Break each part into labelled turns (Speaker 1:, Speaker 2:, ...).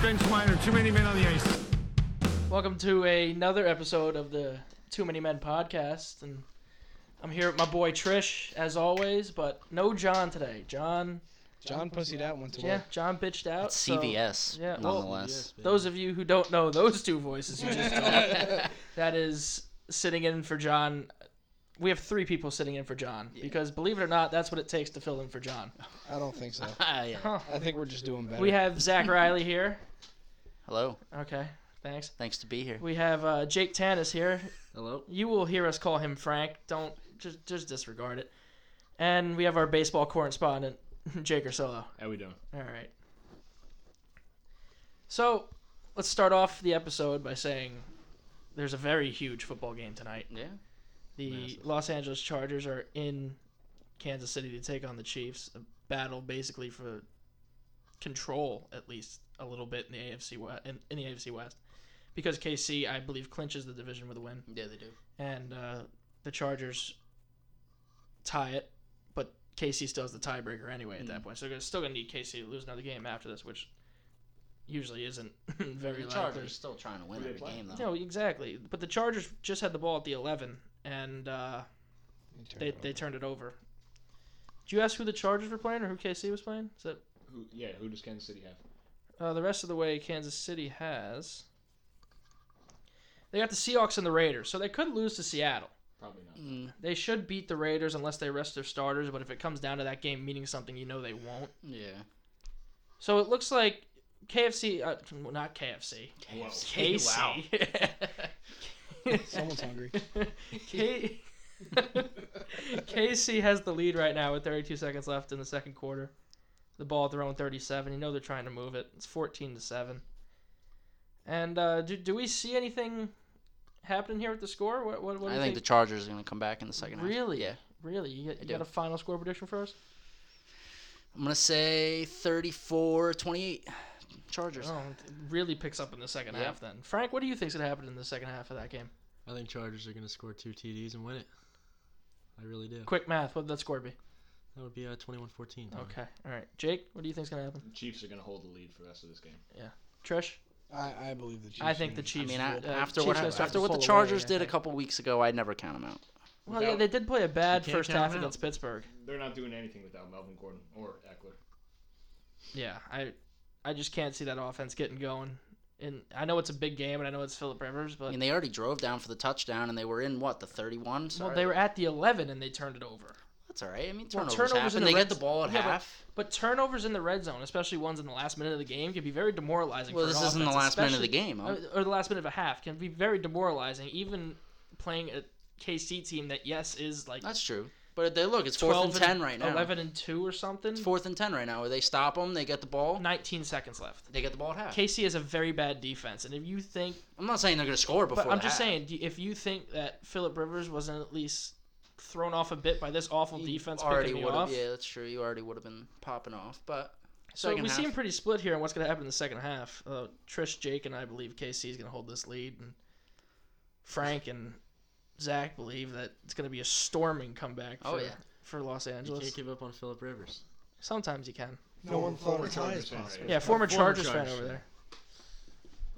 Speaker 1: Bench minor, too many men on the ice.
Speaker 2: Welcome to another episode of the Too Many Men podcast, and I'm here with my boy Trish as always, but no John today. John,
Speaker 3: John pussied out once
Speaker 2: yeah, John bitched out.
Speaker 4: It's
Speaker 2: so-
Speaker 4: CVS,
Speaker 2: yeah, well,
Speaker 4: nonetheless.
Speaker 2: Those of you who don't know those two voices, you just don't. that is sitting in for John. We have three people sitting in for John because, believe it or not, that's what it takes to fill in for John.
Speaker 3: I don't think so.
Speaker 4: Ah, yeah.
Speaker 3: I think we're just doing better.
Speaker 2: We have Zach Riley here.
Speaker 4: Hello,
Speaker 2: Okay, thanks.
Speaker 4: thanks to be here.
Speaker 2: We have uh, Jake Tanis here.
Speaker 5: Hello.
Speaker 2: You will hear us call him Frank. Don't just just disregard it. And we have our baseball correspondent, Jake Ursula.
Speaker 5: How we doing?
Speaker 2: All right. So let's start off the episode by saying there's a very huge football game tonight.
Speaker 4: Yeah,
Speaker 2: The
Speaker 5: Massive.
Speaker 2: Los Angeles Chargers are in Kansas City to take on the Chiefs. A battle basically for control, at least a little bit in the AFC West, in, in the AFC West, because KC I believe clinches the division with a win
Speaker 4: yeah, they do.
Speaker 2: and uh, the Chargers tie it, but KC still has the tiebreaker anyway at that point. So they're still going to need KC to lose another game after this, which usually isn't very
Speaker 4: the
Speaker 2: likely.
Speaker 4: Chargers still trying to win every game though.
Speaker 2: No, exactly. But the Chargers just had the ball at the 11, and uh, they, they turned it over. Did you ask who the Chargers were playing or who KC was playing? Is that
Speaker 5: Who? Yeah. Who does Kansas City have?
Speaker 2: uh, the rest of the way Kansas City has? They got the Seahawks and the Raiders, so they could lose to Seattle.
Speaker 5: Probably not.
Speaker 4: Mm,
Speaker 2: They should beat the Raiders unless they rest their starters, but if it comes down to that game meaning something, you know they won't.
Speaker 4: yeah.
Speaker 2: So it looks like KFC, uh, well, not KFC,
Speaker 5: Whoa.
Speaker 2: KC.
Speaker 3: Someone's hungry.
Speaker 2: K- KC has the lead right now with 32 seconds left in the second quarter. The ball at their own 37. You know they're trying to move it. It's 14 to 7. And uh, do, do we see anything happening here with the score? What, what, what do
Speaker 4: I
Speaker 2: you
Speaker 4: think the Chargers are gonna come back in the second half.
Speaker 2: Really?
Speaker 4: Yeah.
Speaker 2: Really? You, got- you
Speaker 4: do.
Speaker 2: got a final score prediction for us?
Speaker 4: I'm gonna say 34-28 Chargers.
Speaker 2: Oh, it really picks up in the second
Speaker 4: Yeah.
Speaker 2: half then. Frank, what do you think's going to happen in the second half of that game?
Speaker 5: I think Chargers are going to score two TDs and win it. I really do.
Speaker 2: Quick math, what would that score be?
Speaker 5: That would be uh, 21-14.
Speaker 4: Mm.
Speaker 2: Okay. All right. Jake, what do you think's going to happen?
Speaker 5: Chiefs are going to hold the lead for the rest of this game.
Speaker 2: Trish?
Speaker 3: I, I believe the Chiefs.
Speaker 2: I think
Speaker 3: win.
Speaker 2: the
Speaker 4: I
Speaker 2: Chiefs.
Speaker 4: mean, I,
Speaker 2: will- uh,
Speaker 4: after
Speaker 2: Chiefs
Speaker 4: what
Speaker 2: guys
Speaker 4: happened-
Speaker 2: have
Speaker 4: after
Speaker 2: to
Speaker 4: what the
Speaker 2: pull away,
Speaker 4: Chargers
Speaker 2: I
Speaker 4: did a
Speaker 2: think.
Speaker 4: couple weeks ago, I'd never count them out.
Speaker 2: Well, yeah, they did play a bad
Speaker 5: can't
Speaker 2: first
Speaker 5: count
Speaker 2: half
Speaker 5: them out.
Speaker 2: against Pittsburgh.
Speaker 5: They're not doing anything without Melvin Gordon or Eckler.
Speaker 2: Yeah, I I just can't see that offense getting going. And I know it's a big game, and I know it's Philip Rivers,
Speaker 4: I
Speaker 2: but
Speaker 4: mean, they already drove down for the touchdown, and they were in what the 31. Sorry.
Speaker 2: well, they were at the 11 and they turned it over.
Speaker 4: That's all right. I mean,
Speaker 2: Well,
Speaker 4: turnovers,
Speaker 2: turnovers in
Speaker 4: happen.
Speaker 2: the
Speaker 4: they
Speaker 2: red
Speaker 4: get the ball at
Speaker 2: yeah, but-
Speaker 4: half.
Speaker 2: But turnovers in the red zone, especially ones in the last minute of the game, can be very demoralizing.
Speaker 4: Well,
Speaker 2: for an
Speaker 4: this isn't the
Speaker 2: offense,
Speaker 4: last minute of the
Speaker 2: especially-
Speaker 4: game. huh?
Speaker 2: Uh, or the last minute of a half can be very demoralizing, even playing a KC team that yes is like
Speaker 4: That's true. But they look, it's fourth and ten right now.
Speaker 2: eleven and two or something.
Speaker 4: It's Mm. fourth and ten right now. Where they stop them, they get the ball,
Speaker 2: Nineteen seconds left.
Speaker 4: they get the ball at half.
Speaker 2: KC is a very bad defense, and if you think,
Speaker 4: I'm not saying they're going to score before.
Speaker 2: but I'm
Speaker 4: the
Speaker 2: just
Speaker 4: half.
Speaker 2: saying, do- if you think that Philip Rivers wasn't at least thrown off a bit by this awful
Speaker 4: You
Speaker 2: defense
Speaker 4: already
Speaker 2: picking you
Speaker 4: would've-
Speaker 2: off,
Speaker 4: Yeah, that's true. You already would have been popping off, but
Speaker 2: so
Speaker 4: second
Speaker 2: we
Speaker 4: half.
Speaker 2: seem pretty split here on what's going to happen in the second half. Uh, Trish, Jake, and I believe KC is going to hold this lead, and Frank and Zach believe that it's going to be a storming comeback. For,
Speaker 4: Oh, yeah.
Speaker 2: for Los
Speaker 6: You
Speaker 2: Angeles.
Speaker 6: can't give up on Philip Rivers.
Speaker 2: Sometimes you can.
Speaker 3: No one thought
Speaker 5: former
Speaker 3: as high
Speaker 5: Chargers
Speaker 3: as
Speaker 5: fan right
Speaker 3: possible.
Speaker 5: here.
Speaker 2: Yeah, former,
Speaker 6: former
Speaker 2: Chargers,
Speaker 6: Chargers
Speaker 2: fan over
Speaker 6: fan.
Speaker 2: there.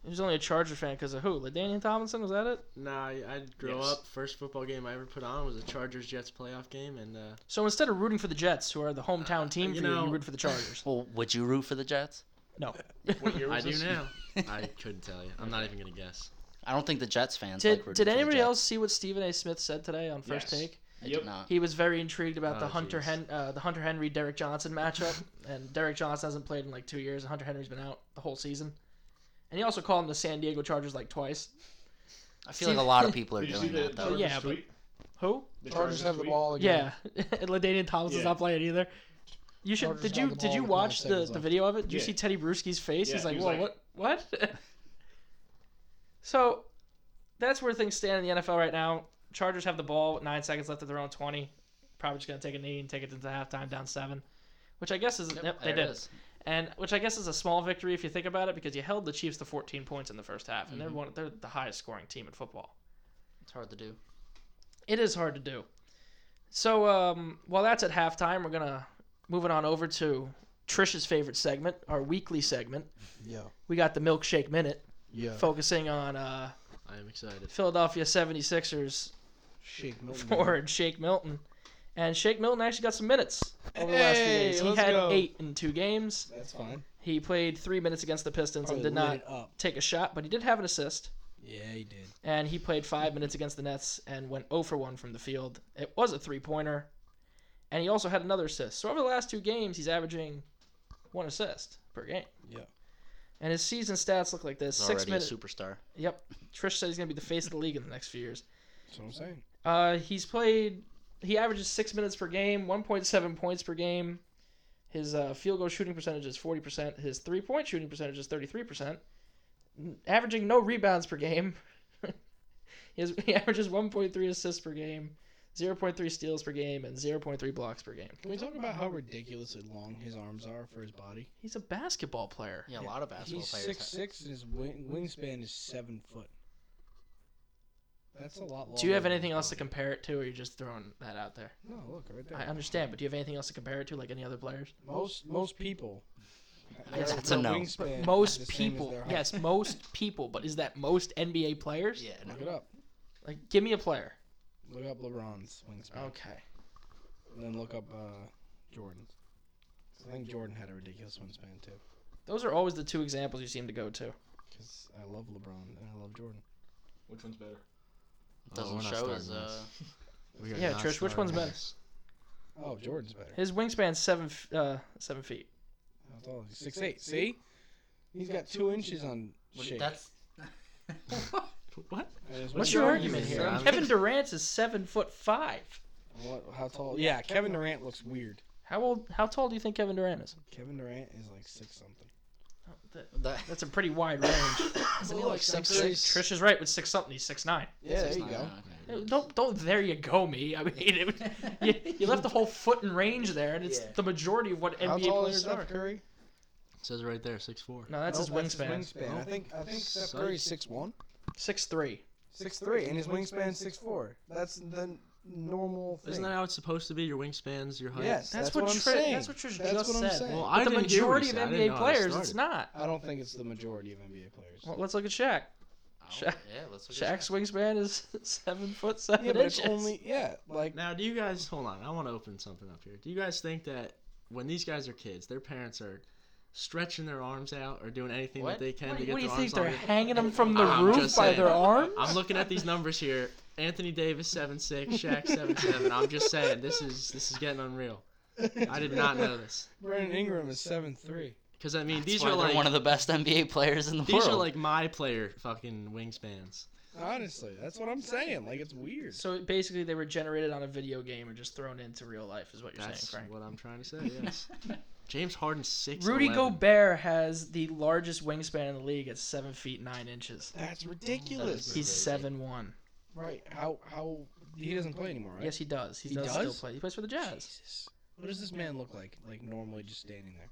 Speaker 2: He was only a Charger fan because of who? LaDainian Tomlinson was that it?
Speaker 6: Nah, I, I grew
Speaker 5: Yes.
Speaker 6: up. First football game I ever put on was a Chargers Jets playoff game, and uh,
Speaker 2: So instead of rooting for the Jets, who are the hometown team
Speaker 6: you
Speaker 2: for you, you
Speaker 6: know-
Speaker 2: root for the Chargers.
Speaker 4: Well, would you root for the Jets?
Speaker 2: No,
Speaker 5: What year
Speaker 6: I
Speaker 5: was
Speaker 6: do
Speaker 5: this?
Speaker 6: now. I couldn't tell you. I'm not even gonna guess.
Speaker 4: I don't think the Jets fans
Speaker 2: did
Speaker 4: like rooting
Speaker 2: did
Speaker 4: for the
Speaker 2: anybody
Speaker 4: Jets.
Speaker 2: else see what Stephen A. Smith said today on First
Speaker 5: Yes.
Speaker 2: Take?
Speaker 4: I
Speaker 5: Yep.
Speaker 4: did not.
Speaker 2: He was very intrigued about the
Speaker 6: Oh,
Speaker 2: Hunter
Speaker 6: jeez.
Speaker 2: Hen- uh, the Hunter Henry Derek Johnson matchup, and Derek Johnson hasn't played in like two years. and Hunter Henry's been out the whole season, and he also called him the San Diego Chargers like twice.
Speaker 4: I feel like a lot of people are
Speaker 5: Did you see
Speaker 4: doing
Speaker 5: the
Speaker 4: that though.
Speaker 5: Chargers
Speaker 2: Yeah, but-
Speaker 5: tweet?
Speaker 2: Who?
Speaker 5: The
Speaker 3: Chargers have the
Speaker 5: tweet?
Speaker 3: ball again.
Speaker 2: Yeah, and Ladainian Thompson's
Speaker 5: Yeah.
Speaker 2: not playing either. You should.
Speaker 3: Chargers
Speaker 2: did
Speaker 3: got
Speaker 2: you
Speaker 3: the
Speaker 2: did
Speaker 3: ball
Speaker 2: you
Speaker 3: with
Speaker 2: watch
Speaker 3: five
Speaker 2: the,
Speaker 3: seconds
Speaker 2: the
Speaker 3: left.
Speaker 2: video of it? Did you
Speaker 5: Yeah.
Speaker 2: see Teddy Bruschi's face?
Speaker 5: Yeah,
Speaker 2: He's
Speaker 5: he
Speaker 2: like,
Speaker 5: was
Speaker 2: "Whoa,
Speaker 5: like-
Speaker 2: what? What?" so, that's where things stand in the NFL right now. Chargers have the ball with nine seconds left of their own twenty. Probably just gonna take a knee and take it into halftime down seven, which I guess is yep, they
Speaker 4: there it
Speaker 2: did,
Speaker 4: is.
Speaker 2: and which I guess is a small victory if you think about it because you held the Chiefs to fourteen points in the first half, and they're one they're the highest scoring team in football.
Speaker 4: It's hard to do.
Speaker 2: It is hard to do. So um, while that's at halftime, we're gonna move it on over to Trish's favorite segment, our weekly segment.
Speaker 3: Yeah.
Speaker 2: We got the milkshake minute,
Speaker 3: Yeah.
Speaker 2: focusing on uh,
Speaker 5: I am excited.
Speaker 2: Philadelphia 76ers
Speaker 3: Shake Milton.
Speaker 2: forward Shake Milton. And Shake Milton actually got some minutes over the last few
Speaker 3: Hey,
Speaker 2: days. He
Speaker 3: let's
Speaker 2: had
Speaker 3: go.
Speaker 2: eight in two games.
Speaker 3: That's fine.
Speaker 2: He played three minutes against the Pistons
Speaker 3: Probably
Speaker 2: and did
Speaker 3: lit
Speaker 2: not
Speaker 3: it up.
Speaker 2: take a shot, but he did have an assist.
Speaker 3: Yeah, he did.
Speaker 2: And he played five minutes against the Nets and went 0 for 1 from the field. It was a three pointer. And he also had another assist. So over the last two games, he's averaging one assist per game.
Speaker 3: Yeah.
Speaker 2: And his season stats look like this.
Speaker 4: He's
Speaker 2: Six
Speaker 4: already
Speaker 2: minutes.
Speaker 4: a superstar.
Speaker 2: Yep. Trish said he's going to be the face of the league in the next few years.
Speaker 3: That's what I'm saying.
Speaker 2: Uh, he's played. He averages six minutes per game, 1.7 points per game. His uh, field goal shooting percentage is 40%. His three point shooting percentage is 33%. N- Averaging no rebounds per game. he, has, he averages 1.3 assists per game, 0.3 steals per game, and 0.3 blocks per game.
Speaker 3: Can we talk about how ridiculously long his arms are for his body?
Speaker 2: He's a basketball player.
Speaker 4: Yeah, a lot of basketball
Speaker 3: He's
Speaker 4: players.
Speaker 3: six six, and his wing, wingspan is seven foot. That's a lot.
Speaker 2: Do you have
Speaker 3: longer than
Speaker 2: anything
Speaker 3: his
Speaker 2: else to
Speaker 3: body.
Speaker 2: compare it to, or are you just throwing that out there?
Speaker 3: No, look right there.
Speaker 2: I understand, but do you have anything else to compare it to, like any other players?
Speaker 3: Most most people.
Speaker 4: guess
Speaker 3: their-
Speaker 4: that's a
Speaker 3: their
Speaker 4: no.
Speaker 3: wingspan is the
Speaker 2: most
Speaker 3: same as
Speaker 2: people,
Speaker 3: their height.
Speaker 2: yes, most people, but is that most NBA players?
Speaker 4: yeah, no.
Speaker 3: Look it up.
Speaker 2: Like, give me a player.
Speaker 3: Look up LeBron's wingspan.
Speaker 2: Okay.
Speaker 3: And then look up uh, Jordan's. I think Jordan had a ridiculous wingspan too.
Speaker 2: Those are always the two examples you seem to go to.
Speaker 3: Because I love LeBron and I love Jordan.
Speaker 1: Which one's better?
Speaker 4: It
Speaker 5: Oh,
Speaker 4: doesn't
Speaker 5: we're not
Speaker 4: show as
Speaker 5: starting
Speaker 4: uh,
Speaker 5: this. We are
Speaker 2: Yeah,
Speaker 5: not
Speaker 2: Trish, which
Speaker 5: starting
Speaker 2: one's better?
Speaker 5: this.
Speaker 3: Oh, Jordan's better.
Speaker 2: His wingspan's seven f- uh, seven feet.
Speaker 3: How tall is he? Six eight. See, he's got two inches on.
Speaker 4: what-
Speaker 3: shape.
Speaker 4: that's.
Speaker 5: What?
Speaker 3: That
Speaker 2: What's
Speaker 3: is what-
Speaker 2: your argument
Speaker 5: is
Speaker 2: here?
Speaker 5: that?
Speaker 2: Kevin Durant is seven foot five.
Speaker 3: What, how tall? Yeah, Kevin Durant looks weird.
Speaker 2: How old? How tall do you think Kevin Durant is?
Speaker 3: Kevin Durant is like six something.
Speaker 2: Oh, that-
Speaker 4: That,
Speaker 2: That's a pretty wide range.
Speaker 4: isn't he like six
Speaker 3: six-
Speaker 2: Trish is right with six something. He's six nine.
Speaker 3: Yeah, there you
Speaker 4: nine?
Speaker 3: go.
Speaker 4: Okay.
Speaker 2: Don't don't. There you go, me. I mean, it, was- you, you left a whole foot in range there, and it's
Speaker 4: Yeah.
Speaker 2: the majority of what
Speaker 3: How
Speaker 2: NBA
Speaker 3: tall is
Speaker 2: players are.
Speaker 3: Steph Curry?
Speaker 5: It says right there, six four.
Speaker 2: No, that's
Speaker 3: Nope,
Speaker 2: his wingspan.
Speaker 3: wingspan. I think I think Steph Curry's six one,
Speaker 2: Six three.
Speaker 3: six three, and his wingspan six four. That's the normal thing.
Speaker 5: Isn't that how it's supposed to be? Your wingspans, your height.
Speaker 3: Yes.
Speaker 2: That's,
Speaker 3: That's
Speaker 2: what,
Speaker 3: what I'm
Speaker 2: Trish.
Speaker 3: saying.
Speaker 2: That's what Trish
Speaker 3: That's
Speaker 2: just
Speaker 3: what I'm
Speaker 2: said.
Speaker 3: saying.
Speaker 5: Well,
Speaker 2: But
Speaker 5: I
Speaker 2: the
Speaker 5: didn't hear what
Speaker 2: majority
Speaker 5: he
Speaker 2: of
Speaker 5: said. I didn't know
Speaker 2: NBA
Speaker 5: how this
Speaker 2: players, it's
Speaker 5: started.
Speaker 2: not.
Speaker 3: I don't think it's the majority of NBA players.
Speaker 2: Well, let's look at Shaq.
Speaker 4: Oh,
Speaker 2: Sha-
Speaker 4: yeah, let's look at
Speaker 2: Shaq's wingspan is seven foot seven
Speaker 3: yeah, but it's
Speaker 2: inches.
Speaker 3: only yeah, like
Speaker 5: Now, do you guys hold on? I want to open something up here. Do you guys think that when these guys are kids, their parents are stretching their arms out or doing anything
Speaker 4: What?
Speaker 5: that they can
Speaker 2: What,
Speaker 5: to
Speaker 2: do-
Speaker 5: get
Speaker 2: what do you
Speaker 5: their
Speaker 2: think?
Speaker 5: arms
Speaker 2: They're
Speaker 5: longer?
Speaker 2: hanging them from the
Speaker 5: I'm
Speaker 2: roof
Speaker 5: just
Speaker 2: by
Speaker 5: saying.
Speaker 2: their arm?
Speaker 5: I'm looking at these numbers here. Anthony Davis seven six, Shaq seven seven. I'm just saying this is this is getting unreal. I did not know this
Speaker 3: Brandon Ingram is seven three.
Speaker 5: because I mean
Speaker 4: That's
Speaker 5: these
Speaker 4: why
Speaker 5: are
Speaker 4: they're
Speaker 5: like
Speaker 4: one of the best NBA players in the
Speaker 5: these
Speaker 4: world.
Speaker 5: are like my player fucking wingspans.
Speaker 3: Honestly, that's what I'm saying. Like it's weird.
Speaker 2: So basically, they were generated on a video game or just thrown into real life, is what you're
Speaker 5: That's
Speaker 2: saying,
Speaker 5: what I'm trying to say. Yes. James Harden
Speaker 2: Frank.
Speaker 5: six.
Speaker 2: Rudy Gobert has the largest wingspan in the league at seven feet nine inches.
Speaker 3: That's ridiculous.
Speaker 4: That is
Speaker 2: He's seven one.
Speaker 3: right. How how he doesn't play anymore, right?
Speaker 2: Yes, he does. He,
Speaker 3: He
Speaker 2: does, still
Speaker 3: does?
Speaker 2: play. He plays for the Jazz.
Speaker 3: Jesus. What does this man look like? Like normally just standing there.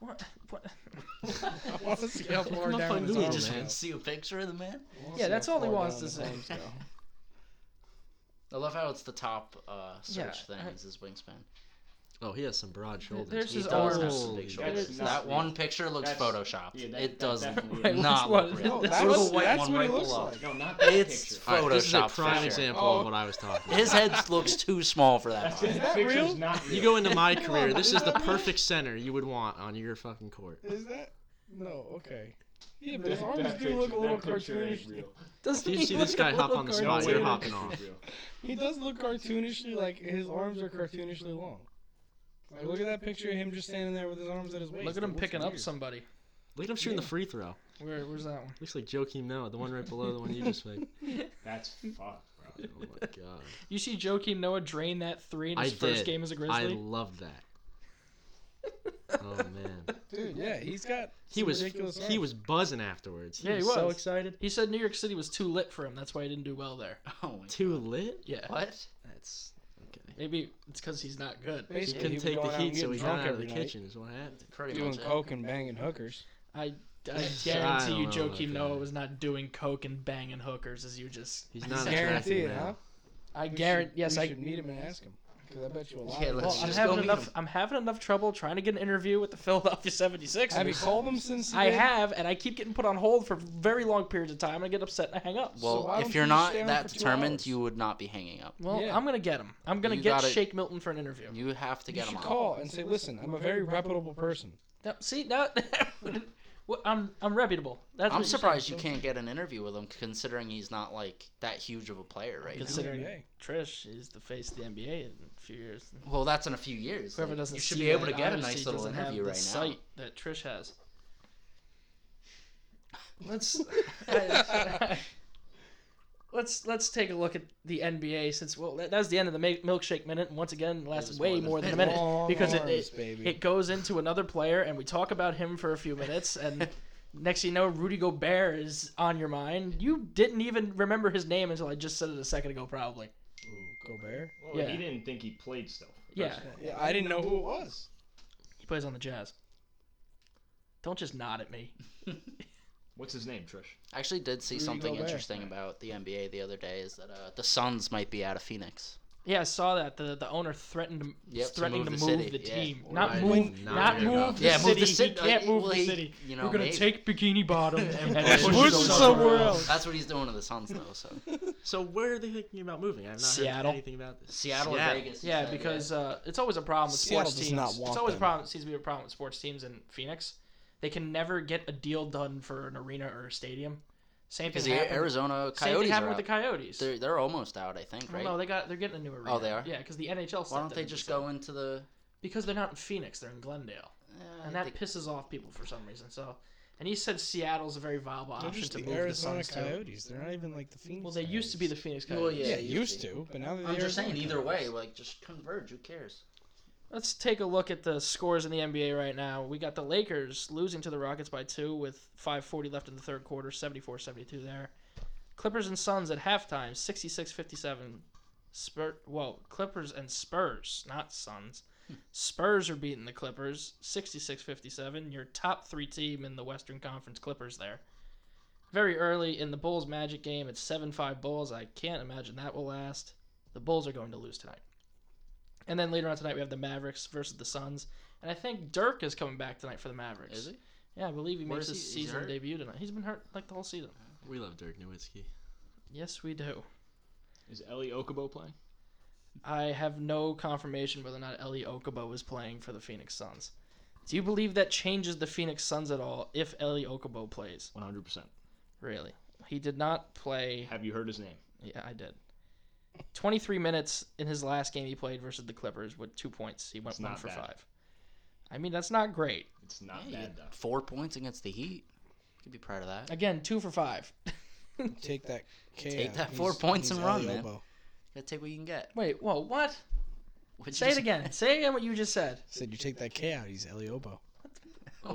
Speaker 2: What? what?
Speaker 3: I want to see how
Speaker 5: Look
Speaker 3: far
Speaker 5: him up
Speaker 3: down
Speaker 5: on
Speaker 3: his
Speaker 5: Google,
Speaker 4: You
Speaker 3: arms
Speaker 4: just
Speaker 5: man.
Speaker 3: go.
Speaker 4: want to see a picture of the man.
Speaker 3: I wanna
Speaker 2: Yeah,
Speaker 3: see
Speaker 2: that's
Speaker 3: how
Speaker 2: all he
Speaker 3: far
Speaker 2: wants
Speaker 3: down
Speaker 2: to
Speaker 3: his
Speaker 2: say.
Speaker 3: arms go.
Speaker 4: I love how it's the top uh, search
Speaker 2: Yeah,
Speaker 4: thing
Speaker 2: I-
Speaker 4: is his wingspan.
Speaker 5: Oh, he has some broad shoulders.
Speaker 2: There's
Speaker 4: He
Speaker 2: his
Speaker 4: does
Speaker 2: arm.
Speaker 4: have some big
Speaker 5: Holy
Speaker 4: shoulders.
Speaker 1: shit.
Speaker 4: That one picture looks
Speaker 1: That's-
Speaker 4: photoshopped.
Speaker 1: yeah, that- that
Speaker 4: it does
Speaker 1: definitely
Speaker 2: Wait,
Speaker 4: not
Speaker 2: which one
Speaker 4: look
Speaker 2: is-
Speaker 4: real.
Speaker 3: No,
Speaker 2: This
Speaker 3: that
Speaker 2: was
Speaker 4: the
Speaker 3: was-
Speaker 4: white
Speaker 3: that's
Speaker 4: one
Speaker 3: what he
Speaker 4: right
Speaker 3: looks
Speaker 4: below.
Speaker 3: like.
Speaker 1: No, not that
Speaker 4: It's
Speaker 1: picture.
Speaker 5: All right, this is a
Speaker 4: photoshopped.
Speaker 5: prime
Speaker 4: picture.
Speaker 5: example
Speaker 3: Oh.
Speaker 5: of what I was talking about.
Speaker 4: His head looks too small for
Speaker 1: That's
Speaker 4: that. body.
Speaker 1: it.
Speaker 3: Is
Speaker 1: That
Speaker 3: that
Speaker 1: picture's
Speaker 3: real?
Speaker 1: not real.
Speaker 5: You go into my career,
Speaker 3: on,
Speaker 5: this
Speaker 3: is
Speaker 5: is the
Speaker 3: that real?
Speaker 5: perfect center you would want on your fucking court.
Speaker 3: Is that? No. Okay. Yeah, but
Speaker 1: That-
Speaker 3: his arms
Speaker 1: that
Speaker 3: do look a
Speaker 1: picture-
Speaker 3: little
Speaker 1: that picture ain't
Speaker 3: cartoonish.
Speaker 1: real.
Speaker 2: Doesn't
Speaker 5: If you
Speaker 2: he
Speaker 5: see this
Speaker 2: look a
Speaker 5: guy hop
Speaker 2: little
Speaker 5: on the
Speaker 2: guard-
Speaker 5: spot,
Speaker 1: way
Speaker 5: you're
Speaker 1: that
Speaker 5: hopping
Speaker 1: picture's
Speaker 5: off.
Speaker 1: real.
Speaker 3: He does look cartoonishly like his arms are cartoonishly long. Like look at that picture of him just standing there with his arms at his waist.
Speaker 2: Look at him
Speaker 3: It
Speaker 2: picking
Speaker 3: looks
Speaker 2: up
Speaker 3: weird.
Speaker 2: somebody.
Speaker 5: Look at him shooting the free throw.
Speaker 2: Where, where's that one?
Speaker 5: Looks like Joakim Noah, the one right below the one you just made.
Speaker 1: That's fucked, bro.
Speaker 5: Oh my god.
Speaker 2: You see Joakim Noah drain that three in
Speaker 5: I
Speaker 2: his first
Speaker 5: did.
Speaker 2: game as a
Speaker 5: I
Speaker 2: Grizzly?
Speaker 5: love that. Oh man.
Speaker 3: Dude, yeah, he's got.
Speaker 5: He
Speaker 3: some
Speaker 5: was
Speaker 3: ridiculous
Speaker 5: he
Speaker 3: arms.
Speaker 5: was buzzing afterwards.
Speaker 2: Yeah, he
Speaker 5: so
Speaker 2: was.
Speaker 5: excited.
Speaker 2: He said New York City was too lit for him. That's why he didn't do well there.
Speaker 4: Oh, my-
Speaker 5: Too lit?
Speaker 2: Yeah.
Speaker 4: what?
Speaker 5: That's okay.
Speaker 2: Maybe it's because he's not good.
Speaker 5: He
Speaker 3: Basically,
Speaker 5: couldn't
Speaker 3: was
Speaker 5: take
Speaker 3: going
Speaker 5: the
Speaker 3: out and
Speaker 5: heat, so
Speaker 3: getting
Speaker 5: he
Speaker 3: drunk
Speaker 5: got out of the
Speaker 3: every night,
Speaker 5: kitchen. Is what happened.
Speaker 4: Pretty
Speaker 3: Doing
Speaker 4: much. it.
Speaker 3: coke and banging hookers.
Speaker 2: I, I
Speaker 5: I
Speaker 2: guarantee
Speaker 5: don't
Speaker 2: you,
Speaker 5: know
Speaker 2: Joakim
Speaker 5: about
Speaker 2: Noah
Speaker 5: that.
Speaker 2: was not doing coke and banging hookers as you just.
Speaker 5: He's not
Speaker 2: said.
Speaker 5: attractive,
Speaker 3: Guarantee it,
Speaker 5: man.
Speaker 3: huh?
Speaker 2: I
Speaker 3: We
Speaker 2: guarantee.
Speaker 3: should-
Speaker 2: Yes,
Speaker 3: we
Speaker 2: I.
Speaker 3: should meet him and ask him. Because I bet you a lot.
Speaker 4: Yeah,
Speaker 3: of
Speaker 4: let's
Speaker 2: Well,
Speaker 3: well,
Speaker 2: I'm
Speaker 4: just
Speaker 2: having
Speaker 4: go meet
Speaker 2: enough.
Speaker 4: 'em.
Speaker 2: I'm having enough trouble trying to get an interview with the Philadelphia
Speaker 3: have you
Speaker 2: 76ers.
Speaker 3: called them since? you
Speaker 2: I
Speaker 3: did?
Speaker 2: have, and I keep getting put on hold for very long periods of time, and I get upset and I hang up.
Speaker 4: Well,
Speaker 3: why don't
Speaker 4: if you're
Speaker 3: you
Speaker 4: not
Speaker 3: stay on
Speaker 4: that
Speaker 3: for two
Speaker 4: determined,
Speaker 3: hours?
Speaker 4: you would not be hanging up.
Speaker 2: well,
Speaker 3: yeah.
Speaker 2: I'm gonna get him. I'm gonna
Speaker 4: You
Speaker 2: get
Speaker 4: gotta-
Speaker 2: Shake Milton for an interview.
Speaker 4: You have to
Speaker 3: You
Speaker 4: get
Speaker 3: should
Speaker 4: them
Speaker 3: call and say, "Listen, I'm a very reputable person."
Speaker 2: Now, see, now, Well, I'm I'm reputable. That's
Speaker 4: I'm
Speaker 2: what you're
Speaker 4: surprised you
Speaker 2: saying.
Speaker 4: can't get an interview with him, considering he's not like that huge of a player right now.
Speaker 2: Consider- Considering-
Speaker 3: Hey,
Speaker 2: Trish is the face of the NBA in a few years.
Speaker 4: Well, that's in a few years.
Speaker 2: Whoever
Speaker 4: Like,
Speaker 2: doesn't
Speaker 4: you should
Speaker 2: see
Speaker 4: be able
Speaker 2: that
Speaker 4: to get a
Speaker 2: obviously
Speaker 4: nice little
Speaker 2: doesn't have
Speaker 4: interview
Speaker 2: the
Speaker 4: right now.
Speaker 2: sight that Trish has.
Speaker 5: Let's.
Speaker 2: let's let's take a look at the NBA since well that, that was the end of the ma- milkshake minute and once again lasts
Speaker 4: was
Speaker 2: way more
Speaker 4: more than
Speaker 2: than a
Speaker 4: a
Speaker 2: minute
Speaker 3: long
Speaker 2: because it,
Speaker 3: arms,
Speaker 2: it,
Speaker 3: baby.
Speaker 2: it goes into another player and we talk about him for a few minutes and next thing you know Rudy Gobert is on your mind you didn't even remember his name until I just said it a second ago probably
Speaker 3: Gobert.
Speaker 1: Well,
Speaker 2: Yeah.
Speaker 1: he didn't think he played still.
Speaker 2: yeah
Speaker 3: Yeah, I didn't know who it was.
Speaker 2: he plays on the Jazz don't just nod at me
Speaker 1: What's his name, Trish?
Speaker 4: I actually did see
Speaker 3: Rudy
Speaker 4: something
Speaker 3: Gobert.
Speaker 4: interesting about the NBA the other day is that uh, the Suns might be out of Phoenix.
Speaker 2: yeah I saw that the the owner threatened
Speaker 4: Yep,
Speaker 2: is
Speaker 4: to
Speaker 2: threatening to
Speaker 4: move
Speaker 2: move,
Speaker 4: the city,
Speaker 2: the
Speaker 4: yeah.
Speaker 2: team
Speaker 5: Or
Speaker 2: not
Speaker 5: I
Speaker 2: move
Speaker 5: did
Speaker 2: not,
Speaker 5: not hear
Speaker 2: move
Speaker 5: about
Speaker 2: the
Speaker 5: that.
Speaker 4: yeah,
Speaker 2: city
Speaker 4: move the city.
Speaker 2: he can't
Speaker 4: uh,
Speaker 2: move
Speaker 4: well,
Speaker 2: the
Speaker 4: he-
Speaker 2: city
Speaker 4: You know,
Speaker 2: We're gonna
Speaker 4: maybe.
Speaker 2: take Bikini Bottom and push
Speaker 5: push it
Speaker 2: it somewhere
Speaker 3: somewhere
Speaker 2: else.
Speaker 4: That's what he's doing to the Suns though. So
Speaker 5: So where are they thinking about moving? I've not
Speaker 2: Seattle.
Speaker 5: heard anything about this.
Speaker 4: Seattle, or Vegas. he
Speaker 2: Yeah,
Speaker 4: said,
Speaker 2: because uh, it's always a problem with
Speaker 3: Seattle
Speaker 2: sports
Speaker 3: does
Speaker 2: teams.
Speaker 3: not want
Speaker 2: it's always a
Speaker 3: them.
Speaker 2: problem. It seems to be a problem with sports teams in Phoenix. They can never get a deal done for an arena or a stadium. Same thing
Speaker 4: because
Speaker 2: happened.
Speaker 4: the Arizona
Speaker 2: Same thing
Speaker 4: Coyotes
Speaker 2: happened
Speaker 4: are
Speaker 2: with
Speaker 4: out.
Speaker 2: the Coyotes.
Speaker 4: They're they're almost out, I think,
Speaker 2: Well,
Speaker 4: right? Oh,
Speaker 2: no, they got they're getting a new arena.
Speaker 4: they are?
Speaker 2: Yeah, because the NHL.
Speaker 4: Why
Speaker 2: stepped
Speaker 4: don't
Speaker 2: in
Speaker 4: they
Speaker 2: and
Speaker 4: just
Speaker 2: said-
Speaker 4: go into the?
Speaker 2: Because they're not in Phoenix. They're in Glendale,
Speaker 4: Uh,
Speaker 2: and
Speaker 4: I
Speaker 2: that
Speaker 4: think-
Speaker 2: pisses off people for some reason. So, and he said Seattle's a very viable
Speaker 3: They're
Speaker 2: option
Speaker 3: just
Speaker 2: to
Speaker 3: the
Speaker 2: move
Speaker 3: Arizona
Speaker 2: the Suns to.
Speaker 3: Coyotes. They're not even like the Phoenix.
Speaker 2: Well, they used to be the Phoenix Coyotes.
Speaker 4: Well,
Speaker 3: Yeah,
Speaker 4: Yeah, used
Speaker 3: used to, but now they're the
Speaker 4: I'm just saying,
Speaker 3: Arizona
Speaker 4: either way,
Speaker 3: Coyotes.
Speaker 4: like just converge. Who cares?
Speaker 2: Let's take a look at the scores in the NBA right now. We got the Lakers losing to the Rockets by two with 5.40 left in the third quarter, 74 72 there. Clippers and Suns at halftime, 66 57. Spur- Whoa, Clippers and Spurs, not Suns.
Speaker 4: Hmm.
Speaker 2: Spurs are beating the Clippers, 66 57. Your top three team in the Western Conference, Clippers there. Very early in the Bulls Magic game, it's 7 5 Bulls. I can't imagine that will last. The Bulls are going to lose tonight. And then later on tonight we have the Mavericks versus the Suns. And I think Dirk is coming back tonight for the Mavericks.
Speaker 4: Is he?
Speaker 2: Yeah, I believe he
Speaker 4: Where
Speaker 2: makes
Speaker 4: is
Speaker 2: his
Speaker 4: he? He's
Speaker 2: season
Speaker 4: hurt?
Speaker 2: debut tonight. He's been hurt like the whole season.
Speaker 5: We love Dirk Nowitzki.
Speaker 2: Yes, we do.
Speaker 1: Is Ellie Okubo playing?
Speaker 2: I have no confirmation whether or not Eli Okubo is playing for the Phoenix Suns. Do you believe that changes the Phoenix Suns at all if Eli Okubo plays?
Speaker 1: 100%.
Speaker 2: Really? He did not play.
Speaker 1: Have you heard his name?
Speaker 2: Yeah, I did. 23 minutes in his last game he played versus the Clippers with two points. He went
Speaker 1: It's
Speaker 2: one
Speaker 1: not
Speaker 2: for
Speaker 1: bad.
Speaker 2: five. I mean, that's not great.
Speaker 1: It's not
Speaker 4: Yeah, you
Speaker 1: bad,
Speaker 4: get
Speaker 1: though.
Speaker 4: Four points against the Heat. Could be proud of that.
Speaker 2: Again, two for five.
Speaker 3: Take that. K
Speaker 4: Take
Speaker 3: out.
Speaker 4: that
Speaker 3: He's-
Speaker 4: four points
Speaker 3: he's
Speaker 4: and run,
Speaker 3: Ellie
Speaker 4: man.
Speaker 3: Oboe.
Speaker 4: Gotta take what you can get.
Speaker 2: Wait, whoa, what?
Speaker 4: Which
Speaker 2: Say
Speaker 4: is-
Speaker 2: it again. Say again what you just said.
Speaker 3: Said you take that K out. He's Eliobo.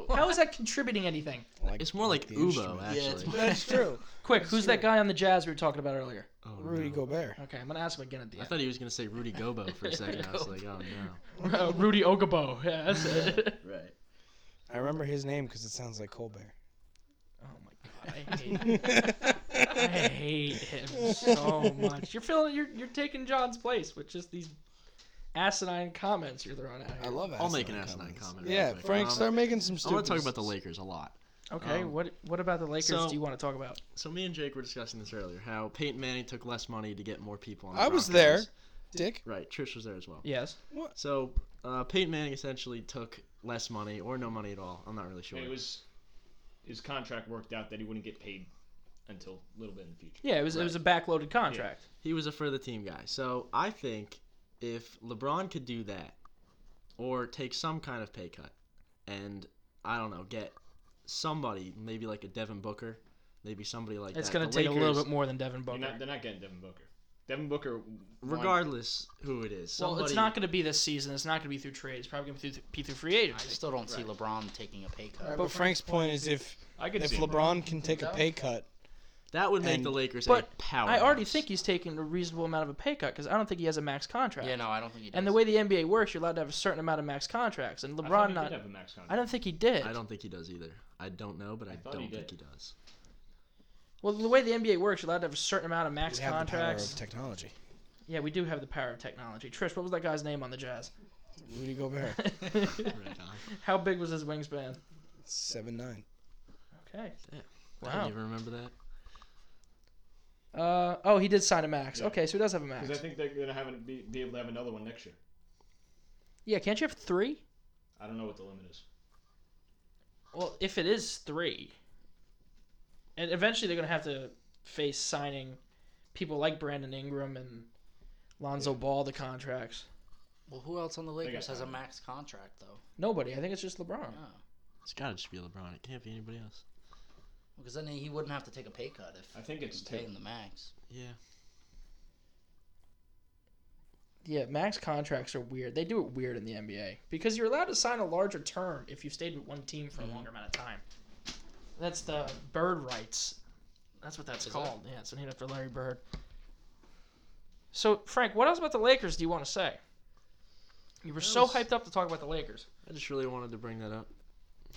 Speaker 2: How is that contributing anything?
Speaker 3: Like,
Speaker 5: It's more like
Speaker 3: the
Speaker 5: Ubo,
Speaker 3: instrument.
Speaker 5: actually.
Speaker 3: That's true.
Speaker 2: Quick, who's that guy on the Jazz we were talking about earlier?
Speaker 5: Oh,
Speaker 3: Rudy
Speaker 5: no.
Speaker 3: Gobert.
Speaker 2: Okay, I'm gonna ask him again at the
Speaker 5: I
Speaker 2: end.
Speaker 5: thought he was gonna say Rudy Gobo for a second. I was like, oh no.
Speaker 2: Uh, Rudy Ogabo. Yeah, that's it.
Speaker 4: Right.
Speaker 3: I remember his name because it sounds like Colbert.
Speaker 2: oh my god, I hate, I hate him so much. You're feeling, you're you're taking John's place with just these asinine comments you're throwing out. Here.
Speaker 3: I love it.
Speaker 5: I'll make an asinine comment. real
Speaker 3: Yeah,
Speaker 5: quick.
Speaker 3: Frank,
Speaker 5: Um,
Speaker 3: start making some.
Speaker 5: I
Speaker 3: Stupid
Speaker 5: want to talk about the Lakers a lot.
Speaker 2: Okay,
Speaker 5: Um,
Speaker 2: what what about the Lakers?
Speaker 5: so-
Speaker 2: do you want to talk about?
Speaker 5: So me and Jake were discussing this earlier. How Peyton Manning took less money to get more people. on the
Speaker 3: I was there.
Speaker 5: Broncos.
Speaker 3: Dick.
Speaker 5: Right, Trish was there as well.
Speaker 2: Yes.
Speaker 5: So uh, Peyton Manning essentially took less money or no money at all. I'm not really sure.
Speaker 1: It was his contract worked out that he wouldn't get paid until a little bit in the future.
Speaker 2: Yeah, it was it was a backloaded contract.
Speaker 5: He was a for the team guy. So I think if LeBron could do that or take some kind of pay cut and I don't know, get somebody, maybe like a Devin Booker, maybe somebody like
Speaker 2: It's
Speaker 5: that.
Speaker 2: gonna
Speaker 5: The
Speaker 2: take a little
Speaker 5: Lakers,
Speaker 2: bit more than Devin Booker.
Speaker 1: They're not, they're not getting Devin Booker. Devin Booker. won-
Speaker 5: regardless who it is. Somebody,
Speaker 2: well, it's not going to be this season. It's not going to be through trade. It's probably going to be through, be through free
Speaker 4: I
Speaker 2: agency.
Speaker 4: still don't see LeBron taking a pay cut.
Speaker 3: But Frank's point is if
Speaker 1: I could
Speaker 3: if
Speaker 1: see him.
Speaker 3: LeBron can take a pay cut,
Speaker 5: that would make
Speaker 3: and-
Speaker 5: the Lakers a
Speaker 2: But
Speaker 5: power.
Speaker 2: I already think he's taking a reasonable amount of a pay cut because I don't think he has a max contract.
Speaker 4: Yeah, no, I don't think he does.
Speaker 2: and the way the NBA works, you're allowed to have a certain amount of max contracts, and
Speaker 1: I thought
Speaker 2: LeBron
Speaker 1: he
Speaker 2: not.
Speaker 1: did have a max contract.
Speaker 2: I don't think he did.
Speaker 5: I don't think he does either. I don't know, but I,
Speaker 1: thought
Speaker 5: don't
Speaker 1: he
Speaker 5: think he
Speaker 1: did.
Speaker 5: does.
Speaker 2: Well, the way the NBA works, you're allowed to have a certain amount of max
Speaker 3: we have the power of
Speaker 2: contracts.
Speaker 3: technology.
Speaker 2: Yeah, we do have the power of technology. Trish, what was that guy's name on the Jazz?
Speaker 3: Rudy Gobert,
Speaker 5: Right on.
Speaker 2: How big was his wingspan?
Speaker 3: seven nine.
Speaker 2: Okay.
Speaker 5: I don't
Speaker 2: Wow.
Speaker 5: even remember that.
Speaker 2: Uh, oh, he did sign a max.
Speaker 1: Yeah.
Speaker 2: Okay, so he does have a max.
Speaker 1: Because I think they're gonna have an, be, be able to have another one next year.
Speaker 2: Yeah, can't you have three?
Speaker 1: I don't know what the limit is.
Speaker 2: Well, if it is three, and eventually they're gonna have to face signing people like Brandon Ingram and Lonzo Ball to contracts.
Speaker 4: Well, who else on the Lakers has a
Speaker 1: time.
Speaker 4: max contract though?
Speaker 2: Nobody. I think it's just LeBron.
Speaker 4: Yeah.
Speaker 5: It's gotta just be LeBron. It can't be anybody else.
Speaker 4: Because then he wouldn't have to take a pay cut if
Speaker 1: I think
Speaker 4: he
Speaker 1: it's
Speaker 4: can pay
Speaker 1: two.
Speaker 4: him the max.
Speaker 5: Yeah.
Speaker 2: Yeah, max contracts are weird. They do it weird in the NBA because you're allowed to sign a larger term if you've stayed with one team for a
Speaker 5: Mm-hmm.
Speaker 2: longer amount of time. That's the bird rights. That's what that's
Speaker 4: Is
Speaker 2: called. Yeah, it's named after Larry Bird. So, Frank, what else about the Lakers do you want to say? You were
Speaker 5: That
Speaker 2: so
Speaker 5: was-
Speaker 2: hyped up to talk about the Lakers.
Speaker 5: I just really wanted to bring that up.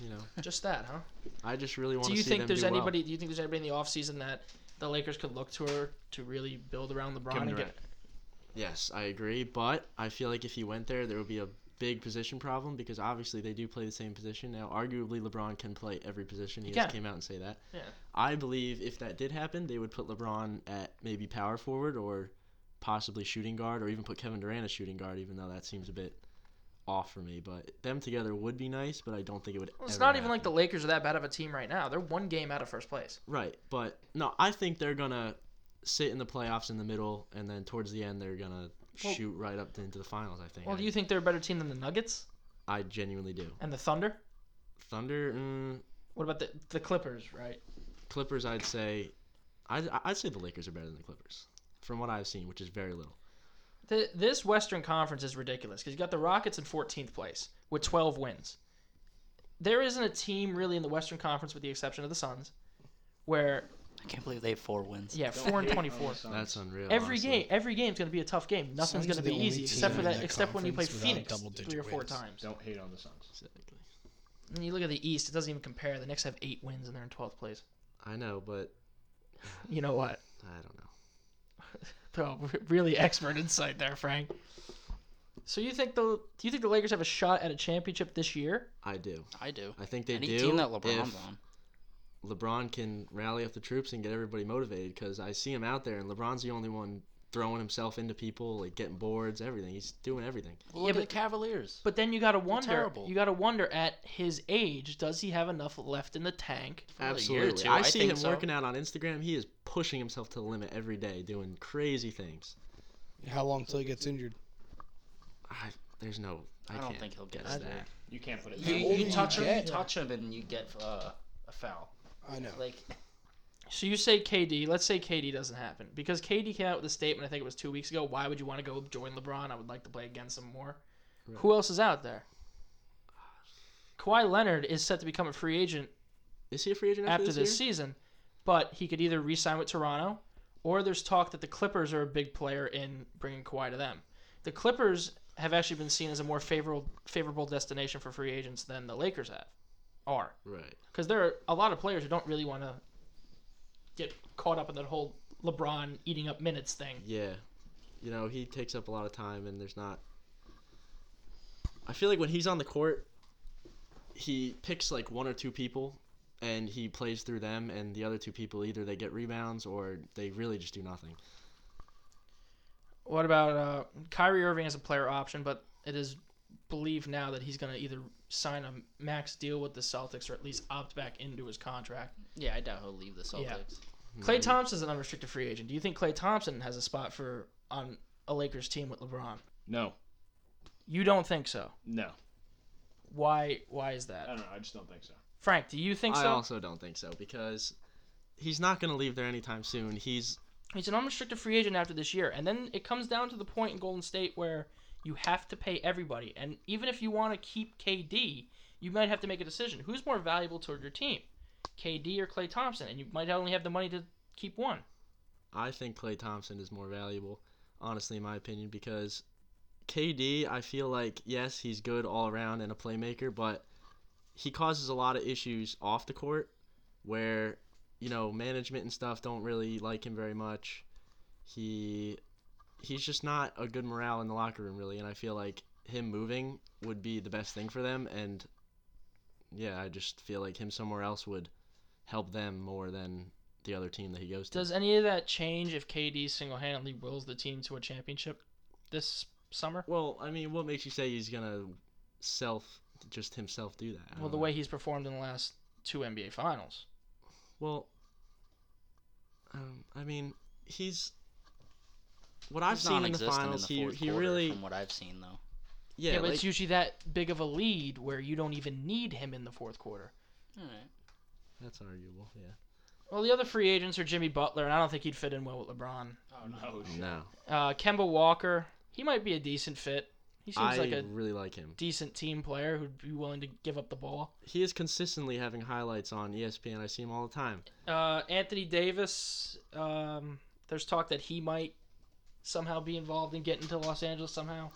Speaker 5: You know,
Speaker 2: Just that, huh?
Speaker 5: I just really want
Speaker 2: Do
Speaker 5: to
Speaker 2: you
Speaker 5: see
Speaker 2: think
Speaker 5: them
Speaker 2: there's
Speaker 5: do well.
Speaker 2: anybody? Do you think there's anybody in the offseason that the Lakers could look to to really build around LeBron
Speaker 5: Kevin
Speaker 2: and get?
Speaker 5: Durant. Yes, I agree, but I feel like if he went there, there would be a big position problem because obviously they do play the same position now. Arguably, LeBron can play every position. He,
Speaker 2: He
Speaker 5: just
Speaker 2: can.
Speaker 5: came out and say that.
Speaker 2: Yeah.
Speaker 5: I believe if that did happen, they would put LeBron at maybe power forward or possibly shooting guard, or even put Kevin Durant as shooting guard. Even though that seems a bit off for me, but them together would be nice. But I don't think it would.
Speaker 2: Well, it's
Speaker 5: ever
Speaker 2: not even
Speaker 5: happen.
Speaker 2: like the Lakers are that bad of a team right now. They're one game out of first place.
Speaker 5: Right, but no, I think they're gonna sit in the playoffs in the middle, and then towards the end they're gonna
Speaker 2: Well-
Speaker 5: shoot right up into the finals. I think.
Speaker 2: Well,
Speaker 5: I,
Speaker 2: do you think they're a better team than the Nuggets
Speaker 5: I genuinely do.
Speaker 2: and the Thunder?
Speaker 5: Thunder, mm,
Speaker 2: What about the the Clippers? Right.
Speaker 5: Clippers. I'd say, I'd, I'd say the Lakers are better than the Clippers, from what I've seen, which is very little.
Speaker 2: The, this Western Conference is ridiculous because you got the Rockets in 14th place with 12 wins. There isn't a team really in the Western Conference, with the exception of the Suns, where
Speaker 4: I can't believe they have four wins.
Speaker 2: yeah,
Speaker 1: Don't
Speaker 2: four and
Speaker 1: hate on
Speaker 2: 24.
Speaker 1: the
Speaker 4: Oh,
Speaker 1: Suns.
Speaker 5: That's unreal.
Speaker 2: Every
Speaker 5: honestly.
Speaker 2: game, every game's gonna be a tough game. Nothing's
Speaker 3: Suns
Speaker 2: gonna
Speaker 3: are
Speaker 2: be
Speaker 3: the only
Speaker 2: easy,
Speaker 3: team
Speaker 2: except for
Speaker 3: in
Speaker 2: that.
Speaker 3: that
Speaker 2: Except when you play
Speaker 3: conference without
Speaker 2: Phoenix
Speaker 3: double-digit
Speaker 2: three or four
Speaker 3: wins.
Speaker 2: times.
Speaker 1: Don't hate on the Suns.
Speaker 5: Exactly.
Speaker 2: And you look at the East; it doesn't even compare. The Knicks have eight wins and they're in 12th place.
Speaker 5: I know, but
Speaker 2: You know what?
Speaker 5: I don't know.
Speaker 2: Oh, re- really expert insight there, Frank. So you think the do you think the Lakers have a shot at a championship this year?
Speaker 5: I do.
Speaker 4: I do.
Speaker 5: I think they
Speaker 4: Any
Speaker 5: do.
Speaker 4: team that LeBron's
Speaker 5: if
Speaker 4: on.
Speaker 5: LeBron can rally up the troops and get everybody motivated, because I see him out there, and LeBron's the only one throwing himself into people, like getting boards, everything. He's doing everything.
Speaker 4: Well, look
Speaker 2: Yeah,
Speaker 4: at the Cavaliers.
Speaker 2: But then you gotta wonder.
Speaker 4: terrible.
Speaker 2: You gotta wonder at his age, does he have enough left in the tank?
Speaker 4: a year or
Speaker 5: Absolutely.
Speaker 4: two,
Speaker 5: I,
Speaker 4: I
Speaker 5: see
Speaker 4: think
Speaker 5: him
Speaker 4: so.
Speaker 5: working out on Instagram. He is pushing himself to the limit every day, doing crazy things.
Speaker 3: How long till he gets injured?
Speaker 5: I, there's no. I,
Speaker 4: I don't
Speaker 5: can't
Speaker 4: think he'll get
Speaker 5: guess
Speaker 4: it.
Speaker 5: that.
Speaker 1: You can't put it.
Speaker 4: You,
Speaker 1: that
Speaker 4: you
Speaker 1: way.
Speaker 3: you
Speaker 4: touch him, you
Speaker 3: get.
Speaker 4: touch him, and you get uh, a foul.
Speaker 3: I know.
Speaker 4: Like
Speaker 2: So you say KD. Let's say KD doesn't happen because KD came out with a statement. I think it was two weeks ago. Why would you want to go join LeBron? I would like to play against him more. Who else is out there? Kawhi Leonard is set to become a free agent
Speaker 5: Is he a free agent after,
Speaker 2: after this
Speaker 5: year?
Speaker 2: season, but he could either re-sign with Toronto, or there's talk that the Clippers are a big player in bringing Kawhi to them. The Clippers have actually been seen as a more favorable favorable destination for free agents than the Lakers have are,
Speaker 5: Right.
Speaker 2: because there are a lot of players who don't really want to get caught up in that whole LeBron eating up minutes thing.
Speaker 5: Yeah. You know, he takes up a lot of time, and there's not. I feel like when he's on the court, he picks like one or two people, and he plays through them, and the other two people either they get rebounds or they really just do nothing.
Speaker 2: What about uh, Kyrie Irving as a player option? But it is believed now that he's going to either sign a max deal with the Celtics or at least opt back into his contract.
Speaker 4: yeah, I doubt he'll leave the Celtics.
Speaker 2: Yeah. Clay Thompson's an unrestricted free agent. Do you think Clay Thompson has a spot for on a Lakers team with LeBron?
Speaker 1: No,
Speaker 2: You don't think so.
Speaker 1: no,
Speaker 2: Why? Why is
Speaker 1: I
Speaker 2: that?
Speaker 1: don't know. I just don't think so.
Speaker 2: Frank, do you think
Speaker 5: I
Speaker 2: so?
Speaker 5: also don't think so because he's not going to leave there anytime soon. He's
Speaker 2: He's an unrestricted free agent after this year, and then it comes down to the point in Golden State where you have to pay everybody, and even if you want to keep KD, you might have to make a decision: who's more valuable toward your team, KD or Clay Thompson? And you might only have the money to keep one.
Speaker 5: I think Clay Thompson is more valuable, honestly, in my opinion, because KD, I feel like, yes, he's good all around and a playmaker, but he causes a lot of issues off the court where, you know, management and stuff don't really like him very much. He he's just not a good morale in the locker room really, and I feel like him moving would be the best thing for them. And yeah, I just feel like him somewhere else would help them more than the other team that he goes to.
Speaker 2: Does any of that change if KD single handedly wills the team to a championship this summer?
Speaker 5: well, I mean, what makes you say he's gonna self just himself do that? I
Speaker 2: Well,
Speaker 5: don't
Speaker 2: the
Speaker 5: know.
Speaker 2: way he's performed in the last two NBA finals.
Speaker 5: Well, um, I mean, he's what I've
Speaker 4: He's
Speaker 5: seen in the
Speaker 4: non-existent
Speaker 5: finals. he
Speaker 4: fourth
Speaker 5: he
Speaker 4: quarter,
Speaker 5: really
Speaker 4: from what I've seen though.
Speaker 5: yeah.
Speaker 2: Yeah, but
Speaker 5: like-
Speaker 2: it's usually that big of a lead where you don't even need him in the fourth quarter.
Speaker 4: All right.
Speaker 5: that's arguable. Yeah.
Speaker 2: Well, the other free agents are Jimmy Butler, and I don't think he'd fit in well with LeBron.
Speaker 4: Oh
Speaker 1: No shit.
Speaker 5: No,
Speaker 2: Uh, Kemba Walker, he might be a decent fit. He seems
Speaker 5: I
Speaker 2: like a
Speaker 5: really like him.
Speaker 2: decent team player who'd be willing to give up the ball.
Speaker 5: He is consistently having highlights on E ESPN. I see him all the time.
Speaker 2: Uh, Anthony Davis, um, there's talk that he might somehow be involved in getting to Los Angeles somehow,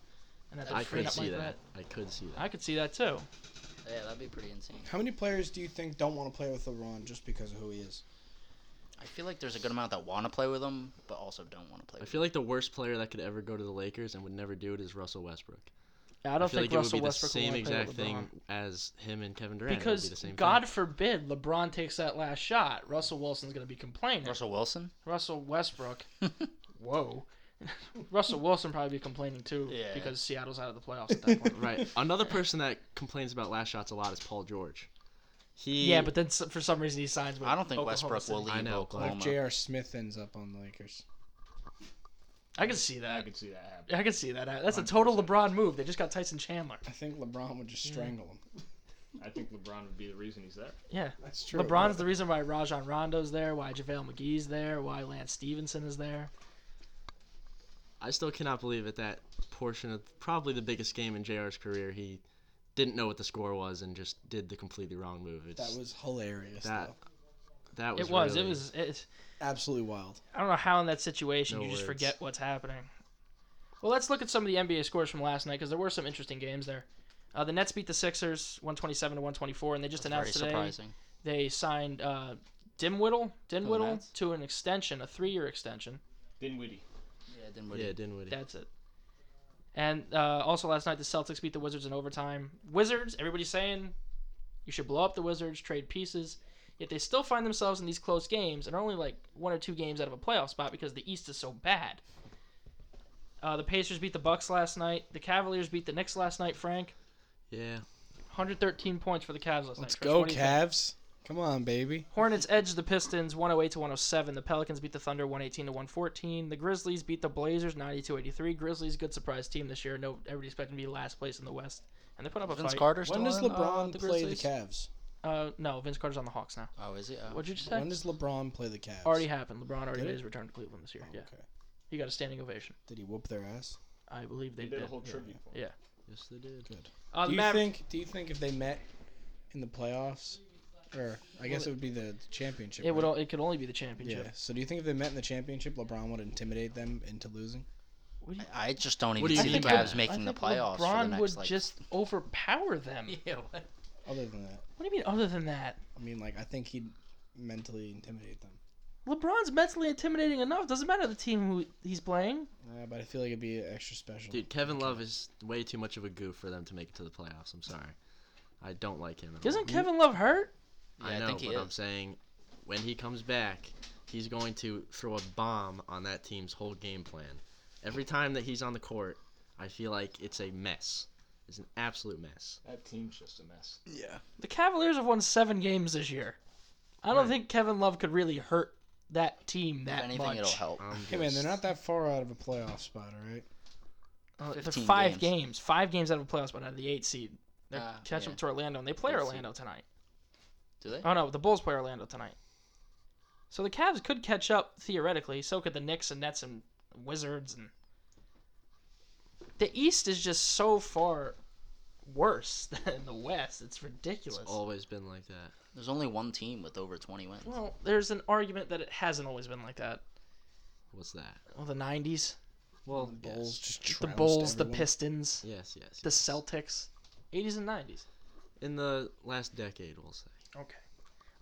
Speaker 2: and that they're
Speaker 5: I
Speaker 2: freeing
Speaker 5: could
Speaker 2: up
Speaker 5: see
Speaker 2: like
Speaker 5: that.
Speaker 2: that.
Speaker 5: I could see that.
Speaker 2: I could see that too.
Speaker 4: Yeah, that'd be pretty insane.
Speaker 3: How many players do you think don't want to play with LeBron just because of who he is?
Speaker 4: I feel like there's a good amount that want to play with him, but also don't want to play.
Speaker 5: I
Speaker 4: with
Speaker 5: feel like the worst player that could ever go to the Lakers and would never do it is Russell Westbrook.
Speaker 2: I don't
Speaker 5: feel
Speaker 2: think
Speaker 5: like
Speaker 2: Russell
Speaker 5: it would be
Speaker 2: Westbrook
Speaker 5: the same
Speaker 2: will wanna play with
Speaker 5: exact
Speaker 2: LeBron.
Speaker 5: thing as him and Kevin Durant. It would be
Speaker 2: because
Speaker 5: the same
Speaker 2: God
Speaker 5: thing.
Speaker 2: forbid LeBron takes that last shot, Russell Wilson's going to be complaining.
Speaker 4: him. Russell Wilson.
Speaker 2: Russell Westbrook. Whoa. Russell Wilson probably be complaining too
Speaker 4: Yeah.
Speaker 2: because Seattle's out of the playoffs at that point.
Speaker 5: right. Another person that complains about last shots a lot is Paul George. He
Speaker 2: Yeah, but then s- for some reason he signs with.
Speaker 4: I don't think
Speaker 2: Oklahoma
Speaker 4: Westbrook
Speaker 2: City.
Speaker 4: will
Speaker 5: I
Speaker 4: leave
Speaker 5: know, but-
Speaker 4: Oklahoma.
Speaker 3: Like J.R. Smith ends up on the Lakers.
Speaker 2: I can see
Speaker 1: I
Speaker 2: that.
Speaker 1: could see that happening.
Speaker 2: I can see that. That's a total LeBron move. They just got Tyson Chandler.
Speaker 3: I think LeBron would just strangle him.
Speaker 1: I think LeBron would be the reason he's there.
Speaker 2: Yeah,
Speaker 3: That's true.
Speaker 2: LeBron's the reason why Rajon Rondo's there, why JaVale McGee's there, why Lance Stevenson is there.
Speaker 5: I still cannot believe at that portion of probably the biggest game in JR's career, he didn't know what the score was and just did the completely wrong move. It's,
Speaker 3: That was hilarious.
Speaker 5: That-
Speaker 3: though.
Speaker 5: that was
Speaker 2: it was.
Speaker 5: Oh, really-
Speaker 2: It was. It,
Speaker 3: absolutely wild.
Speaker 2: I don't know how in that situation
Speaker 5: No
Speaker 2: you just
Speaker 5: words.
Speaker 2: forget what's happening. Well, let's look at some of the NBA scores from last night because there were some interesting games there. Uh, the Nets beat the Sixers 127 to 124, and they just
Speaker 4: That's very
Speaker 2: announced today
Speaker 4: surprising.
Speaker 2: they signed uh, Dimwittle, Dinwiddle
Speaker 4: Nets?
Speaker 2: to an extension, a three-year extension.
Speaker 1: Dinwiddie.
Speaker 4: Yeah, Dinwiddie.
Speaker 5: yeah Dinwiddie.
Speaker 2: That's it. And uh, also last night, the Celtics beat the Wizards in overtime. Wizards, everybody's saying you should blow up the Wizards, trade pieces. Yet they still find themselves in these close games and are only like one or two games out of a playoff spot because the East is so bad. Uh, the Pacers beat the Bucks last night. The Cavaliers beat the Knicks last night. Frank,
Speaker 5: yeah,
Speaker 2: 113 points for the Cavs last night.
Speaker 3: Let's
Speaker 2: Chris,
Speaker 3: go,
Speaker 2: what do you think?
Speaker 3: Cavs. Come on, baby.
Speaker 2: Hornets edged the Pistons 108 to 107. The Pelicans beat the Thunder 118 to 114. The Grizzlies beat the Blazers 92 83. Grizzlies good surprise team this year. No, everybody expecting to be last place in the West, and they put up a
Speaker 4: Vince
Speaker 2: fight.
Speaker 4: Carter still
Speaker 3: When does
Speaker 4: on, uh,
Speaker 3: LeBron
Speaker 4: the
Speaker 3: play the
Speaker 4: Grizzlies?
Speaker 3: Cavs?
Speaker 2: Uh, no, Vince Carter's on the Hawks now.
Speaker 4: Oh, is he? Oh.
Speaker 2: What'd you just say?
Speaker 3: When does LeBron play the Cavs?
Speaker 2: already happened. LeBron already
Speaker 3: Did
Speaker 2: made
Speaker 3: it? Oh.
Speaker 2: his return to Cleveland this year. Yeah,
Speaker 3: Okay.
Speaker 2: he got a standing ovation.
Speaker 3: Did he whoop their ass?
Speaker 2: I believe they
Speaker 1: They did
Speaker 2: did.
Speaker 1: a whole tribute for him.
Speaker 5: yes they did.
Speaker 2: Uh,
Speaker 3: do
Speaker 2: the
Speaker 3: you
Speaker 2: Maver-
Speaker 3: think? Do you think if they met in the playoffs, or I guess it would be the championship?
Speaker 2: it would?
Speaker 3: right?
Speaker 2: o- It could only be the
Speaker 3: Yeah.
Speaker 2: championship.
Speaker 3: So do you think if they met in the championship, LeBron would intimidate them into losing?
Speaker 4: I I just don't even
Speaker 5: do you
Speaker 4: see the
Speaker 5: mean by
Speaker 4: Cavs
Speaker 5: that?
Speaker 2: I
Speaker 4: making the
Speaker 2: think
Speaker 4: playoffs for
Speaker 2: LeBron
Speaker 4: the next
Speaker 2: would
Speaker 4: like.
Speaker 2: just overpower them. What
Speaker 4: Yeah, what?
Speaker 3: Other than that,
Speaker 2: do you mean? Other than that,
Speaker 3: I mean, like I think he'd mentally intimidate them.
Speaker 2: LeBron's mentally intimidating enough. Doesn't matter the team who he's playing.
Speaker 3: Uh, but I feel like it'd be extra special.
Speaker 5: Dude, Kevin Love is way too much of a goof for them to make it to the playoffs. I'm sorry, I don't like him. At all.
Speaker 2: Isn't
Speaker 4: Mm-hmm.
Speaker 2: Kevin Love hurt?
Speaker 5: I
Speaker 4: Yeah, I
Speaker 5: know,
Speaker 4: think he
Speaker 5: but I'm
Speaker 4: is.
Speaker 5: saying when he comes back, he's going to throw a bomb on that team's whole game plan. Every time that he's on the court, I feel like it's a mess. It's an absolute mess.
Speaker 1: That team's just a mess.
Speaker 3: Yeah.
Speaker 2: The Cavaliers have won seven games this year. I don't
Speaker 5: Right.
Speaker 2: think Kevin Love could really hurt that team
Speaker 4: If
Speaker 2: that
Speaker 4: anything,
Speaker 2: much.
Speaker 4: it'll help.
Speaker 5: I'm
Speaker 3: Hey man, they're
Speaker 5: just-
Speaker 3: not that far out of a playoff spot, all right?
Speaker 2: Uh, They're
Speaker 4: 15
Speaker 2: five games.
Speaker 4: games.
Speaker 2: five games out of the playoffs, but out of the eight seed. They are
Speaker 4: Ah,
Speaker 2: catch
Speaker 4: yeah.
Speaker 2: up to Orlando, and they play
Speaker 4: Eight seed.
Speaker 2: Orlando tonight.
Speaker 4: Do they?
Speaker 2: Oh no, the Bulls play Orlando tonight. So the Cavs could catch up theoretically. So could the Knicks and Nets and Wizards and the East is just so far worse than the West. It's
Speaker 5: It's
Speaker 2: ridiculous.
Speaker 5: always been like that.
Speaker 4: There's only one team with over 20 wins.
Speaker 2: Well, there's an argument that it hasn't always been like that.
Speaker 5: What's that?
Speaker 2: Well, Oh, the '90s,
Speaker 5: Well,
Speaker 3: The Bulls just
Speaker 2: the
Speaker 3: trounced
Speaker 2: Bulls, the
Speaker 3: everyone.
Speaker 2: Pistons,
Speaker 5: Yes, yes.
Speaker 2: the
Speaker 5: yes.
Speaker 2: Celtics, '80s and '90s.
Speaker 5: in the last decade, we'll say.
Speaker 2: Okay.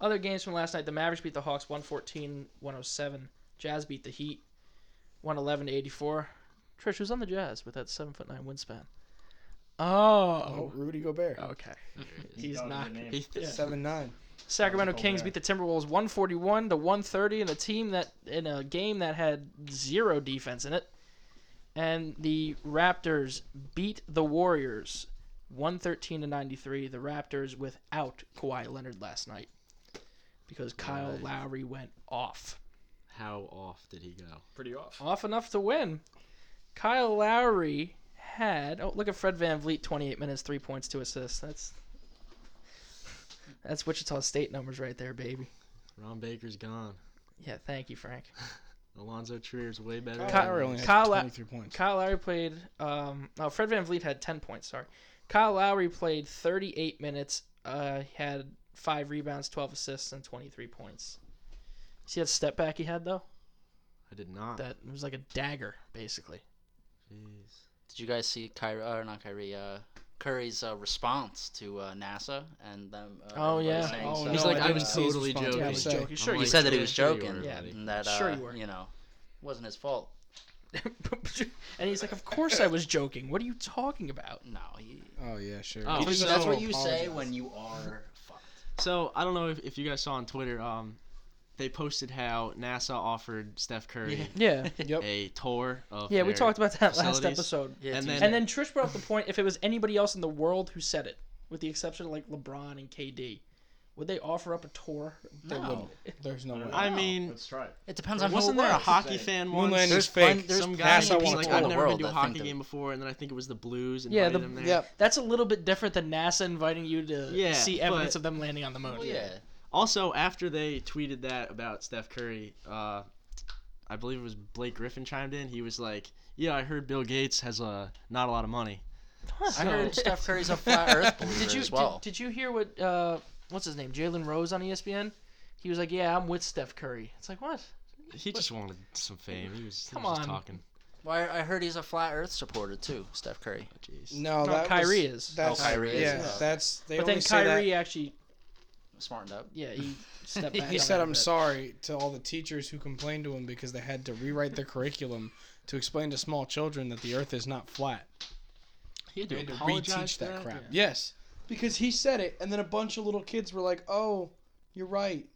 Speaker 2: Other games from last night: the Mavericks beat the oh Hawks 114-107. Jazz beat the Heat 111 84. Trish, who's on the Jazz with that seven foot nine wingspan?
Speaker 3: Oh,
Speaker 2: Oh,
Speaker 3: Rudy Gobert.
Speaker 2: okay. He's
Speaker 1: Dog
Speaker 2: not.
Speaker 1: of a name.
Speaker 5: He th-
Speaker 2: Yeah.
Speaker 3: Seven nine.
Speaker 2: Sacramento
Speaker 1: Gobert.
Speaker 2: Kings beat the Timberwolves 141 to 130 in a team that in a game that had zero defense in it. And the Raptors beat the Warriors 113 to 93. The Raptors without Kawhi Leonard last night because Kyle
Speaker 5: Right.
Speaker 2: Lowry went off.
Speaker 5: How off did he go?
Speaker 1: Pretty off.
Speaker 2: Off enough to win. Kyle Lowry had Oh, look at Fred Van Vliet 28 minutes, 3 points, 2 assists. That's That's Wichita State numbers right there, baby.
Speaker 5: Ron Baker's gone.
Speaker 2: Yeah, thank you, Frank.
Speaker 5: Alonzo Trier's way better.
Speaker 3: Kyle
Speaker 5: than-
Speaker 3: Lowry only had
Speaker 2: Kyle-
Speaker 3: 23 points.
Speaker 2: Kyle Lowry played. Um, no, Fred Van Vliet had 10 points, sorry. Kyle Lowry played 38 minutes. Uh, he had five rebounds, 12 assists, and 23 points. See that step back he had, though?
Speaker 5: I did not.
Speaker 2: That it was like a dagger, basically.
Speaker 5: Jeez.
Speaker 4: Did you guys see Kyrie, or not Kyrie, uh, Curry's uh, response to uh, NASA and them? Uh,
Speaker 2: Oh,
Speaker 4: everybody
Speaker 2: yeah.
Speaker 4: saying
Speaker 3: Oh,
Speaker 4: stuff?
Speaker 3: no,
Speaker 5: He's like,
Speaker 3: I
Speaker 5: I,
Speaker 3: didn't
Speaker 5: was
Speaker 3: see his
Speaker 5: totally
Speaker 3: response.
Speaker 5: joking.
Speaker 3: Yeah,
Speaker 2: Yeah,
Speaker 3: I'm
Speaker 2: he's
Speaker 3: sorry.
Speaker 2: joking. Sure,
Speaker 5: I'm
Speaker 4: he
Speaker 5: like,
Speaker 4: said that he was
Speaker 5: sure you
Speaker 4: joking.
Speaker 5: were,
Speaker 2: Yeah.
Speaker 5: buddy.
Speaker 4: and that,
Speaker 2: Sure
Speaker 4: uh,
Speaker 2: you were.
Speaker 4: you know, wasn't his fault.
Speaker 2: and he's like, Of course I was joking. What are you talking about?
Speaker 4: No, he,
Speaker 3: Oh yeah, sure.
Speaker 5: Oh,
Speaker 3: He
Speaker 5: so
Speaker 3: just
Speaker 4: that's
Speaker 3: had to
Speaker 4: what you say
Speaker 3: apologize.
Speaker 4: when you are fucked.
Speaker 5: So I don't know if, if you guys saw on Twitter, um, they posted how NASA offered Steph Curry
Speaker 2: Yeah.
Speaker 3: Yep.
Speaker 5: a tour of.
Speaker 2: Yeah, we
Speaker 5: their-
Speaker 2: talked about that last
Speaker 5: Facilities.
Speaker 2: episode.
Speaker 4: Yeah,
Speaker 5: And
Speaker 4: dude.
Speaker 5: then-
Speaker 2: And then Trish brought up the point if it was anybody else in the world who said it, with the exception of like LeBron and KD, would they offer up a tour?
Speaker 3: They
Speaker 4: No.
Speaker 3: wouldn't. There's no way.
Speaker 5: I mean,
Speaker 1: Let's try it.
Speaker 4: It depends on
Speaker 5: wasn't
Speaker 4: who it
Speaker 5: there a
Speaker 4: was.
Speaker 5: hockey
Speaker 1: Insane.
Speaker 5: fan
Speaker 3: Moon
Speaker 5: once?
Speaker 3: landing
Speaker 4: There's
Speaker 3: is fake.
Speaker 4: fun- there's
Speaker 5: Some guy
Speaker 4: fun
Speaker 3: NASA
Speaker 5: who
Speaker 3: wants
Speaker 4: people
Speaker 5: like,
Speaker 4: in
Speaker 5: I've
Speaker 4: the
Speaker 5: never
Speaker 4: world
Speaker 5: been to a
Speaker 4: that think
Speaker 5: hockey
Speaker 4: that-
Speaker 5: game before, and then I think it was the Blues and
Speaker 2: Yeah,
Speaker 5: yeah,
Speaker 2: the-
Speaker 5: them there.
Speaker 3: Yep.
Speaker 2: That's a little bit different than NASA inviting you to
Speaker 5: Yeah,
Speaker 2: see evidence
Speaker 5: but-
Speaker 2: of them landing on the moon.
Speaker 4: Well, Oh, yeah.
Speaker 5: Also, after they tweeted that about Steph Curry, uh, I believe it was Blake Griffin chimed in. He was like, "Yeah, I heard Bill Gates has uh, not a lot of money."
Speaker 4: I
Speaker 2: Oh,
Speaker 4: heard Steph Curry's a flat Earth believer
Speaker 2: Did you
Speaker 4: as well.
Speaker 2: did, did you hear what uh, what's his name Jalen Rose on E ESPN? He was like, "Yeah, I'm with Steph Curry." It's like, what?
Speaker 5: He just wanted some fame. He was, he
Speaker 2: Come
Speaker 5: was just
Speaker 2: on.
Speaker 5: talking.
Speaker 4: Well, I, I heard he's a flat Earth supporter too, Steph Curry.
Speaker 5: Jeez.
Speaker 3: No,
Speaker 2: No,
Speaker 3: that
Speaker 2: Kyrie
Speaker 3: was,
Speaker 2: is.
Speaker 3: That's,
Speaker 4: Oh, Kyrie is,
Speaker 3: yeah,
Speaker 4: yeah.
Speaker 3: that's. They
Speaker 2: but
Speaker 3: only
Speaker 2: then
Speaker 3: say that-
Speaker 2: Kyrie actually,
Speaker 4: Smartened up.
Speaker 2: yeah, he stepped back.
Speaker 3: He
Speaker 2: on
Speaker 3: said,
Speaker 2: that a
Speaker 3: "I'm
Speaker 2: bit."
Speaker 3: sorry" to all the teachers who complained to him because they had to rewrite their curriculum to explain to small children that the Earth is not flat.
Speaker 5: He had
Speaker 3: They
Speaker 5: to
Speaker 3: had to
Speaker 5: apologize
Speaker 3: reteach
Speaker 5: for
Speaker 3: that,
Speaker 5: that.
Speaker 3: crap. Yes, because he said it, and then a bunch of little kids were like, "Oh, you're right.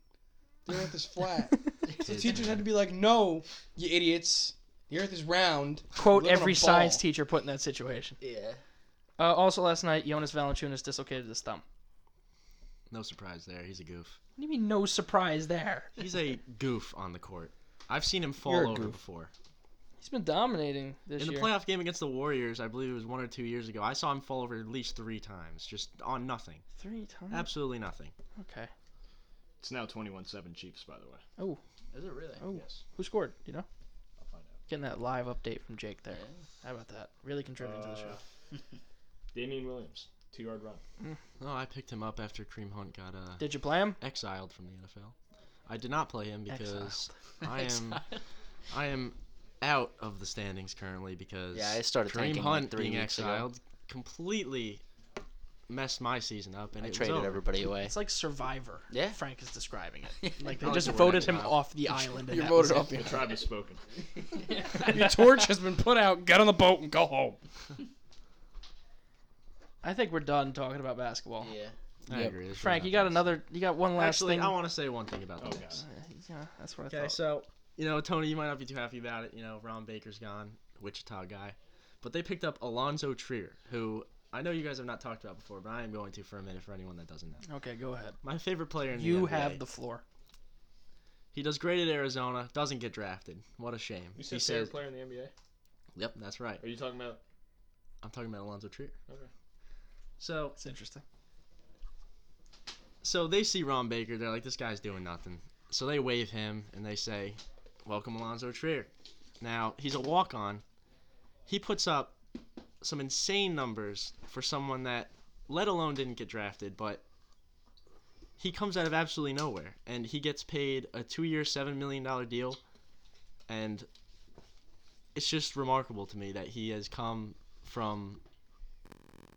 Speaker 3: The Earth is flat." so teachers had to be like, "No, you idiots. The Earth is round."
Speaker 2: Quote
Speaker 3: Live on a
Speaker 2: every
Speaker 3: ball.
Speaker 2: science teacher put in that situation.
Speaker 4: Yeah.
Speaker 2: Uh, also, last night, Jonas Valanciunas dislocated his thumb.
Speaker 5: No surprise there. He's a goof.
Speaker 2: What do you mean, no surprise there?
Speaker 5: He's a goof on the court. I've seen him fall
Speaker 3: You're a
Speaker 5: over
Speaker 3: goof.
Speaker 5: before.
Speaker 2: He's been dominating this
Speaker 5: In the
Speaker 2: year.
Speaker 5: playoff game against the Warriors, I believe it was one or two years ago, I saw him fall over at least three times, just on nothing.
Speaker 2: Three
Speaker 4: Mm-hmm.
Speaker 2: times.
Speaker 5: Absolutely nothing.
Speaker 2: okay.
Speaker 1: It's now 21-7 Chiefs, by the way.
Speaker 4: Is it really?
Speaker 2: Oh,
Speaker 1: Yes,
Speaker 2: who scored? Do You know,
Speaker 1: I'll find out.
Speaker 2: getting that live update from Jake there. How about that? Really contributing to the show.
Speaker 1: Damian Williams, two-yard run.
Speaker 5: No, Oh, I picked him up after Kareem Hunt got uh,
Speaker 2: Did you play him?
Speaker 5: exiled from the NFL. I did not play him because I am
Speaker 4: Exiled.
Speaker 5: I am out of the standings currently because
Speaker 4: Yeah, I started
Speaker 5: Kareem
Speaker 4: tanking, like,
Speaker 5: Hunt
Speaker 4: three
Speaker 5: being
Speaker 4: weeks ago.
Speaker 5: exiled completely messed my season up and
Speaker 4: I
Speaker 5: it was
Speaker 4: traded
Speaker 5: over.
Speaker 4: everybody away.
Speaker 2: It's like Survivor.
Speaker 4: Yeah.
Speaker 2: Frank is describing it. Like they
Speaker 5: Oh,
Speaker 2: just
Speaker 5: you were
Speaker 2: voted
Speaker 5: next
Speaker 2: him
Speaker 5: time.
Speaker 2: off the island. And
Speaker 3: You're
Speaker 2: that was it.
Speaker 3: voted off the
Speaker 1: The tribe has spoken.
Speaker 3: Your torch has been put out. Get on the boat and go home.
Speaker 2: I think we're done talking about basketball.
Speaker 4: Yeah.
Speaker 5: I
Speaker 3: Yep.
Speaker 5: agree. this is
Speaker 2: Frank,
Speaker 5: not
Speaker 2: you got
Speaker 5: nice.
Speaker 2: another. You got one last
Speaker 5: Actually,
Speaker 2: thing. Uh,
Speaker 5: I want to say one thing about
Speaker 1: Oh,
Speaker 5: the
Speaker 1: God.
Speaker 5: Knicks.
Speaker 2: Yeah, that's what I
Speaker 5: Okay,
Speaker 2: thought.
Speaker 5: so you know, Tony, you might not be too happy about it. You know, Ron Baker's gone, Wichita guy, but they picked up Alonzo Trier, who I know you guys have not talked about before, but I am going to for a minute for anyone that doesn't know.
Speaker 2: okay, go ahead.
Speaker 5: My favorite player in the
Speaker 2: You
Speaker 5: NBA.
Speaker 2: have the floor.
Speaker 5: He does great at Arizona, doesn't get drafted. What a shame.
Speaker 1: You
Speaker 5: he
Speaker 1: said favorite
Speaker 5: says-
Speaker 1: player in the NBA.
Speaker 5: "Yep, that's right."
Speaker 1: Are you talking about?
Speaker 5: I'm talking about Alonzo Trier.
Speaker 1: Okay.
Speaker 5: So,
Speaker 2: It's interesting.
Speaker 5: so they see Ron Baker, they're like, "This guy's doing nothing." So they waive him and they say, "Welcome, Alonzo Trier." Now he's a walk-on. He puts up some insane numbers for someone that, let alone didn't get drafted, but he comes out of absolutely nowhere and he gets paid a two-year, seven million dollar deal, and it's just remarkable to me that he has come from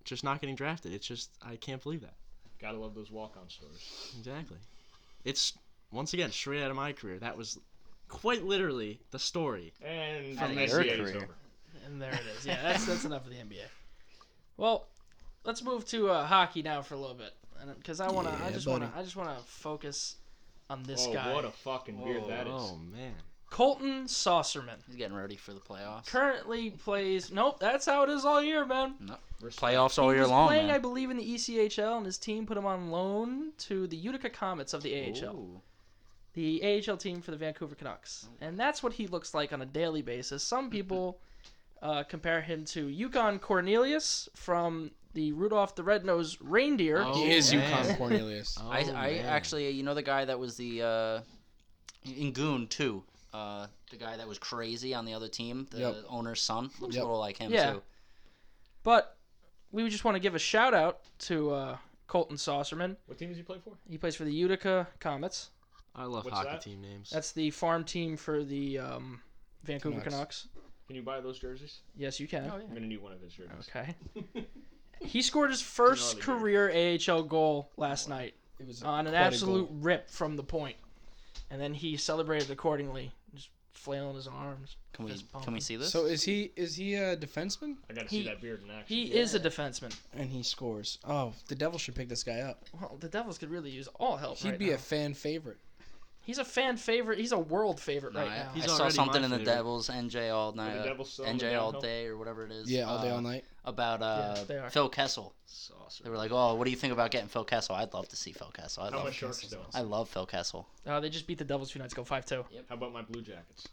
Speaker 5: just not getting drafted. It's just I can't believe that.
Speaker 1: Gotta love those walk-on stories.
Speaker 5: Exactly. It's once again straight out of my career. That was quite literally the story.
Speaker 1: And
Speaker 4: Out of
Speaker 1: the
Speaker 4: your
Speaker 1: SCA is
Speaker 4: career.
Speaker 1: over.
Speaker 2: and there it is. Yeah, that's that's enough of the NBA. Well, let's move to uh, hockey now for a little bit, because I wanna, I
Speaker 3: Yeah,
Speaker 2: just wanna,
Speaker 3: buddy.
Speaker 2: I just wanna focus on this
Speaker 1: oh,
Speaker 2: guy,
Speaker 1: what a fucking beard that is.
Speaker 5: Oh man.
Speaker 2: Colton Saucerman.
Speaker 4: He's getting ready for the playoffs.
Speaker 2: Currently plays. Nope, that's how it is all year, man.
Speaker 4: playoffs all
Speaker 2: He
Speaker 4: year
Speaker 2: was
Speaker 4: long,
Speaker 2: playing, I
Speaker 4: man.
Speaker 2: believe, in the E ECHL, and his team put him on loan to the Utica Comets of the AHL.
Speaker 4: Ooh.
Speaker 2: the AHL team for the Vancouver Canucks, and that's what he looks like on a daily basis. Some people uh, compare him to Yukon Cornelius from the Rudolph the Red-Nosed Reindeer.
Speaker 5: Oh,
Speaker 3: He is
Speaker 5: man.
Speaker 3: UConn Cornelius.
Speaker 5: Oh,
Speaker 4: I, I
Speaker 5: man.
Speaker 4: actually, you know, the guy that was the uh, in Goon too. Uh, the guy that was crazy on the other team, the
Speaker 3: Yep.
Speaker 4: owner's son, looks
Speaker 3: Yep.
Speaker 4: a little like him
Speaker 2: Yeah.
Speaker 4: too.
Speaker 2: But we just want to give a shout out to uh, Colton Saucerman.
Speaker 1: What team does he play for?
Speaker 2: He plays for the Utica Comets.
Speaker 5: I love
Speaker 1: What's
Speaker 5: hockey
Speaker 1: that?
Speaker 5: team names.
Speaker 2: That's the farm team for the um, Vancouver
Speaker 3: Canucks.
Speaker 2: Canucks.
Speaker 1: Can you buy those jerseys?
Speaker 2: Yes, you can.
Speaker 1: I'm gonna need one of his jerseys.
Speaker 2: Okay. he scored his first
Speaker 1: It's another
Speaker 2: career AHL goal last night.
Speaker 3: It was
Speaker 2: on an
Speaker 3: quite a
Speaker 2: absolute
Speaker 3: goal.
Speaker 2: rip from the point, and then he celebrated accordingly, just flailing his arms.
Speaker 4: Can we
Speaker 2: fist
Speaker 4: can we
Speaker 2: pumping.
Speaker 4: see this?
Speaker 3: So is he is he a defenseman?
Speaker 1: I gotta
Speaker 2: He-
Speaker 1: see that beard in action.
Speaker 2: He is a defenseman.
Speaker 3: And he scores. Oh, the Devils should pick this guy up.
Speaker 2: Well, the Devils could really use all help
Speaker 3: He'd
Speaker 2: Oh, right
Speaker 3: be
Speaker 2: now.
Speaker 3: a fan favorite.
Speaker 2: He's a fan favorite. He's a world favorite
Speaker 4: No,
Speaker 2: right
Speaker 4: I,
Speaker 2: now.
Speaker 4: I
Speaker 5: He's
Speaker 4: saw
Speaker 5: already
Speaker 4: something
Speaker 5: my
Speaker 4: in the
Speaker 5: favorite.
Speaker 4: Devils NJ all night,
Speaker 1: Devil's still on the
Speaker 4: NJ all
Speaker 1: downhill?
Speaker 4: day or whatever it is.
Speaker 3: Yeah, all day,
Speaker 4: uh,
Speaker 3: all night.
Speaker 4: About uh,
Speaker 2: Yeah, they are.
Speaker 4: Phil Kessel. They
Speaker 5: Saucer.
Speaker 4: were like, "Oh, what do you think about getting Phil Kessel? I'd love to see Phil Kessel. I
Speaker 1: How
Speaker 4: love,
Speaker 1: about Sharks though?
Speaker 4: I love Phil Kessel.
Speaker 2: Uh, they just beat the Devils two nights ago, five two.
Speaker 1: How about my Blue Jackets?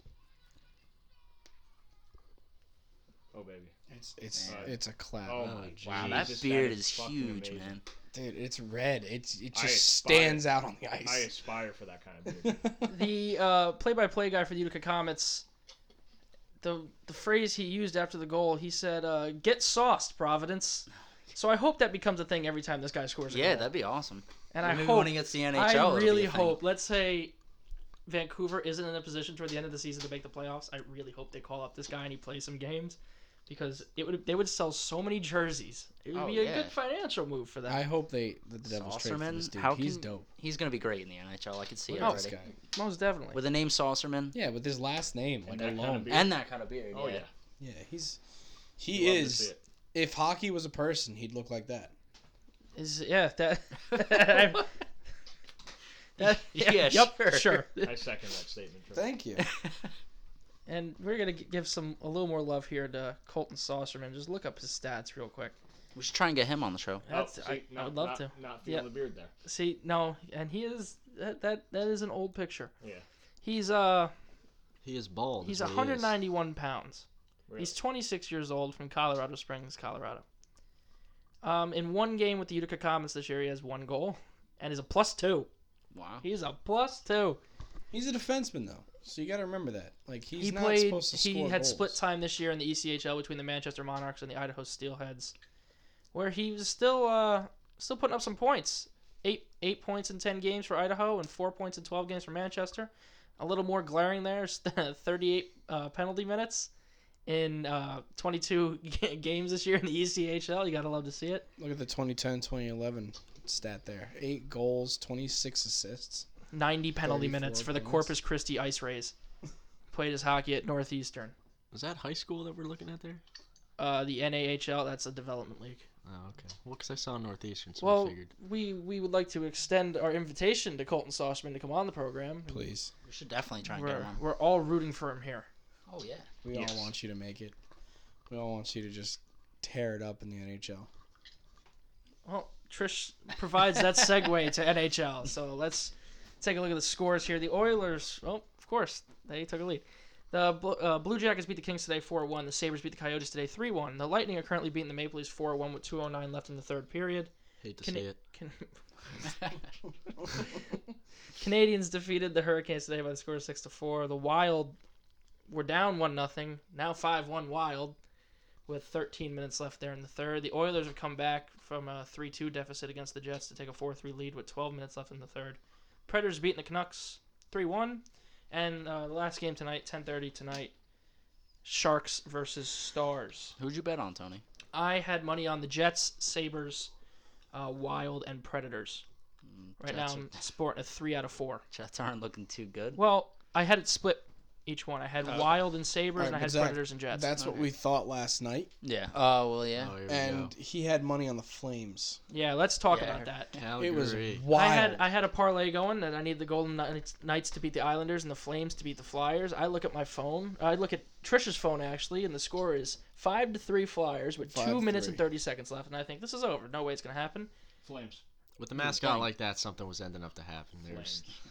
Speaker 1: Oh baby.
Speaker 3: It's it's
Speaker 1: Man.
Speaker 3: it's a cloud.
Speaker 1: Oh,
Speaker 5: Oh,
Speaker 1: my
Speaker 5: geez.
Speaker 1: wow,
Speaker 4: that
Speaker 1: Jesus,
Speaker 4: beard
Speaker 1: is
Speaker 4: is
Speaker 1: fucking
Speaker 4: huge,
Speaker 1: amazing.
Speaker 4: man.
Speaker 3: Dude, it's red. It's it
Speaker 1: I
Speaker 3: just
Speaker 1: aspire-
Speaker 3: stands out on the
Speaker 1: I
Speaker 3: ice.
Speaker 1: aspire for that kind of beard.
Speaker 2: The uh, play-by-play guy for the Utica Comets, the the phrase he used after the goal, he said, uh, "Get sauced, Providence." So I hope that becomes a thing every time this guy scores. A
Speaker 4: Yeah,
Speaker 2: goal.
Speaker 4: that'd be awesome.
Speaker 2: and I
Speaker 4: Maybe
Speaker 2: hope
Speaker 4: when he gets the NHL, it'll
Speaker 2: I
Speaker 4: be
Speaker 2: really
Speaker 4: a thing.
Speaker 2: hope. Let's say Vancouver isn't in a position toward the end of the season to make the playoffs. I really hope they call up this guy and he plays some games because it would they would sell so many jerseys. It would
Speaker 4: Oh,
Speaker 2: be a
Speaker 4: yeah.
Speaker 2: good financial move for them.
Speaker 3: I hope they that the Devils trade for
Speaker 4: Saucerman,
Speaker 3: this dude.
Speaker 4: how
Speaker 3: He's
Speaker 4: can-
Speaker 3: dope.
Speaker 4: He's gonna be great in the NHL. I could see
Speaker 3: Look
Speaker 4: it
Speaker 2: Oh.
Speaker 3: at this
Speaker 4: already.
Speaker 3: guy.
Speaker 2: Most definitely.
Speaker 4: With the name Saucerman
Speaker 3: Yeah, with his last name, like
Speaker 1: that kind of
Speaker 3: alone.
Speaker 1: beard.
Speaker 4: and that kind of beard.
Speaker 1: Oh yeah.
Speaker 3: yeah, he's he
Speaker 1: Love to see
Speaker 3: is.
Speaker 1: it.
Speaker 3: If hockey was a person, he'd look like that.
Speaker 2: Is yeah that. that
Speaker 4: Yeah,
Speaker 2: yep,
Speaker 4: sure.
Speaker 1: I second that statement. Trevor.
Speaker 3: Thank you.
Speaker 2: And we're gonna g- give some a little more love here to Colton Saucerman. Just look up his stats real quick.
Speaker 4: We should try and get him on the show.
Speaker 1: Oh,
Speaker 2: That's,
Speaker 1: see,
Speaker 2: I,
Speaker 1: not,
Speaker 2: I would love
Speaker 1: not,
Speaker 2: to.
Speaker 1: Not feeling
Speaker 2: Yeah.
Speaker 1: the beard there.
Speaker 2: See, no, and he is that that that is an old picture.
Speaker 1: Yeah.
Speaker 2: He's uh
Speaker 5: He is bald.
Speaker 2: he's
Speaker 5: is what he is.
Speaker 2: 191 pounds.
Speaker 1: Really.
Speaker 2: He's 26 years old from Colorado Springs, Colorado. Um, in one game with the Utica Comets this year, he has one goal and is a plus two.
Speaker 4: Wow.
Speaker 2: He's a plus two.
Speaker 3: He's a defenseman though, so you got to remember that. Like he's
Speaker 2: he
Speaker 3: not
Speaker 2: played.
Speaker 3: supposed to
Speaker 2: He
Speaker 3: score
Speaker 2: had
Speaker 3: goals.
Speaker 2: split time this year in the E ECHL between the Manchester Monarchs and the Idaho Steelheads, where he was still uh, still putting up some points. Eight eight points in ten games for Idaho and four points in twelve games for Manchester. A little more glaring there, is 38 uh, penalty minutes in uh, 22 ga- games this year in the E ECHL. You gotta love to see it.
Speaker 3: Look at the 2010-2011 stat there. Eight goals, 26 assists.
Speaker 2: 90 penalty
Speaker 3: 34
Speaker 2: minutes for the
Speaker 3: points.
Speaker 2: Corpus Christi Ice Rays. Played his hockey at Northeastern.
Speaker 5: Was that high school that we're looking at there?
Speaker 2: Uh, the NAHL, that's a development league.
Speaker 5: Oh, okay. Well, because I saw Northeastern, so I
Speaker 2: Well,
Speaker 5: figured.
Speaker 2: we we would like to extend our invitation to Colton Saucerman to come on the program.
Speaker 3: Please,
Speaker 4: We should definitely try and get
Speaker 2: We're,
Speaker 4: him on.
Speaker 2: we're all rooting for him here.
Speaker 4: Oh yeah.
Speaker 3: we
Speaker 1: Yes.
Speaker 3: all want you to make it. We all want you to just tear it up in the NHL.
Speaker 2: Well, Trish provides that segue to NHL. So let's take a look at the scores here. The Oilers, oh, of course, they took a lead. The Bl- uh, Blue Jackets beat the Kings today 4 1. The Sabres beat the Coyotes today 3 1. The Lightning are currently beating the Maple Leafs 4 1 with 2.09 left in the third period.
Speaker 5: Hate to
Speaker 2: Can
Speaker 5: see
Speaker 2: it-
Speaker 5: it.
Speaker 2: Can- Canadians defeated the Hurricanes today by the score of six to four. The Wild were down one nothing. Now five one Wild, with 13 minutes left there in the third. The Oilers have come back from a three two deficit against the Jets to take a four three lead with 12 minutes left in the third. Predators beating the Canucks three one, and uh, the last game tonight 10:30 tonight. Sharks versus Stars.
Speaker 4: Who'd you bet on, Tony?
Speaker 2: I had money on the Jets, Sabers, uh, Wild, and Predators. Right
Speaker 4: Jets
Speaker 2: now,
Speaker 4: are-
Speaker 2: I'm sporting a three out of four.
Speaker 4: Jets aren't looking too good.
Speaker 2: Well, I had it split each one. I had
Speaker 1: Oh.
Speaker 2: Wild and Sabres,
Speaker 3: Alright,
Speaker 2: and I
Speaker 3: but
Speaker 2: had
Speaker 3: Zach,
Speaker 2: Predators and Jets.
Speaker 3: That's what
Speaker 2: Okay.
Speaker 3: we thought last night,
Speaker 4: Yeah. Oh well, yeah.
Speaker 5: Oh, here we
Speaker 3: and
Speaker 5: go.
Speaker 3: he had money on the Flames.
Speaker 2: Yeah, let's talk
Speaker 4: Yeah.
Speaker 2: about that.
Speaker 5: Calgary.
Speaker 3: It was wild.
Speaker 2: I had I had a parlay going that I need the Golden Knights, Knights to beat the Islanders and the Flames to beat the Flyers. I look at my phone. I look at Trisha's phone actually, and the score is five to three Flyers with two
Speaker 3: Five,
Speaker 2: minutes and
Speaker 3: three.
Speaker 2: thirty seconds left, and I think this is over. No way it's gonna happen.
Speaker 1: Flames.
Speaker 5: With the mascot
Speaker 4: Flames.
Speaker 5: like that, something was ending up to happen. There's
Speaker 1: Flames.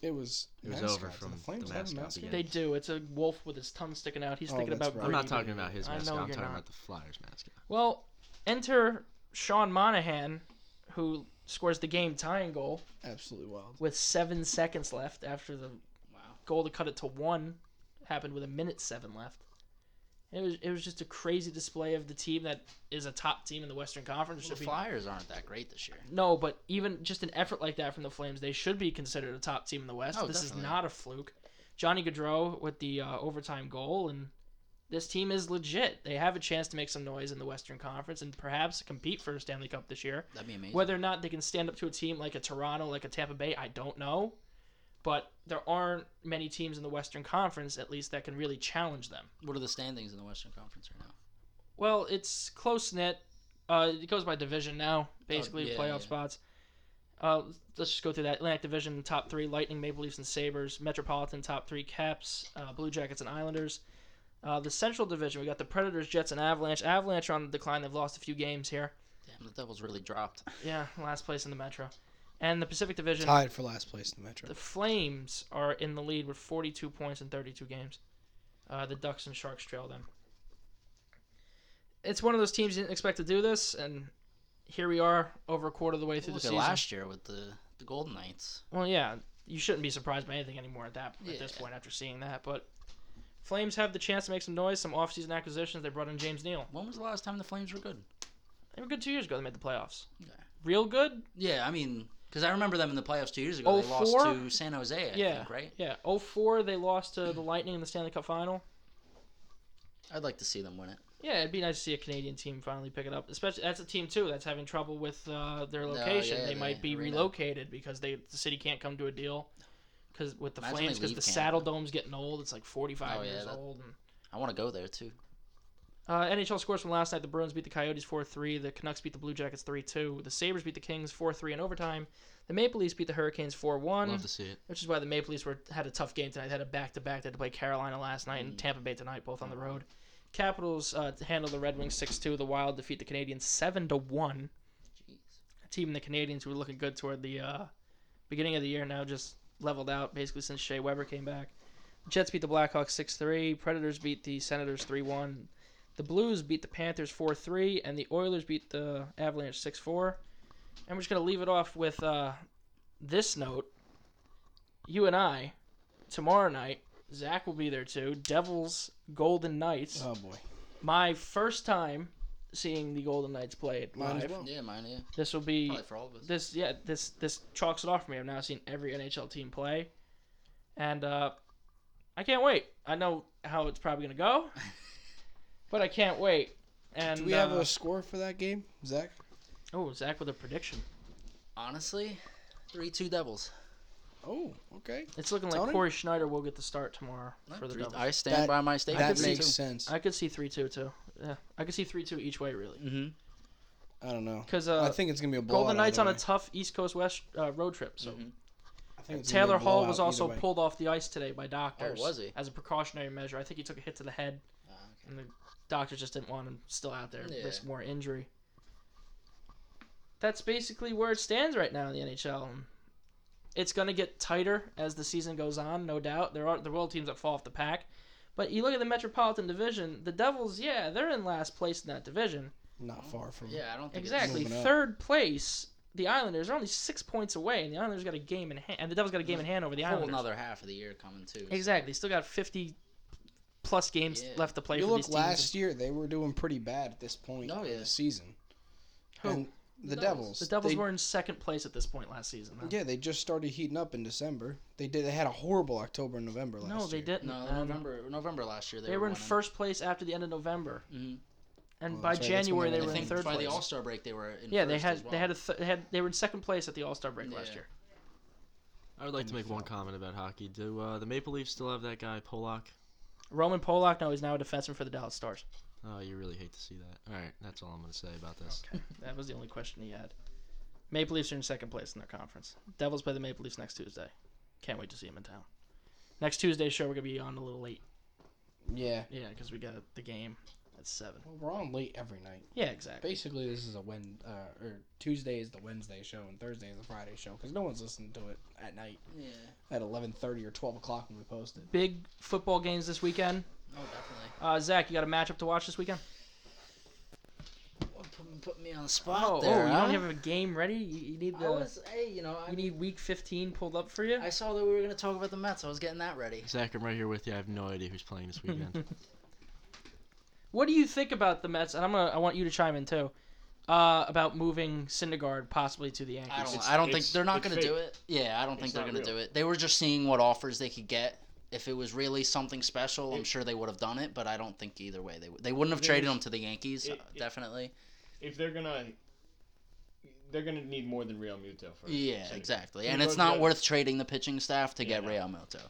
Speaker 3: It was.
Speaker 5: It was
Speaker 3: mascots.
Speaker 5: over from
Speaker 3: the Flames.
Speaker 5: the
Speaker 3: have a
Speaker 5: mascot
Speaker 3: mascot?
Speaker 5: beginning.
Speaker 2: They do. It's a wolf with his tongue sticking out. He's
Speaker 3: Oh,
Speaker 2: thinking
Speaker 3: that's
Speaker 2: about.
Speaker 3: right.
Speaker 5: I'm
Speaker 2: Brady
Speaker 5: not talking
Speaker 2: Bunch.
Speaker 5: about his
Speaker 2: I know
Speaker 5: mascot. I'm
Speaker 2: you're
Speaker 5: talking
Speaker 2: not.
Speaker 5: about the Flyers mascot.
Speaker 2: Well, enter Sean Monahan, who scores the game tying goal
Speaker 3: Absolutely wild.
Speaker 2: with seven seconds left after the
Speaker 4: Wow.
Speaker 2: goal to cut it to one happened with a minute seven left. It was it was just a crazy display of the team that is a top team in the Western Conference.
Speaker 4: The
Speaker 2: Should be,
Speaker 4: Flyers aren't that great this year.
Speaker 2: no, but even just an effort like that from the Flames, they should be considered a top team in the West.
Speaker 4: Oh,
Speaker 2: this
Speaker 4: definitely.
Speaker 2: is not a fluke. Johnny Gaudreau with the uh, overtime goal, and this team is legit. They have a chance to make some noise in the Western Conference and perhaps compete for a Stanley Cup this year.
Speaker 4: That'd be amazing.
Speaker 2: Whether or not they can stand up to a team like a Toronto, like a Tampa Bay, I don't know. But there aren't many teams in the Western Conference, at least, that can really challenge them.
Speaker 4: What are the standings in the Western Conference right now?
Speaker 2: Well, it's close knit. Uh, it goes by division now, basically
Speaker 4: yeah,
Speaker 2: playoff
Speaker 4: yeah.
Speaker 2: spots. Uh, let's just go through that Atlantic Division top three: Lightning, Maple Leafs, and Sabers. Metropolitan top three: Caps, uh, Blue Jackets, and Islanders. Uh, the Central Division, we got the Predators, Jets, and Avalanche. Avalanche are on the decline; they've lost a few games here.
Speaker 4: Damn, the Devils really dropped.
Speaker 2: Yeah, last place in the Metro. And the Pacific Division,
Speaker 3: Tied for last place in the Metro.
Speaker 2: The Flames are in the lead with 42 points in 32 games. Uh, the Ducks and Sharks trail them. It's one of those teams you didn't expect to do this, and here we are over a quarter of the way through
Speaker 4: Look
Speaker 2: the
Speaker 4: at
Speaker 2: season.
Speaker 4: last year with the the Golden Knights.
Speaker 2: Well, yeah, you shouldn't be surprised by anything anymore at that at this
Speaker 4: Yeah.
Speaker 2: point after seeing that. But Flames have the chance to make some noise, some offseason acquisitions. They brought in James Neal.
Speaker 4: When was the last time the Flames were good?
Speaker 2: They were good two years ago. They made the playoffs.
Speaker 4: Okay.
Speaker 2: Real good,
Speaker 4: Yeah, I mean, because I remember them in the playoffs two years ago. They lost
Speaker 2: 04?
Speaker 4: to San Jose, I
Speaker 2: yeah.
Speaker 4: think, right?
Speaker 2: Yeah, 04 they lost to the Lightning in the Stanley Cup final.
Speaker 4: I'd like to see them win it.
Speaker 2: Yeah, it'd be nice to see a Canadian team finally pick it up. Especially that's a team too that's having trouble with uh, their location.
Speaker 4: Oh, yeah,
Speaker 2: they
Speaker 4: the
Speaker 2: might be
Speaker 4: arena.
Speaker 2: relocated because they the city can't come to a deal because with the
Speaker 4: Imagine they
Speaker 2: Flames because
Speaker 4: leave
Speaker 2: the
Speaker 4: Canada.
Speaker 2: Saddle Dome's getting old. It's like forty five
Speaker 4: Oh, yeah,
Speaker 2: years
Speaker 4: that-
Speaker 2: old. And,
Speaker 4: I want to go there too.
Speaker 2: uh, NHL scores from last night: the Bruins beat the Coyotes four three, the Canucks beat the Blue Jackets three two, the Sabers beat the Kings four three in overtime, the Maple Leafs beat the Hurricanes four one,
Speaker 5: Love to see it.
Speaker 2: which is why the Maple Leafs were had a tough game tonight. They had a back to back. They had to play Carolina last night
Speaker 4: Mm.
Speaker 2: and Tampa Bay tonight, both on the road. Capitals uh, handle the Red Wings six two. The Wild defeat the Canadians seven to one.
Speaker 4: Jeez.
Speaker 2: A team in the Canadians who were looking good toward the uh, beginning of the year now just leveled out basically since Shea Weber came back. Jets beat the Blackhawks six three. Predators beat the Senators three one. The Blues beat the Panthers four three, and the Oilers beat the Avalanche six four. And we're just gonna leave it off with uh, this note. You and I, tomorrow night, Zach will be there too. Devils, Golden Knights.
Speaker 3: Oh boy.
Speaker 2: My first time seeing the Golden Knights play it
Speaker 3: Might
Speaker 2: live.
Speaker 3: as well.
Speaker 4: Yeah, mine, yeah.
Speaker 2: This will be
Speaker 4: Probably for all of us.
Speaker 2: this yeah this this chalks it off for me. I've now seen every NHL team play, and uh, I can't wait. I know how it's probably gonna go, but I can't wait. And
Speaker 3: Do we have
Speaker 2: uh,
Speaker 3: a score for that game, Zach?
Speaker 2: oh Zach with a prediction.
Speaker 4: Honestly, 3 2 Devils.
Speaker 3: Oh, okay.
Speaker 2: It's looking like
Speaker 3: Tony?
Speaker 2: Corey Schneider will get the start tomorrow for the
Speaker 4: Three-
Speaker 2: Devils.
Speaker 4: I stand
Speaker 3: That-
Speaker 4: by my statement.
Speaker 3: That
Speaker 2: could see
Speaker 3: makes
Speaker 2: two.
Speaker 3: sense. I,
Speaker 2: I could see three two too. Yeah, I could see three two each way really.
Speaker 4: hmm
Speaker 3: don't know.
Speaker 2: Because uh,
Speaker 3: I think it's gonna be a blowout.
Speaker 2: Golden Knights on a
Speaker 3: either way. Mm-hmm.
Speaker 2: tough East Coast West uh, road trip. So
Speaker 4: Mhm.
Speaker 3: I think it's gonna be a
Speaker 2: Taylor Hall
Speaker 3: blowout
Speaker 2: was
Speaker 3: either
Speaker 2: also
Speaker 3: way.
Speaker 2: pulled off the ice today by doctors.
Speaker 4: Oh, was he? Ah,
Speaker 2: As a precautionary measure, I think he took a hit to the head, and the doctors just didn't want him still out there
Speaker 4: Yeah.
Speaker 2: risk more injury. That's basically where it stands right now in the NHL. and It's going to get tighter as the season goes on, no doubt. There are there will teams that fall off the pack, but you look at the Metropolitan Division. The Devils, yeah, they're in last place in that division.
Speaker 3: Not far from.
Speaker 4: Yeah, I don't think
Speaker 2: Exactly.
Speaker 3: Moving up.
Speaker 2: Third place, the Islanders are only six points away, and the Islanders got a game in hand, and the Devils got a game in hand over the
Speaker 4: it's a whole
Speaker 2: Islanders.
Speaker 4: another half of the year coming too. so-
Speaker 2: Exactly. Still got fifty plus games
Speaker 4: Yeah.
Speaker 2: left to play
Speaker 3: You
Speaker 2: for
Speaker 3: look
Speaker 2: these teams.
Speaker 3: last year; they were doing pretty bad at this point
Speaker 4: Oh,
Speaker 3: of
Speaker 4: yeah.
Speaker 3: the season.
Speaker 2: Who?
Speaker 3: And the, Devils.
Speaker 4: Devils.
Speaker 2: the Devils
Speaker 3: They-
Speaker 2: were in second place at this point last season. though.
Speaker 3: Yeah, they just started heating up in December. They did. They had a horrible October and November last year.
Speaker 2: No, they didn't.
Speaker 4: No,
Speaker 2: Um,
Speaker 4: November November last year they,
Speaker 2: They were in
Speaker 4: winning.
Speaker 2: first place after the end of November,
Speaker 4: Mhm.
Speaker 2: and
Speaker 3: Well,
Speaker 2: by
Speaker 3: Oh, that's right, that's when
Speaker 2: January
Speaker 3: they
Speaker 2: they
Speaker 3: were
Speaker 2: were
Speaker 4: I
Speaker 3: in
Speaker 2: in
Speaker 4: think
Speaker 2: third
Speaker 4: by
Speaker 2: place.
Speaker 4: the All Star break they were in.
Speaker 2: yeah, they
Speaker 4: first
Speaker 2: had
Speaker 4: as
Speaker 2: they
Speaker 4: well.
Speaker 2: had a th- they had they were in second place at the All Star break last
Speaker 4: Yeah.
Speaker 2: year.
Speaker 5: I would like to make one comment about hockey. Do uh, the Maple Leafs still have that guy Polak?
Speaker 2: Roman Polak, no, he's now a defenseman for the Dallas Stars.
Speaker 5: Oh, you really hate to see that. All right, that's all I'm gonna say about this.
Speaker 2: Okay, that was the only question he had. Maple Leafs are in second place in their conference. Devils play the Maple Leafs next Tuesday. Can't wait to see him in town. Next Tuesday's show, we're gonna be on a little late.
Speaker 3: Yeah.
Speaker 2: Yeah, because we got the game at seven.
Speaker 3: Well, we're on late every night.
Speaker 2: Yeah, exactly.
Speaker 3: Basically, this is a when uh, or Tuesday is the Wednesday show and Thursday is the Friday show because no one's listening to it at night
Speaker 4: Yeah.
Speaker 3: at eleven thirty or twelve o'clock when we post it.
Speaker 2: Big football games this weekend.
Speaker 4: Oh, definitely.
Speaker 2: Uh, Zach, you got a matchup to watch this weekend?
Speaker 4: Well, Put, put me on the spot
Speaker 2: oh,
Speaker 4: there.
Speaker 2: oh, you
Speaker 4: huh?
Speaker 2: don't have a game ready? You, you need
Speaker 4: I
Speaker 2: the
Speaker 4: was, hey, you know, I
Speaker 2: you
Speaker 4: mean,
Speaker 2: need week 15 pulled up for you?
Speaker 4: I saw that we were gonna talk about the Mets. I was getting that ready.
Speaker 5: Zach, I'm right here with you. I have no idea who's playing this weekend.
Speaker 2: What do you think about the Mets? And I'm gonna I want you to chime in too. Uh, about moving Syndergaard possibly to the Yankees.
Speaker 4: I don't.
Speaker 1: It's-
Speaker 4: I don't think
Speaker 1: it's-
Speaker 4: they're not
Speaker 1: it's
Speaker 4: going to
Speaker 1: fake.
Speaker 4: do it. Yeah, I don't think
Speaker 1: It's
Speaker 4: they're
Speaker 1: not
Speaker 4: going to
Speaker 1: real.
Speaker 4: do it. They were just seeing what offers they could get. If it was really something special, I'm sure they would have done it. But I don't think either way they would. They wouldn't have
Speaker 1: It
Speaker 4: traded
Speaker 1: is-
Speaker 4: him to the Yankees.
Speaker 1: it-
Speaker 4: uh,
Speaker 1: it-
Speaker 4: definitely.
Speaker 1: If they're gonna, they're gonna need more than Real Muto for.
Speaker 4: Yeah,
Speaker 1: Syndergaard.
Speaker 4: exactly. And it's
Speaker 1: Syndergaard's
Speaker 4: not
Speaker 1: got-
Speaker 4: worth trading the pitching staff to
Speaker 1: Yeah,
Speaker 4: get
Speaker 1: no.
Speaker 4: Real Muto.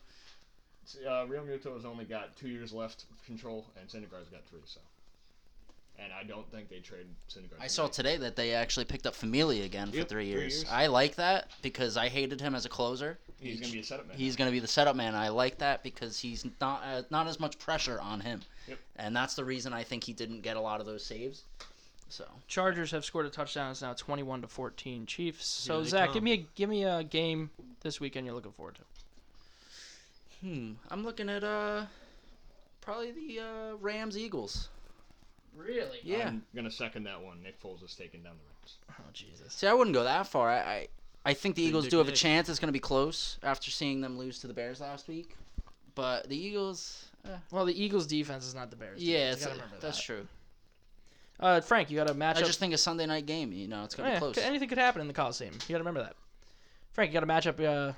Speaker 1: Uh, Real Muto has only got two years left of control, and Syndergaard's got three. So, and I don't think they trade Syndergaard.
Speaker 4: I
Speaker 1: to
Speaker 4: saw
Speaker 1: the
Speaker 4: today that they actually picked up Familia again for
Speaker 1: Yep,
Speaker 4: three,
Speaker 1: three
Speaker 4: years.
Speaker 1: years.
Speaker 4: I like that because I hated him as a closer.
Speaker 1: Yankees. He's gonna be a setup man.
Speaker 4: He's going to be the setup man. I like that because he's not uh, not as much pressure on him,
Speaker 1: Yep.
Speaker 4: and that's the reason I think he didn't get a lot of those saves. So
Speaker 2: Chargers have scored a touchdown. It's now 21 to 14 Chiefs. So
Speaker 5: they
Speaker 2: Zach, give
Speaker 5: come.
Speaker 2: me a give me a game this weekend you're looking forward to.
Speaker 4: Hmm. I'm looking at uh, probably the uh, Rams Eagles.
Speaker 2: Really?
Speaker 4: Yeah.
Speaker 1: I'm gonna second that one. Nick Foles is taking down the Rams.
Speaker 2: Oh Jesus.
Speaker 4: See, I wouldn't go that far. I, I, I think the
Speaker 5: Big
Speaker 4: Eagles
Speaker 5: Dick
Speaker 4: do have a
Speaker 5: Nick.
Speaker 4: chance. It's going to be close after seeing them lose to the Bears last week. But the Eagles, uh,
Speaker 2: Well, the Eagals defense is not the Bears.
Speaker 4: yeah,
Speaker 2: defense.
Speaker 4: it's
Speaker 2: You
Speaker 4: a,
Speaker 2: gotta remember
Speaker 4: that's
Speaker 2: that.
Speaker 4: true.
Speaker 2: Uh, Frank, you got a matchup.
Speaker 4: I just think a Sunday night game. You know, it's
Speaker 2: Oh,
Speaker 4: going to
Speaker 2: yeah,
Speaker 4: be close.
Speaker 2: c- Anything could happen in the Coliseum. You got to remember that. Frank, you got a matchup. Uh,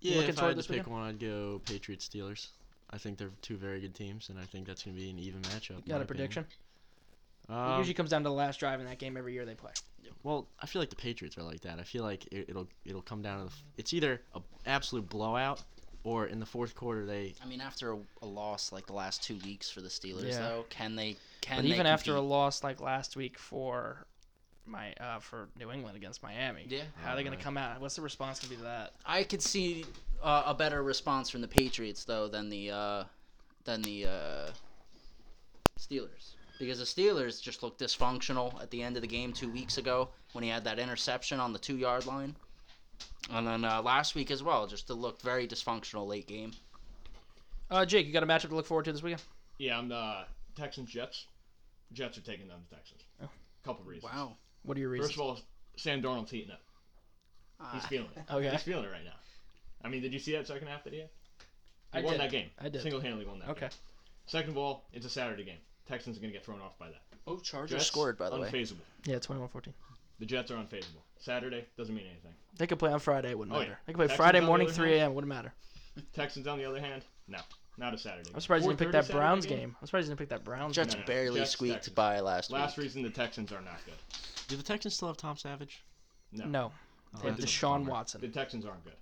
Speaker 2: You
Speaker 5: yeah,
Speaker 2: looking
Speaker 5: if I
Speaker 2: toward
Speaker 5: had to
Speaker 2: this
Speaker 5: pick one, I'd go Patriots Steelers. I think they're two very good teams, and I think that's gonna be an even matchup. in
Speaker 2: you got
Speaker 5: my
Speaker 2: a prediction?
Speaker 5: opinion.
Speaker 2: it
Speaker 5: Um,
Speaker 2: usually comes down to the last drive in that game every year they play.
Speaker 5: Well, I feel like the Patriots are like that. I feel like it, it'll it'll come down to the, f- it's either a absolute blowout or in the fourth quarter they
Speaker 4: I mean, after a, a loss like the last two weeks for the Steelers,
Speaker 2: Yeah.
Speaker 4: though, can they? Can
Speaker 2: but
Speaker 4: they
Speaker 2: even after a
Speaker 4: compete?
Speaker 2: loss like last week for my uh, for New England against Miami,
Speaker 4: Yeah.
Speaker 2: how are they going to
Speaker 5: Right.
Speaker 2: come out? What's the response going to be to that?
Speaker 4: I could see uh, a better response from the Patriots though than the uh, than the uh, Steelers because the Steelers just looked dysfunctional at the end of the game two weeks ago when he had that interception on the two yard line, and then uh, last week as well just looked very dysfunctional late game.
Speaker 2: Uh, Jake, you got a matchup to look forward to this weekend?
Speaker 1: Yeah, I'm the Texans Jets. Jets are taking down the Texans. Couple reasons.
Speaker 4: Oh. Wow.
Speaker 2: What are your
Speaker 1: First
Speaker 2: reasons?
Speaker 1: of all, Sam Darnold's heating up. He's
Speaker 4: Ah.
Speaker 1: feeling it.
Speaker 2: okay,
Speaker 1: He's feeling it right now. I mean, did you see that second half that he had? He
Speaker 2: I
Speaker 1: won
Speaker 2: did.
Speaker 1: that game.
Speaker 2: I did.
Speaker 1: Single-handedly won that.
Speaker 2: okay.
Speaker 1: Game. Second of all, it's a Saturday game. Texans are gonna get thrown off by that.
Speaker 4: Oh, Chargers
Speaker 1: Jets
Speaker 4: scored by the way.
Speaker 1: unfazable.
Speaker 2: Yeah, 21-14.
Speaker 1: The Jets are unfazable. Saturday doesn't mean anything.
Speaker 2: They could play on Friday. Wouldn't
Speaker 1: Oh,
Speaker 2: matter.
Speaker 1: yeah.
Speaker 2: They could play
Speaker 1: Texans
Speaker 2: Friday
Speaker 1: on the
Speaker 2: morning,
Speaker 1: other
Speaker 2: 3
Speaker 1: hand.
Speaker 2: a.m. Wouldn't matter.
Speaker 1: Texans on the other hand, no, not a Saturday. game.
Speaker 2: I'm surprised you didn't pick
Speaker 1: 4:30
Speaker 2: that
Speaker 1: Saturday
Speaker 2: Browns game. I'm surprised you didn't pick that Browns
Speaker 4: Jets
Speaker 1: No, no, no.
Speaker 4: barely
Speaker 1: Jets,
Speaker 4: squeaked
Speaker 1: Texans.
Speaker 4: by last,
Speaker 1: Last
Speaker 4: week.
Speaker 1: reason the Texans are not good.
Speaker 5: do the Texans still have Tom Savage?
Speaker 1: No.
Speaker 2: game. No,
Speaker 5: Oh,
Speaker 2: they have
Speaker 5: that's a
Speaker 2: Deshaun
Speaker 5: bummer.
Speaker 2: Watson.
Speaker 1: The Texans aren't good.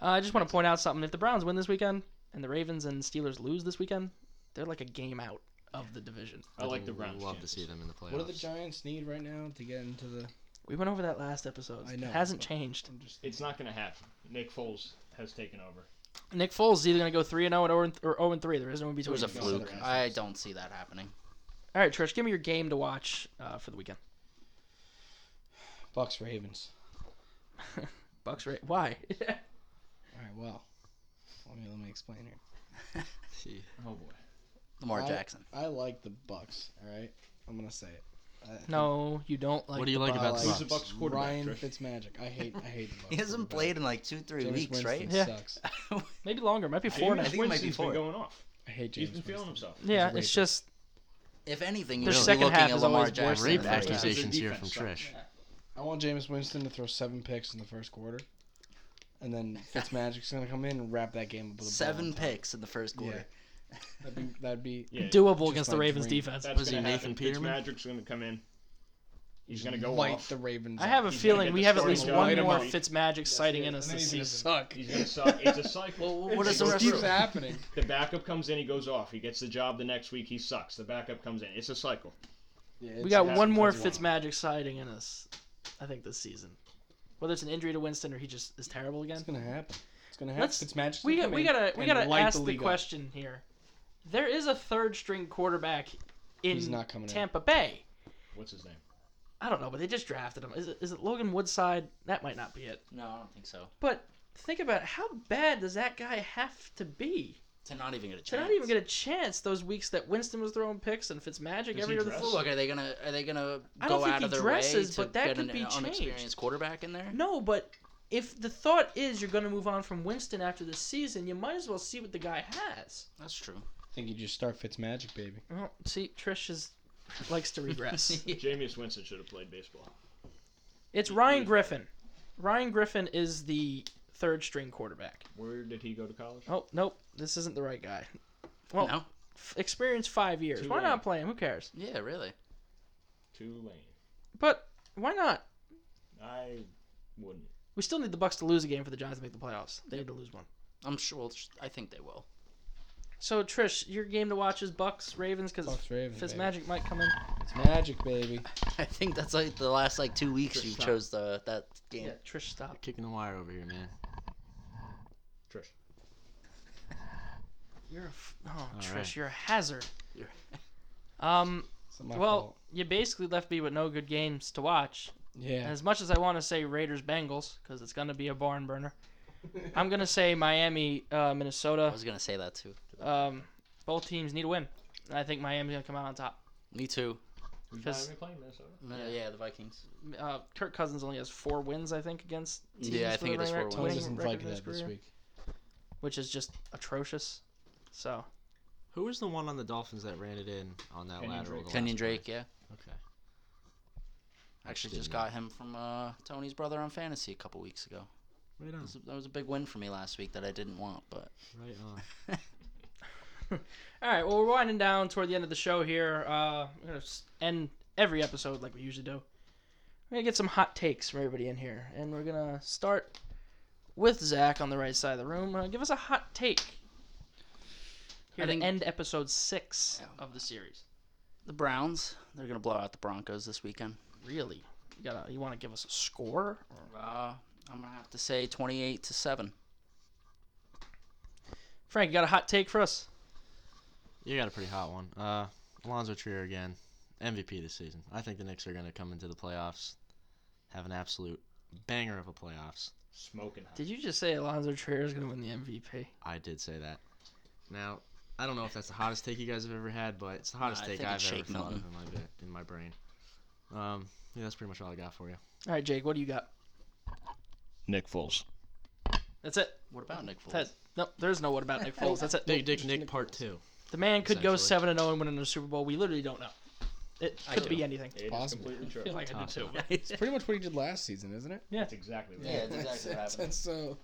Speaker 2: Uh, I just want to point out something. If the Browns win this weekend and the Ravens and Steelers lose this weekend, they're like a game out of the division.
Speaker 1: I like the
Speaker 5: I'd
Speaker 1: Browns.
Speaker 5: Love to
Speaker 1: chances.
Speaker 5: see them in the playoffs.
Speaker 3: What do the Giants need right now to get into the?
Speaker 2: We went over that last episode.
Speaker 3: I know,
Speaker 2: It hasn't
Speaker 3: but-
Speaker 2: changed.
Speaker 3: I'm just
Speaker 1: It's not gonna happen. Nick Foles has taken over.
Speaker 2: Nick Foles is either going to go 3 and 0 or 0 and 3. There is no in
Speaker 4: It
Speaker 2: between.
Speaker 4: was a
Speaker 1: Go to the
Speaker 4: fluke.
Speaker 1: Browns.
Speaker 4: I don't see that happening.
Speaker 2: All right, Trish, give me your game to watch uh, for the weekend.
Speaker 3: Bucks Ravens.
Speaker 2: Bucks, right? Why?
Speaker 3: All right, well, let me let me explain here.
Speaker 1: Oh boy.
Speaker 4: Lamar
Speaker 3: I-
Speaker 4: Jackson.
Speaker 3: I like the Bucks. All right, I'm gonna say it. I-
Speaker 2: no, you don't like.
Speaker 5: What do you
Speaker 2: the
Speaker 5: like
Speaker 3: I
Speaker 5: about the
Speaker 1: Who's
Speaker 5: Bucks?
Speaker 1: the Bucks quarterback?
Speaker 3: Ryan
Speaker 1: Trish?
Speaker 3: Fitzmagic. I hate I hate the Bucks.
Speaker 4: He hasn't
Speaker 3: quarterback.
Speaker 4: played in like two, three
Speaker 3: Jameis
Speaker 4: weeks,
Speaker 3: Winston
Speaker 2: right?
Speaker 3: Sucks.
Speaker 4: right?
Speaker 2: Maybe longer. Might be four
Speaker 1: Jameis
Speaker 2: now.
Speaker 4: I think it might be
Speaker 1: Winston's been
Speaker 4: four.
Speaker 1: going off.
Speaker 3: I hate Jameis.
Speaker 1: He's been feeling
Speaker 3: Winston.
Speaker 1: himself.
Speaker 2: Yeah,
Speaker 3: He's a
Speaker 2: it's
Speaker 3: racist.
Speaker 2: just
Speaker 4: If anything, you
Speaker 2: Their
Speaker 4: should be
Speaker 2: second
Speaker 4: looking
Speaker 2: half
Speaker 4: at
Speaker 2: is
Speaker 4: Lamar
Speaker 2: always worse
Speaker 4: Jackson.
Speaker 2: than
Speaker 4: in
Speaker 5: Rape
Speaker 4: the first half.
Speaker 1: accusation.
Speaker 5: accusations here from
Speaker 1: defense
Speaker 5: Trish.
Speaker 3: I want Jameis Winston to throw seven picks in the first quarter, and then Fitzmagic's gonna come in and wrap that game up with a
Speaker 4: Seven
Speaker 3: Ball.
Speaker 4: picks in the first
Speaker 3: Yeah.
Speaker 4: quarter.
Speaker 3: That'd be that'd be
Speaker 1: Yeah.
Speaker 2: doable
Speaker 3: Just
Speaker 2: against
Speaker 3: my
Speaker 2: the Ravens
Speaker 3: dream.
Speaker 2: defense.
Speaker 1: That's
Speaker 5: Was he
Speaker 1: gonna
Speaker 5: Nathan
Speaker 1: happen.
Speaker 5: Peterman?
Speaker 1: Magic's gonna come in. He's going to go
Speaker 3: light
Speaker 1: off.
Speaker 3: the Ravens.
Speaker 2: I have a
Speaker 1: He's gonna
Speaker 2: feeling
Speaker 1: get
Speaker 2: we have at
Speaker 1: destroyed.
Speaker 2: least
Speaker 1: He's
Speaker 2: one
Speaker 1: gonna
Speaker 2: more
Speaker 1: get-
Speaker 2: Fitzmagic sighting in us
Speaker 3: and
Speaker 2: this
Speaker 3: he's gonna
Speaker 2: season.
Speaker 3: suck.
Speaker 1: He's going to suck. It's a cycle.
Speaker 4: Well, what
Speaker 3: It
Speaker 4: is the
Speaker 3: just
Speaker 4: rest
Speaker 3: keeps
Speaker 4: of
Speaker 3: happening.
Speaker 1: The backup comes in, he goes off. He gets the job the next week, he sucks. The backup comes in. It's a cycle.
Speaker 2: We got
Speaker 1: it's
Speaker 2: one more
Speaker 1: happened to
Speaker 2: Fitzmagic sighting in us, I think, this season. Whether it's an injury to Winston or he just is terrible again.
Speaker 3: It's gonna happen. It's gonna happen.
Speaker 2: Let's-
Speaker 3: It's magic.
Speaker 2: We got, we gotta we gotta ask the, question here. There is a third string quarterback in
Speaker 3: He's not coming in.
Speaker 2: Tampa Bay.
Speaker 1: What's his name?
Speaker 2: I don't know, but they just drafted him. Is it, is it Logan Woodside? That might not be it.
Speaker 4: No, I don't think so.
Speaker 2: But think about it, how bad does that guy have to be
Speaker 4: To not even get a chance.
Speaker 2: to not even get a chance those weeks that Winston was throwing picks and Fitzmagic
Speaker 1: Does
Speaker 2: every
Speaker 1: he
Speaker 2: other.
Speaker 1: dress?
Speaker 2: Full-
Speaker 4: Look, are they gonna are they gonna
Speaker 2: I don't
Speaker 4: go
Speaker 2: think
Speaker 4: out
Speaker 2: he
Speaker 4: of their
Speaker 2: dresses,
Speaker 4: way
Speaker 2: but
Speaker 4: to
Speaker 2: that
Speaker 4: get
Speaker 2: could
Speaker 4: an
Speaker 2: be changed.
Speaker 4: unexperienced quarterback in there?
Speaker 2: no, but if the thought is you're going to move on from Winston after this season, you might as well see what the guy has.
Speaker 4: That's true.
Speaker 3: I think you just start Fitzmagic, baby.
Speaker 2: Well, see, Trish is likes to regress.
Speaker 1: Jameis Winston should have played baseball.
Speaker 2: It's Ryan Griffin. Ryan Griffin is the third string quarterback.
Speaker 1: Where did he go to college?
Speaker 2: Oh, nope. This isn't the right guy. Well,
Speaker 4: no.
Speaker 2: f- experience five years.
Speaker 1: Too
Speaker 2: why
Speaker 1: late.
Speaker 2: not play him? Who cares?
Speaker 4: Yeah, really.
Speaker 1: Tulane.
Speaker 2: But why not?
Speaker 1: I wouldn't.
Speaker 2: We still need the Bucks to lose a game for the Giants to make the playoffs. They need to lose one.
Speaker 4: I'm sure. Well, sh- I think they will.
Speaker 2: So Trish, your game to watch is Bucks Ravens because
Speaker 3: Bucks, Ravens,
Speaker 2: Fitzmagic might come in.
Speaker 3: It's magic, baby.
Speaker 4: I think that's like the last like two weeks you
Speaker 1: Stop.
Speaker 4: chose the that game.
Speaker 2: Yeah, Trish, stop.
Speaker 5: Kicking the wire over here, man.
Speaker 1: Trish.
Speaker 2: You're a f- oh, Trish,
Speaker 5: right.
Speaker 2: you're a hazard.
Speaker 4: You're-
Speaker 2: Um,
Speaker 3: It's not my
Speaker 2: well,
Speaker 3: fault.
Speaker 2: you basically left me with no good games to watch. And
Speaker 3: yeah.
Speaker 2: As much as I want to say Raiders Bengals because it's gonna be a barn burner, I'm gonna say Miami uh,
Speaker 4: I
Speaker 2: Minnesota.
Speaker 4: was gonna say that too.
Speaker 2: Um, both teams need a win, and I think Miami's gonna come out on top.
Speaker 4: Me too. Mm-hmm.
Speaker 1: Who's
Speaker 2: Because-
Speaker 1: Miami playing Minnesota?
Speaker 4: Uh, Yeah, the Vikings.
Speaker 2: Uh, Kirk Cousins only has four wins, I think, against teams
Speaker 4: Yeah, I
Speaker 2: with
Speaker 4: think
Speaker 2: a
Speaker 4: it
Speaker 2: winning
Speaker 4: is four
Speaker 2: rec-
Speaker 4: wins.
Speaker 3: Tony
Speaker 2: winning
Speaker 3: doesn't
Speaker 2: record
Speaker 3: like
Speaker 2: in his
Speaker 3: that this
Speaker 2: career,
Speaker 3: week.
Speaker 2: which is just atrocious. So
Speaker 5: Who was the one on the Dolphins that ran it in on that
Speaker 1: Kenyon
Speaker 5: lateral?
Speaker 1: Drake.
Speaker 5: the
Speaker 4: Kenyon
Speaker 5: last play?
Speaker 4: Drake. Yeah.
Speaker 5: Okay.
Speaker 4: Actually,
Speaker 5: Didn't
Speaker 4: just
Speaker 5: know.
Speaker 4: got him from uh, Tony's brother on fantasy a couple weeks ago.
Speaker 5: Right
Speaker 4: That
Speaker 5: on.
Speaker 4: was, that was a big win for me last week that I didn't want, but
Speaker 5: Right on.
Speaker 2: All right, well, we're winding down toward the end of the show here. Uh, we're going to end every episode like we usually do. We're going to get some hot takes from everybody in here, and we're going to start with Zach on the right side of the room. Uh, give us a hot take here to
Speaker 4: I think-
Speaker 2: end episode six of the series.
Speaker 4: the Browns they're gonna blow out the Broncos this weekend.
Speaker 2: Really? You, gotta, you want to give us a score?
Speaker 4: Uh, I'm gonna have to say 28 to seven.
Speaker 2: Frank, you got a hot take for us?
Speaker 5: You got a pretty hot one. Uh, Alonzo Trier again, MVP this season. I think the Knicks are going to come into the playoffs, have an absolute banger of a playoffs.
Speaker 1: Smoking hot.
Speaker 2: Did you just say Alonzo Trier is going to win the MVP?
Speaker 5: I did say that. Now, I don't know if that's the hottest take you guys have ever had, but it's the hottest
Speaker 4: I
Speaker 5: take
Speaker 4: think
Speaker 5: I've
Speaker 4: it's
Speaker 5: ever
Speaker 4: Shake
Speaker 5: thought of
Speaker 4: Milton.
Speaker 5: in my bit, in my brain. Um, yeah, that's pretty much all I got for you.
Speaker 2: All right, Jake, what do you got?
Speaker 1: Nick Foles.
Speaker 2: That's it.
Speaker 4: What about Nick Foles?
Speaker 2: That's, nope, there's no what about Nick Foles. That's it.
Speaker 5: Big Dick Nick Part Two.
Speaker 2: The man could go
Speaker 5: essentially.
Speaker 2: seven and zero and win another Super Bowl. We literally don't know. It
Speaker 4: I
Speaker 2: could
Speaker 4: do.
Speaker 2: be anything.
Speaker 1: It is
Speaker 3: possible.
Speaker 1: completely true.
Speaker 2: I feel like I did too. but-
Speaker 4: It's
Speaker 3: Pretty much what he did last season, isn't it?
Speaker 1: That's exactly right.
Speaker 4: Yeah, that's exactly what happened.
Speaker 3: That's so.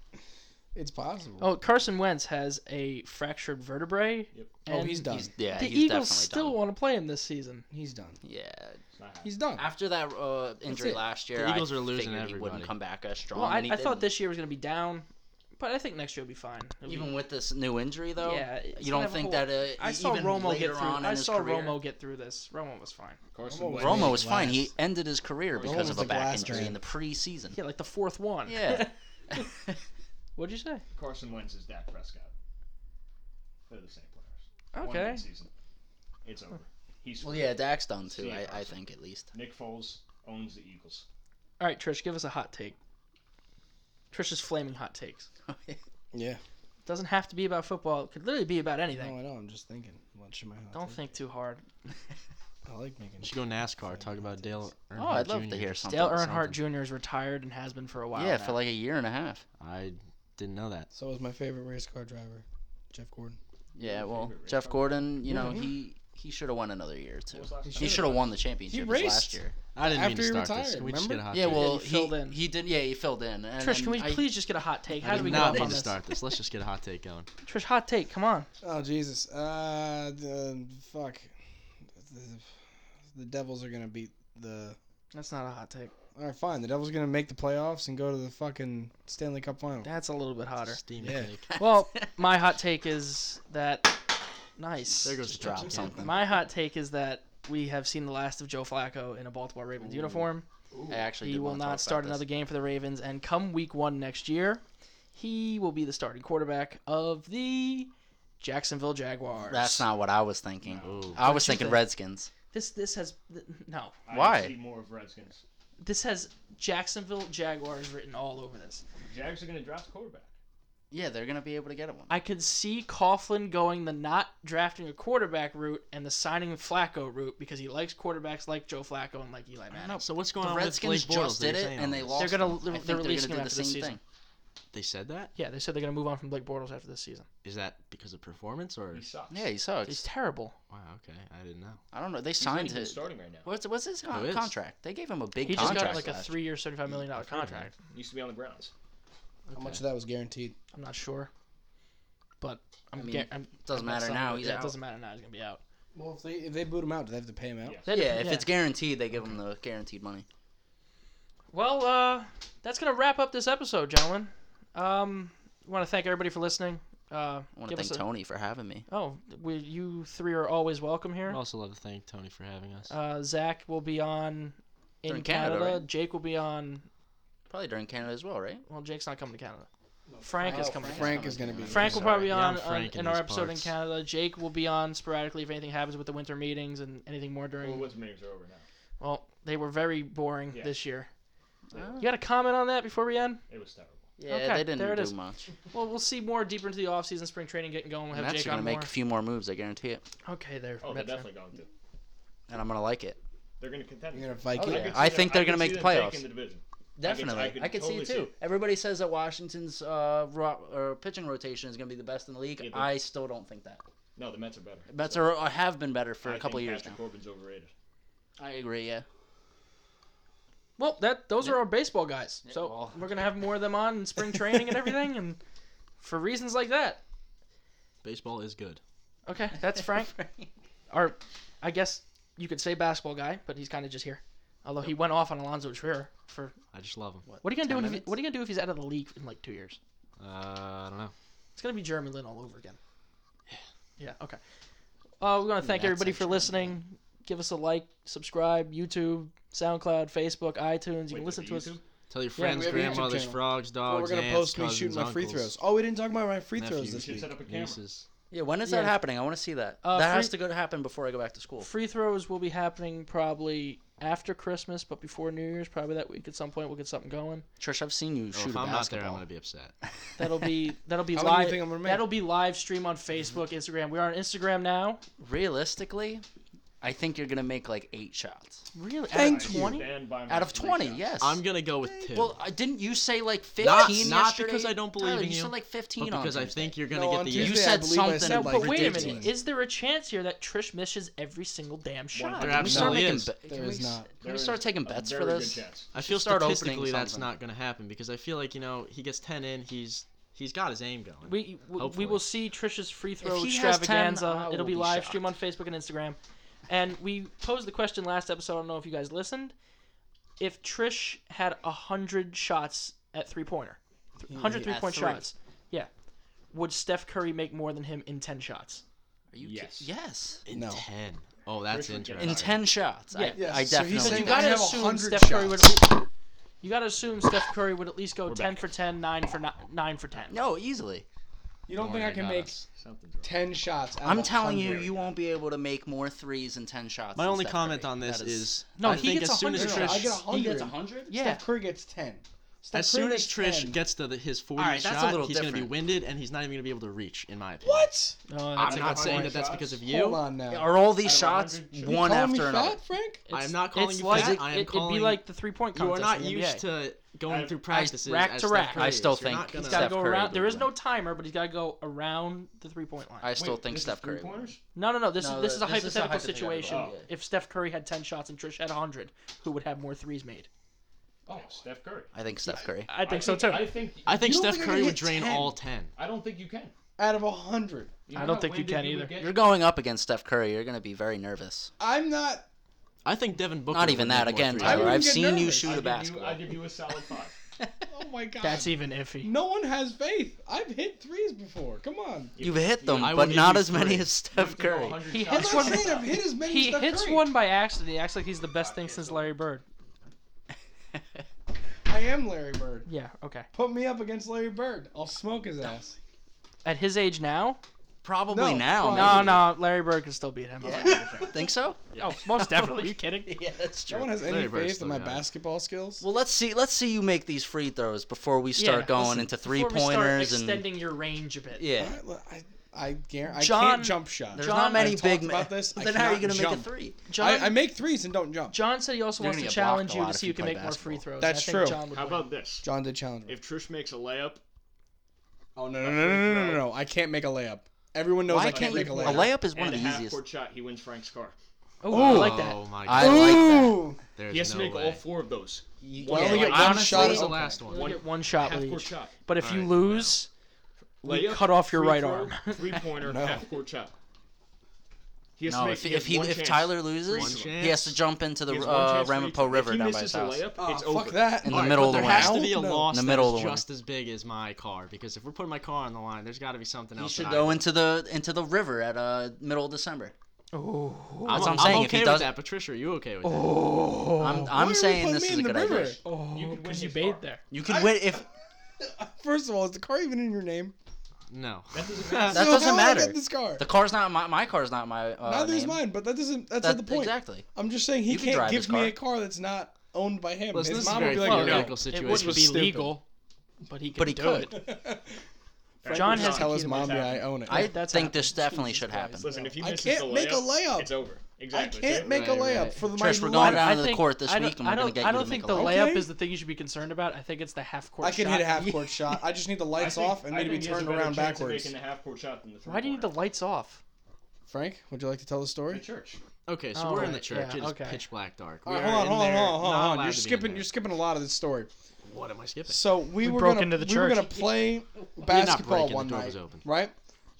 Speaker 3: It's possible.
Speaker 2: Oh, Carson Wentz has a fractured vertebrae.
Speaker 1: Yep.
Speaker 3: Oh,
Speaker 2: and
Speaker 3: he's done. He's,
Speaker 4: yeah,
Speaker 2: The
Speaker 4: he's
Speaker 2: Eagles
Speaker 4: definitely
Speaker 2: still
Speaker 4: done.
Speaker 2: want to play him this season.
Speaker 3: done.
Speaker 4: Yeah,
Speaker 1: It's not happening.
Speaker 3: He's done.
Speaker 4: After that uh, injury
Speaker 3: it.
Speaker 4: last year,
Speaker 5: The Eagles
Speaker 4: I
Speaker 5: are losing
Speaker 4: figured he
Speaker 5: everybody.
Speaker 4: wouldn't come back as strong.
Speaker 2: Well, I,
Speaker 4: and he
Speaker 2: I thought
Speaker 4: didn't.
Speaker 2: this year was going to be down, but I think next year will be fine. It'll
Speaker 4: even
Speaker 2: be,
Speaker 4: with this new injury though,
Speaker 2: Yeah, it's
Speaker 4: you
Speaker 2: gonna
Speaker 4: don't
Speaker 2: have a
Speaker 4: think
Speaker 2: whole-
Speaker 4: that uh,
Speaker 2: I saw
Speaker 4: even
Speaker 2: Romo
Speaker 4: later
Speaker 2: get through.
Speaker 4: on in
Speaker 2: I
Speaker 4: his
Speaker 2: saw
Speaker 4: career,
Speaker 2: Romo get through this. Romo was fine.
Speaker 1: Carson
Speaker 3: Romo
Speaker 1: Wentz.
Speaker 4: Romo was fine. He
Speaker 3: Glass.
Speaker 4: ended his career because
Speaker 3: was
Speaker 4: of a
Speaker 3: the
Speaker 4: back
Speaker 3: glass
Speaker 4: injury
Speaker 3: drain.
Speaker 4: in the preseason.
Speaker 2: Yeah, like the fourth one.
Speaker 4: Yeah.
Speaker 2: What'd you say?
Speaker 1: Carson Wentz is Dak Prescott. They're the same players. One
Speaker 2: Okay.
Speaker 1: good season. It's over. He's
Speaker 4: well, yeah, Dak's done too.
Speaker 1: Yeah,
Speaker 4: I, I
Speaker 1: awesome.
Speaker 4: think at least.
Speaker 1: Nick Foles owns the Eagles.
Speaker 2: All right, Trish, give us a hot take. Trish's flaming hot takes.
Speaker 3: yeah.
Speaker 2: Doesn't have to be about football. It could literally be about
Speaker 3: No,
Speaker 2: anything.
Speaker 3: I know. I'm just thinking. What should my hot
Speaker 2: Don't
Speaker 3: take-
Speaker 2: think too hard.
Speaker 3: I like making.
Speaker 5: You should go NASCAR. Talk about Dale.
Speaker 4: oh, I'd love
Speaker 5: Earnhardt
Speaker 4: to
Speaker 5: Jr.
Speaker 4: hear something.
Speaker 2: Dale Earnhardt Jr. is retired and has been for a while.
Speaker 4: yeah,
Speaker 2: now.
Speaker 4: for like a year and a half.
Speaker 5: I didn't know that.
Speaker 3: So was my favorite race car driver, Jeff Gordon.
Speaker 4: Yeah,
Speaker 1: Your
Speaker 4: well,
Speaker 1: favorite race
Speaker 4: Jeff
Speaker 1: car?
Speaker 4: Gordon, you know he he should have won another year or two.
Speaker 1: What was last
Speaker 4: He
Speaker 1: time?
Speaker 4: should have won the championship
Speaker 3: raced.
Speaker 4: last year.
Speaker 5: I didn't
Speaker 3: After he
Speaker 5: mean to start this.
Speaker 3: retired,
Speaker 5: Can we just get a hot
Speaker 4: Yeah,
Speaker 5: take?
Speaker 4: well,
Speaker 2: he
Speaker 4: he,
Speaker 2: filled in.
Speaker 4: he did. Yeah, he filled in. And
Speaker 2: Trish, can we
Speaker 4: then I-
Speaker 2: please just get a hot take? How
Speaker 5: I
Speaker 2: do
Speaker 5: did
Speaker 2: we go
Speaker 5: not
Speaker 2: up
Speaker 5: need
Speaker 2: on
Speaker 5: to
Speaker 2: this?
Speaker 5: start this. Let's just get a hot take going.
Speaker 2: Trish, hot take. Come on.
Speaker 3: Oh Jesus. Uh, the, fuck. The, the Devils are gonna beat the
Speaker 2: That's not a hot take.
Speaker 3: All right, fine. The Devils gonna make the playoffs and go to the fucking Stanley Cup final.
Speaker 2: That's a little bit hotter.
Speaker 5: Steam
Speaker 3: Yeah.
Speaker 5: cake.
Speaker 2: Well, my hot take is that nice.
Speaker 5: There goes
Speaker 4: Just
Speaker 5: the drop.
Speaker 4: drop
Speaker 5: again.
Speaker 4: something.
Speaker 2: My hot take is that we have seen the last of Joe Flacco in a Baltimore Ravens uniform.
Speaker 4: I actually
Speaker 2: He
Speaker 4: did
Speaker 2: will
Speaker 4: wanna talk
Speaker 2: not
Speaker 4: about
Speaker 2: start
Speaker 4: this.
Speaker 2: another game for the Ravens, and come week one next year, he will be the starting quarterback of the Jacksonville Jaguars.
Speaker 4: That's not what I was thinking.
Speaker 5: Ooh.
Speaker 4: I was
Speaker 2: What you
Speaker 4: thinking
Speaker 2: think?
Speaker 4: Redskins.
Speaker 2: this. This has th- no.
Speaker 1: I
Speaker 4: Why?
Speaker 1: see more of Redskins.
Speaker 2: This has Jacksonville Jaguars written all over this.
Speaker 1: Jags are going to draft a quarterback.
Speaker 4: Yeah, they're gonna be able to get one.
Speaker 2: I could see Coughlin going the not drafting a quarterback route and the signing Flacco route because he likes quarterbacks like Joe Flacco and like Eli
Speaker 5: I don't
Speaker 2: Manning.
Speaker 5: know. So what's going
Speaker 4: The
Speaker 5: on
Speaker 4: Redskins
Speaker 5: with Blake Bortles?
Speaker 4: just
Speaker 5: that you're
Speaker 4: did it
Speaker 5: saying
Speaker 4: and
Speaker 5: all
Speaker 4: they
Speaker 5: this?
Speaker 4: lost.
Speaker 2: gonna-
Speaker 4: them. I
Speaker 2: they're
Speaker 4: think they're gonna
Speaker 2: releasing
Speaker 4: do
Speaker 2: him
Speaker 4: the
Speaker 2: after the
Speaker 4: same
Speaker 2: season.
Speaker 4: thing.
Speaker 5: They said that.
Speaker 2: Yeah, they said they're gonna move on from Blake Bortles after this season.
Speaker 5: Is that because of performance or?
Speaker 1: He sucks.
Speaker 4: Yeah, he
Speaker 2: He's
Speaker 4: sucks.
Speaker 2: terrible.
Speaker 5: Wow. Okay, I didn't know.
Speaker 4: I don't know. They
Speaker 1: He's not
Speaker 4: signed
Speaker 1: even
Speaker 4: him.
Speaker 1: starting right now.
Speaker 4: What's what's his con-
Speaker 5: is?
Speaker 4: contract? They gave him a big
Speaker 2: Oh, He just
Speaker 4: contract.
Speaker 2: got like a
Speaker 4: last year.
Speaker 2: three-year, seventy-five million dollar
Speaker 5: I've heard that.
Speaker 2: contract.
Speaker 1: Used to be on the Browns.
Speaker 3: How
Speaker 5: Okay.
Speaker 3: much of that was guaranteed?
Speaker 2: I'm not sure, but I'm.
Speaker 4: I mean,
Speaker 2: gar- I'm
Speaker 4: doesn't
Speaker 2: I'm
Speaker 4: matter
Speaker 2: saying-
Speaker 4: now, he's
Speaker 2: yeah,
Speaker 4: out.
Speaker 2: It doesn't matter now. He's gonna be out.
Speaker 3: Well, if they if they boot him out, do they have to pay him out?
Speaker 1: Yeah.
Speaker 4: Yeah, if it's guaranteed, they give him the guaranteed money.
Speaker 2: Well, uh, that's gonna wrap up this episode, gentlemen. Um, want to thank everybody for listening. Uh,
Speaker 4: I want to
Speaker 2: give us
Speaker 4: thank
Speaker 2: a,
Speaker 4: Tony for having me.
Speaker 2: oh, we, you three are always welcome here.
Speaker 5: I'd also love to thank Tony for having us.
Speaker 2: Uh, Zach will be on in
Speaker 4: They're in
Speaker 2: Canada.
Speaker 4: Canada, right?
Speaker 2: Jake will be on.
Speaker 4: Probably during Canada as well, right?
Speaker 2: Well, Jake's not coming to Canada. Frank
Speaker 3: Frank-
Speaker 2: is
Speaker 3: oh,
Speaker 2: coming. to
Speaker 3: Frank
Speaker 2: Canada.
Speaker 3: is gonna be-
Speaker 2: Frank will probably be
Speaker 5: Yeah,
Speaker 2: on,
Speaker 5: I'm
Speaker 2: uh,
Speaker 5: Frank
Speaker 2: in,
Speaker 5: in
Speaker 2: our
Speaker 5: these
Speaker 2: episode
Speaker 5: parts.
Speaker 2: in Canada. Jake will be on sporadically if anything happens with the winter meetings and anything more
Speaker 1: Well,
Speaker 2: during. Well,
Speaker 1: what's meetings are over now.
Speaker 2: they were very boring
Speaker 1: Yeah.
Speaker 2: this year.
Speaker 4: Ah.
Speaker 2: You got a comment on that before we end?
Speaker 1: It was terrible.
Speaker 4: Yeah,
Speaker 2: Okay,
Speaker 4: they didn't
Speaker 2: there it
Speaker 4: do
Speaker 2: is.
Speaker 4: much.
Speaker 2: Well, we'll see more deeper into the offseason, spring training getting going. We'll
Speaker 4: The
Speaker 2: have
Speaker 4: Mets are
Speaker 2: Jake
Speaker 4: gonna
Speaker 2: on
Speaker 4: make
Speaker 2: more.
Speaker 4: a few more moves, I guarantee it,
Speaker 2: Okay, there.
Speaker 1: Oh, they're
Speaker 2: Mets fan.
Speaker 1: definitely going to.
Speaker 4: and I'm gonna like it.
Speaker 1: They're going to contend.
Speaker 3: You're gonna Oh, Viking.
Speaker 4: yeah.
Speaker 1: could see
Speaker 4: I
Speaker 1: them-
Speaker 4: think they're
Speaker 1: could
Speaker 4: gonna
Speaker 1: see
Speaker 4: make the
Speaker 1: them taking
Speaker 4: playoffs.
Speaker 1: the division. I could- I
Speaker 4: Definitely, I
Speaker 1: could
Speaker 4: can, see
Speaker 1: totally
Speaker 4: it
Speaker 1: see
Speaker 4: too.
Speaker 1: it.
Speaker 4: Everybody says that Washington's uh, ro- or pitching rotation is going to be the best in the league.
Speaker 1: Yeah, but-
Speaker 4: I still don't think that.
Speaker 1: No, the Mets are better.
Speaker 4: Mets
Speaker 1: So,
Speaker 4: are, uh, have been better for a
Speaker 1: I
Speaker 4: couple
Speaker 1: think
Speaker 4: years now.
Speaker 1: Patrick Corbin's overrated.
Speaker 4: I agree. Yeah.
Speaker 2: Well, that those are our baseball guys.
Speaker 4: Yeah,
Speaker 2: So
Speaker 4: well.
Speaker 2: we're gonna have more of them on in spring training and everything, and for reasons like that.
Speaker 5: Baseball is good.
Speaker 2: Okay, that's Frank. or I guess you could say basketball guy, but he's kind of just here. Although he went off on Alonzo Trier for
Speaker 5: I just love him.
Speaker 2: what are you gonna
Speaker 4: 10
Speaker 2: do? If, he-
Speaker 4: minutes?
Speaker 2: what are you gonna do if he's out of the league in like two years?
Speaker 5: Uh, I don't know.
Speaker 2: It's gonna be Jeremy Lin all over again. Yeah. Okay. Uh, we want to thank
Speaker 4: that's
Speaker 2: everybody
Speaker 4: like
Speaker 2: for
Speaker 4: Jeremy
Speaker 2: listening. Give us a like, subscribe, YouTube, SoundCloud, Facebook, iTunes. You
Speaker 1: Wait,
Speaker 2: can listen to
Speaker 1: there's
Speaker 2: us.
Speaker 1: a YouTube?
Speaker 5: Tell your
Speaker 2: Yeah, we
Speaker 5: friends,
Speaker 3: have a YouTube
Speaker 5: grandmothers,
Speaker 3: channel.
Speaker 5: frogs,
Speaker 3: Well,
Speaker 5: dogs.
Speaker 3: we're gonna
Speaker 5: aunts,
Speaker 3: post me
Speaker 5: cousins,
Speaker 3: shooting my free
Speaker 5: uncles,
Speaker 3: throws. Oh, we didn't talk about my free throws
Speaker 5: nephews,
Speaker 3: this
Speaker 1: You should set
Speaker 3: week.
Speaker 1: up a camera.
Speaker 5: nieces.
Speaker 4: Yeah. When is
Speaker 2: Yeah.
Speaker 4: that happening? I want to see that.
Speaker 2: Uh,
Speaker 4: that
Speaker 2: free-
Speaker 4: has to go to happen before I go back to school.
Speaker 2: Free throws will be happening probably after Christmas, but before New Year's, probably that week at some point. We'll get something going.
Speaker 4: Trish, I've seen you
Speaker 5: Oh,
Speaker 4: shoot
Speaker 5: if
Speaker 4: a
Speaker 5: I'm not there,
Speaker 4: basketball.
Speaker 5: I'm gonna be upset.
Speaker 2: That'll be that'll be
Speaker 3: How many do you
Speaker 2: live.
Speaker 3: think I'm gonna make?
Speaker 2: That'll be live stream on Facebook, Instagram. We are on Instagram now.
Speaker 4: Realistically, I think you're gonna make like eight shots
Speaker 2: Really?
Speaker 3: Thank
Speaker 1: I
Speaker 3: you.
Speaker 2: twenty.
Speaker 1: stand by my
Speaker 4: out of
Speaker 1: three
Speaker 4: twenty.
Speaker 1: shots.
Speaker 4: Yes.
Speaker 5: I'm gonna go with two.
Speaker 4: Well, I didn't you say like fifteen
Speaker 5: Not- not
Speaker 4: yesterday?
Speaker 5: because I don't believe
Speaker 4: Tyler,
Speaker 5: in
Speaker 4: you.
Speaker 5: you,
Speaker 4: said like fifteen
Speaker 5: but
Speaker 4: on
Speaker 5: because I
Speaker 4: Tuesday.
Speaker 5: think you're gonna
Speaker 3: No,
Speaker 5: get
Speaker 3: on
Speaker 5: the.
Speaker 3: Tuesday,
Speaker 4: You said
Speaker 3: I believe I
Speaker 4: something
Speaker 3: said
Speaker 2: No,
Speaker 4: about-
Speaker 3: like
Speaker 2: but wait a
Speaker 3: 15.
Speaker 2: minute. Is there a chance here that Trish misses every single damn shot?
Speaker 1: One
Speaker 5: There
Speaker 4: Can we start
Speaker 5: absolutely
Speaker 4: making
Speaker 5: is.
Speaker 4: bet-
Speaker 3: There
Speaker 4: can we
Speaker 3: is
Speaker 4: s-
Speaker 3: not.
Speaker 4: Can
Speaker 1: There
Speaker 4: we
Speaker 1: is
Speaker 4: start taking
Speaker 1: a
Speaker 4: bets
Speaker 1: very
Speaker 4: for
Speaker 1: good
Speaker 4: this?
Speaker 1: chance.
Speaker 5: I feel
Speaker 4: start opening
Speaker 5: statistically that's
Speaker 4: something.
Speaker 5: not gonna happen because I feel like you know he gets ten in, he's he's got his aim
Speaker 2: We
Speaker 5: going.
Speaker 2: we, we
Speaker 5: Hopefully.
Speaker 2: will see Trish's free throw
Speaker 4: he has 10,
Speaker 2: extravaganza.
Speaker 4: I
Speaker 2: It'll
Speaker 4: will
Speaker 2: be
Speaker 4: be
Speaker 2: live stream on
Speaker 4: shocked.
Speaker 2: Facebook and Instagram. And we posed the question last episode. I don't know if you guys listened. If Trish had a hundred shots at three pointer, hundred three
Speaker 4: at
Speaker 2: point
Speaker 4: three.
Speaker 2: shots, yeah, would Steph Curry make more than him in ten shots?
Speaker 4: Are you
Speaker 1: Yes.
Speaker 4: ki- Yes.
Speaker 5: in
Speaker 3: No.
Speaker 5: ten. Oh, that's
Speaker 1: Richard
Speaker 5: interesting.
Speaker 4: In
Speaker 1: Sorry.
Speaker 4: ten shots. I,
Speaker 2: Yeah.
Speaker 4: I
Speaker 3: Yes, so
Speaker 4: definitely.
Speaker 3: he said
Speaker 2: you
Speaker 3: I
Speaker 2: gotta
Speaker 3: have
Speaker 2: assume
Speaker 3: 100
Speaker 2: Steph Curry would. You gotta assume Steph Curry would at least go ten for 10, 9 for ni- nine for ten.
Speaker 4: no, easily.
Speaker 3: You don't think I can make
Speaker 1: Something's wrong.
Speaker 3: ten shots? Out
Speaker 4: I'm
Speaker 3: of
Speaker 4: telling you,
Speaker 3: 100?
Speaker 4: you won't be able to make more threes in ten shots.
Speaker 5: My
Speaker 4: than
Speaker 5: only
Speaker 4: Steph
Speaker 5: comment
Speaker 4: Curry.
Speaker 5: on this
Speaker 4: That
Speaker 5: is,
Speaker 2: No,
Speaker 5: I
Speaker 2: he
Speaker 5: think
Speaker 2: gets
Speaker 5: as soon as
Speaker 2: 100.
Speaker 3: No, no,
Speaker 5: Trish,
Speaker 3: I get
Speaker 4: he gets
Speaker 3: 100.
Speaker 4: hundred.
Speaker 2: Yeah,
Speaker 3: Steph Curry gets ten. Steph
Speaker 5: as soon
Speaker 3: Curry
Speaker 5: as
Speaker 3: gets
Speaker 5: Trish
Speaker 3: 10.
Speaker 5: gets to the, his 40
Speaker 4: Alright, that's a
Speaker 5: shot,
Speaker 4: little
Speaker 5: he's gonna be
Speaker 4: different.
Speaker 5: winded and he's not even gonna be able to reach. In my opinion,
Speaker 3: what?
Speaker 2: No, that's
Speaker 5: I'm
Speaker 2: a
Speaker 5: not
Speaker 2: good
Speaker 5: saying
Speaker 2: point.
Speaker 5: that that's
Speaker 1: shots.
Speaker 5: because of
Speaker 3: Hold
Speaker 5: you.
Speaker 3: on now.
Speaker 4: Are all these
Speaker 1: Out of
Speaker 4: shots
Speaker 1: 100, should we
Speaker 4: one
Speaker 3: Calling
Speaker 4: after
Speaker 3: me
Speaker 4: another?
Speaker 3: fat, Frank?
Speaker 2: It's-
Speaker 5: I'm not calling
Speaker 2: it's
Speaker 5: you
Speaker 2: like,
Speaker 5: fat, I am
Speaker 2: it, would be
Speaker 5: calling-
Speaker 2: like the three point
Speaker 5: You
Speaker 2: contest.
Speaker 5: are not
Speaker 2: in the NBA.
Speaker 5: used to
Speaker 1: I-
Speaker 5: going through
Speaker 1: I-
Speaker 5: practices.
Speaker 2: rack
Speaker 5: as
Speaker 2: to
Speaker 5: Steph
Speaker 2: rack.
Speaker 5: Curry
Speaker 4: I
Speaker 5: is.
Speaker 4: still
Speaker 5: You're
Speaker 4: think
Speaker 5: not gonna-
Speaker 2: He's got to
Speaker 4: Steph
Speaker 2: go
Speaker 4: Curry
Speaker 2: around.
Speaker 4: would
Speaker 2: There is
Speaker 4: win.
Speaker 2: no timer, but he's got to go around the three point line.
Speaker 4: I still
Speaker 1: Wait,
Speaker 4: think
Speaker 1: this is
Speaker 4: Steph Curry.
Speaker 1: three-pointers?
Speaker 2: No, no, no. This
Speaker 4: No,
Speaker 2: is this is a
Speaker 4: this is a
Speaker 2: hypothetical
Speaker 4: hypothetical,
Speaker 2: situation.
Speaker 1: yeah.
Speaker 2: If Steph Curry had ten shots and Trish had hundred, who would have more threes made?
Speaker 1: Oh, Steph Curry.
Speaker 4: I think Steph Curry.
Speaker 2: I think so too.
Speaker 1: I
Speaker 2: I,
Speaker 1: think
Speaker 5: I think
Speaker 3: You don't
Speaker 5: Steph
Speaker 3: think I
Speaker 5: Curry
Speaker 3: can
Speaker 5: would
Speaker 3: hit
Speaker 5: drain
Speaker 3: 10?
Speaker 5: all ten.
Speaker 1: I don't think you can.
Speaker 3: Out of hundred,
Speaker 1: You
Speaker 2: I
Speaker 1: know
Speaker 2: don't
Speaker 1: how
Speaker 2: think you
Speaker 1: winded
Speaker 2: can
Speaker 1: would
Speaker 2: either.
Speaker 1: get?
Speaker 4: You're going up against Steph Curry. You're going to be very nervous.
Speaker 3: I'm not.
Speaker 5: I think Devin Booker.
Speaker 4: Not
Speaker 5: would
Speaker 4: even
Speaker 5: make
Speaker 4: that
Speaker 5: more
Speaker 4: again,
Speaker 5: threes.
Speaker 3: I
Speaker 4: Tyler.
Speaker 3: wouldn't
Speaker 4: I've
Speaker 3: get
Speaker 4: seen you
Speaker 3: nervous.
Speaker 1: I
Speaker 4: shoot a
Speaker 1: give
Speaker 4: basketball.
Speaker 1: You, I give you a solid five.
Speaker 3: Oh my god.
Speaker 2: That's e- even iffy.
Speaker 3: No one has faith. I've hit threes before. Come on.
Speaker 4: You've hit them,
Speaker 5: I will
Speaker 4: but
Speaker 5: give
Speaker 4: not
Speaker 5: you
Speaker 4: as many
Speaker 5: three.
Speaker 4: as Steph Curry.
Speaker 2: He
Speaker 3: I'm
Speaker 2: hits
Speaker 3: not
Speaker 2: one.
Speaker 3: saying I've hit as many. as
Speaker 2: He
Speaker 3: Steph
Speaker 2: hits
Speaker 3: Curry.
Speaker 2: one by accident. He acts like he's the best thing since Larry Bird.
Speaker 3: I am Larry Bird.
Speaker 2: Yeah. Okay.
Speaker 3: Put me up against Larry Bird. I'll smoke his ass.
Speaker 2: At his age now?
Speaker 4: Probably
Speaker 3: No,
Speaker 4: now.
Speaker 2: No,
Speaker 3: Probably.
Speaker 2: no. Larry Bird can still beat him.
Speaker 4: Think so?
Speaker 2: Oh, most definitely. Are you kidding?
Speaker 4: Yeah, that's true.
Speaker 3: No one has any
Speaker 5: Larry Bird's
Speaker 3: faith in
Speaker 5: still
Speaker 3: my
Speaker 5: got it.
Speaker 3: basketball skills.
Speaker 4: Well, let's see. Let's see you make these free throws before we start
Speaker 2: Yeah,
Speaker 4: going
Speaker 2: listen,
Speaker 4: into three
Speaker 2: Before we start
Speaker 4: pointers and
Speaker 2: extending your range a bit.
Speaker 4: yeah.
Speaker 3: I, I, I, guar- I
Speaker 4: John-
Speaker 3: can't jump shot.
Speaker 4: There's
Speaker 2: John,
Speaker 4: not many
Speaker 3: I've
Speaker 4: big
Speaker 3: talked about this. I
Speaker 4: Then how are you
Speaker 3: cannot
Speaker 4: gonna make a
Speaker 3: jump.
Speaker 4: three?
Speaker 2: John,
Speaker 3: I, I make threes and don't jump.
Speaker 2: John said he also
Speaker 4: You're
Speaker 2: wants to
Speaker 4: gonna get blocked
Speaker 2: challenge
Speaker 4: a
Speaker 2: you
Speaker 4: lot
Speaker 2: to
Speaker 4: if
Speaker 2: see
Speaker 4: you
Speaker 2: who can
Speaker 4: play
Speaker 2: make more free
Speaker 4: basketball.
Speaker 2: throws.
Speaker 3: That's
Speaker 2: I think
Speaker 3: true.
Speaker 2: John would
Speaker 1: How
Speaker 2: win.
Speaker 1: about this?
Speaker 3: John did challenge me.
Speaker 1: If Trish makes a layup,
Speaker 3: Oh no no no no no no no! I can't make a layup. Everyone knows
Speaker 4: Why
Speaker 3: I
Speaker 4: can't
Speaker 3: can't
Speaker 4: you?
Speaker 3: make a layup.
Speaker 4: layup is one
Speaker 1: and
Speaker 4: of
Speaker 1: a
Speaker 4: the
Speaker 1: half
Speaker 4: easiest.
Speaker 1: court shot, he wins Frank's car.
Speaker 2: Oh, I like
Speaker 5: Oh
Speaker 2: that.
Speaker 5: my
Speaker 4: I
Speaker 5: god.
Speaker 4: like
Speaker 3: Ooh!
Speaker 5: There's
Speaker 1: He has
Speaker 5: no
Speaker 1: to make
Speaker 5: way.
Speaker 1: all four of those.
Speaker 4: that.
Speaker 3: Well,
Speaker 4: Yeah.
Speaker 3: we get
Speaker 1: like,
Speaker 3: one
Speaker 1: honestly,
Speaker 3: shot.
Speaker 5: Who's
Speaker 3: is
Speaker 5: the
Speaker 3: okay.
Speaker 5: last one?
Speaker 2: You
Speaker 1: One-
Speaker 2: get one shot
Speaker 1: half
Speaker 2: with
Speaker 1: court
Speaker 2: each.
Speaker 1: shot.
Speaker 2: But if
Speaker 5: All
Speaker 2: you
Speaker 5: right,
Speaker 2: lose, we
Speaker 1: Layup,
Speaker 2: cut off your
Speaker 1: free
Speaker 2: right
Speaker 1: throw,
Speaker 2: arm.
Speaker 1: three pointer,
Speaker 3: No.
Speaker 1: half court shot. He has to
Speaker 4: No,
Speaker 1: make-
Speaker 4: if,
Speaker 1: he has
Speaker 4: if he
Speaker 1: one
Speaker 4: if
Speaker 1: chance.
Speaker 4: Tyler
Speaker 5: One
Speaker 4: loses,
Speaker 5: chance.
Speaker 4: he has to jump into the
Speaker 1: He has one
Speaker 4: uh,
Speaker 1: chance for each-
Speaker 4: Ramapo River
Speaker 1: if he
Speaker 4: down by his
Speaker 1: misses a
Speaker 4: house.
Speaker 1: layup,
Speaker 3: Ah,
Speaker 1: it's
Speaker 3: fuck
Speaker 1: over.
Speaker 3: that.
Speaker 4: In the
Speaker 5: All right,
Speaker 4: middle
Speaker 5: but
Speaker 4: of the
Speaker 5: there
Speaker 4: window.
Speaker 5: has to be a
Speaker 3: No.
Speaker 5: loss
Speaker 4: In the middle of
Speaker 5: that's
Speaker 4: the
Speaker 5: just as big as my car because if we're putting my car on the line, there's got to be something
Speaker 4: He
Speaker 5: else.
Speaker 4: should
Speaker 5: that
Speaker 4: go
Speaker 5: I,
Speaker 4: into the into the river at uh middle of December.
Speaker 2: Oh,
Speaker 4: That's
Speaker 5: I'm,
Speaker 4: what I'm
Speaker 5: I'm
Speaker 4: saying,
Speaker 5: okay
Speaker 4: if he
Speaker 5: with
Speaker 4: does-
Speaker 5: that, Patricia, are you okay with that?
Speaker 2: oh,
Speaker 4: I'm
Speaker 3: Why are
Speaker 4: I'm
Speaker 3: you
Speaker 4: saying
Speaker 3: putting
Speaker 4: this
Speaker 3: me
Speaker 4: is a
Speaker 3: in the
Speaker 4: good
Speaker 3: river?
Speaker 4: idea.
Speaker 2: oh,
Speaker 1: You could win
Speaker 2: because you
Speaker 1: his car.
Speaker 2: bathed there.
Speaker 4: You could win if
Speaker 3: First of all, is the car even in your name?
Speaker 5: No.
Speaker 1: That doesn't matter.
Speaker 4: That
Speaker 3: so
Speaker 4: doesn't
Speaker 3: how
Speaker 4: matter.
Speaker 3: I got this car.
Speaker 4: the car's not my my car's not my uh,
Speaker 3: Neither is
Speaker 4: name.
Speaker 3: mine, but that doesn't. That's
Speaker 4: That-
Speaker 3: not the point.
Speaker 4: Exactly.
Speaker 3: I'm just saying he
Speaker 4: You can
Speaker 3: can't
Speaker 4: drive
Speaker 3: give
Speaker 4: his
Speaker 3: me
Speaker 4: car.
Speaker 3: a car that's not owned by him.
Speaker 5: Listen,
Speaker 3: His
Speaker 5: this is
Speaker 3: mom
Speaker 5: very
Speaker 3: would be like,
Speaker 5: theoretical
Speaker 3: "No."
Speaker 2: It
Speaker 5: situation.
Speaker 2: wouldn't be
Speaker 3: stupid.
Speaker 2: legal, but he could
Speaker 4: But he
Speaker 2: do
Speaker 4: could.
Speaker 2: it.
Speaker 3: John
Speaker 2: John
Speaker 3: has
Speaker 2: has
Speaker 3: tell
Speaker 2: the
Speaker 3: his
Speaker 2: key to
Speaker 3: mom,
Speaker 2: my
Speaker 3: yeah, I own it.
Speaker 4: I
Speaker 2: that's
Speaker 4: think
Speaker 2: happened.
Speaker 4: this definitely should happen.
Speaker 1: Listen, if he
Speaker 3: I
Speaker 1: misses
Speaker 3: can't
Speaker 1: the layup,
Speaker 3: make a layup.
Speaker 1: it's over.
Speaker 3: I
Speaker 1: Exactly. it's
Speaker 3: can't
Speaker 1: over.
Speaker 3: make a
Speaker 5: Right,
Speaker 3: layup
Speaker 5: right.
Speaker 3: for the
Speaker 4: Trish,
Speaker 3: my
Speaker 4: we're
Speaker 3: life.
Speaker 4: going down
Speaker 2: I
Speaker 4: to the
Speaker 2: think-
Speaker 4: court this
Speaker 2: I don't-
Speaker 4: week, and
Speaker 2: I
Speaker 4: we're gonna
Speaker 2: don't-
Speaker 4: get
Speaker 2: I
Speaker 4: you
Speaker 2: don't
Speaker 4: to
Speaker 2: think
Speaker 4: make a
Speaker 2: the
Speaker 4: layup.
Speaker 2: layup
Speaker 3: Okay.
Speaker 2: is the thing you should be concerned about. I think it's the half court.
Speaker 3: I can
Speaker 2: shot.
Speaker 3: hit a half court shot. I just need the
Speaker 1: I
Speaker 3: lights
Speaker 1: think-
Speaker 3: off and
Speaker 1: I
Speaker 3: need to be
Speaker 1: think he has a
Speaker 3: turned
Speaker 1: better
Speaker 3: around
Speaker 1: chance of
Speaker 3: backwards.
Speaker 1: Making a half court shot than the three
Speaker 2: Why do you need the
Speaker 1: pointer.
Speaker 2: lights off?
Speaker 3: Frank, would you like to tell the
Speaker 1: The
Speaker 3: story?
Speaker 1: church?
Speaker 5: Okay, so
Speaker 2: Oh,
Speaker 5: we're in
Speaker 2: right,
Speaker 5: the church.
Speaker 2: yeah,
Speaker 5: it is
Speaker 2: okay.
Speaker 5: pitch black dark.
Speaker 3: All
Speaker 5: We
Speaker 3: right,
Speaker 5: are
Speaker 3: hold on,
Speaker 5: in
Speaker 3: hold on,
Speaker 5: there,
Speaker 3: hold on, hold
Speaker 5: not
Speaker 3: on, hold
Speaker 5: allowed
Speaker 3: on. You're
Speaker 5: to be in
Speaker 3: skipping,
Speaker 5: there.
Speaker 3: you're skipping a lot of this story.
Speaker 5: What am I skipping?
Speaker 3: So we,
Speaker 2: We
Speaker 3: were
Speaker 2: broke
Speaker 3: gonna,
Speaker 2: into the
Speaker 3: we were gonna
Speaker 2: church.
Speaker 3: play
Speaker 5: not
Speaker 3: basketball
Speaker 5: breaking,
Speaker 3: one
Speaker 5: the door
Speaker 3: night,
Speaker 5: was open.
Speaker 3: right?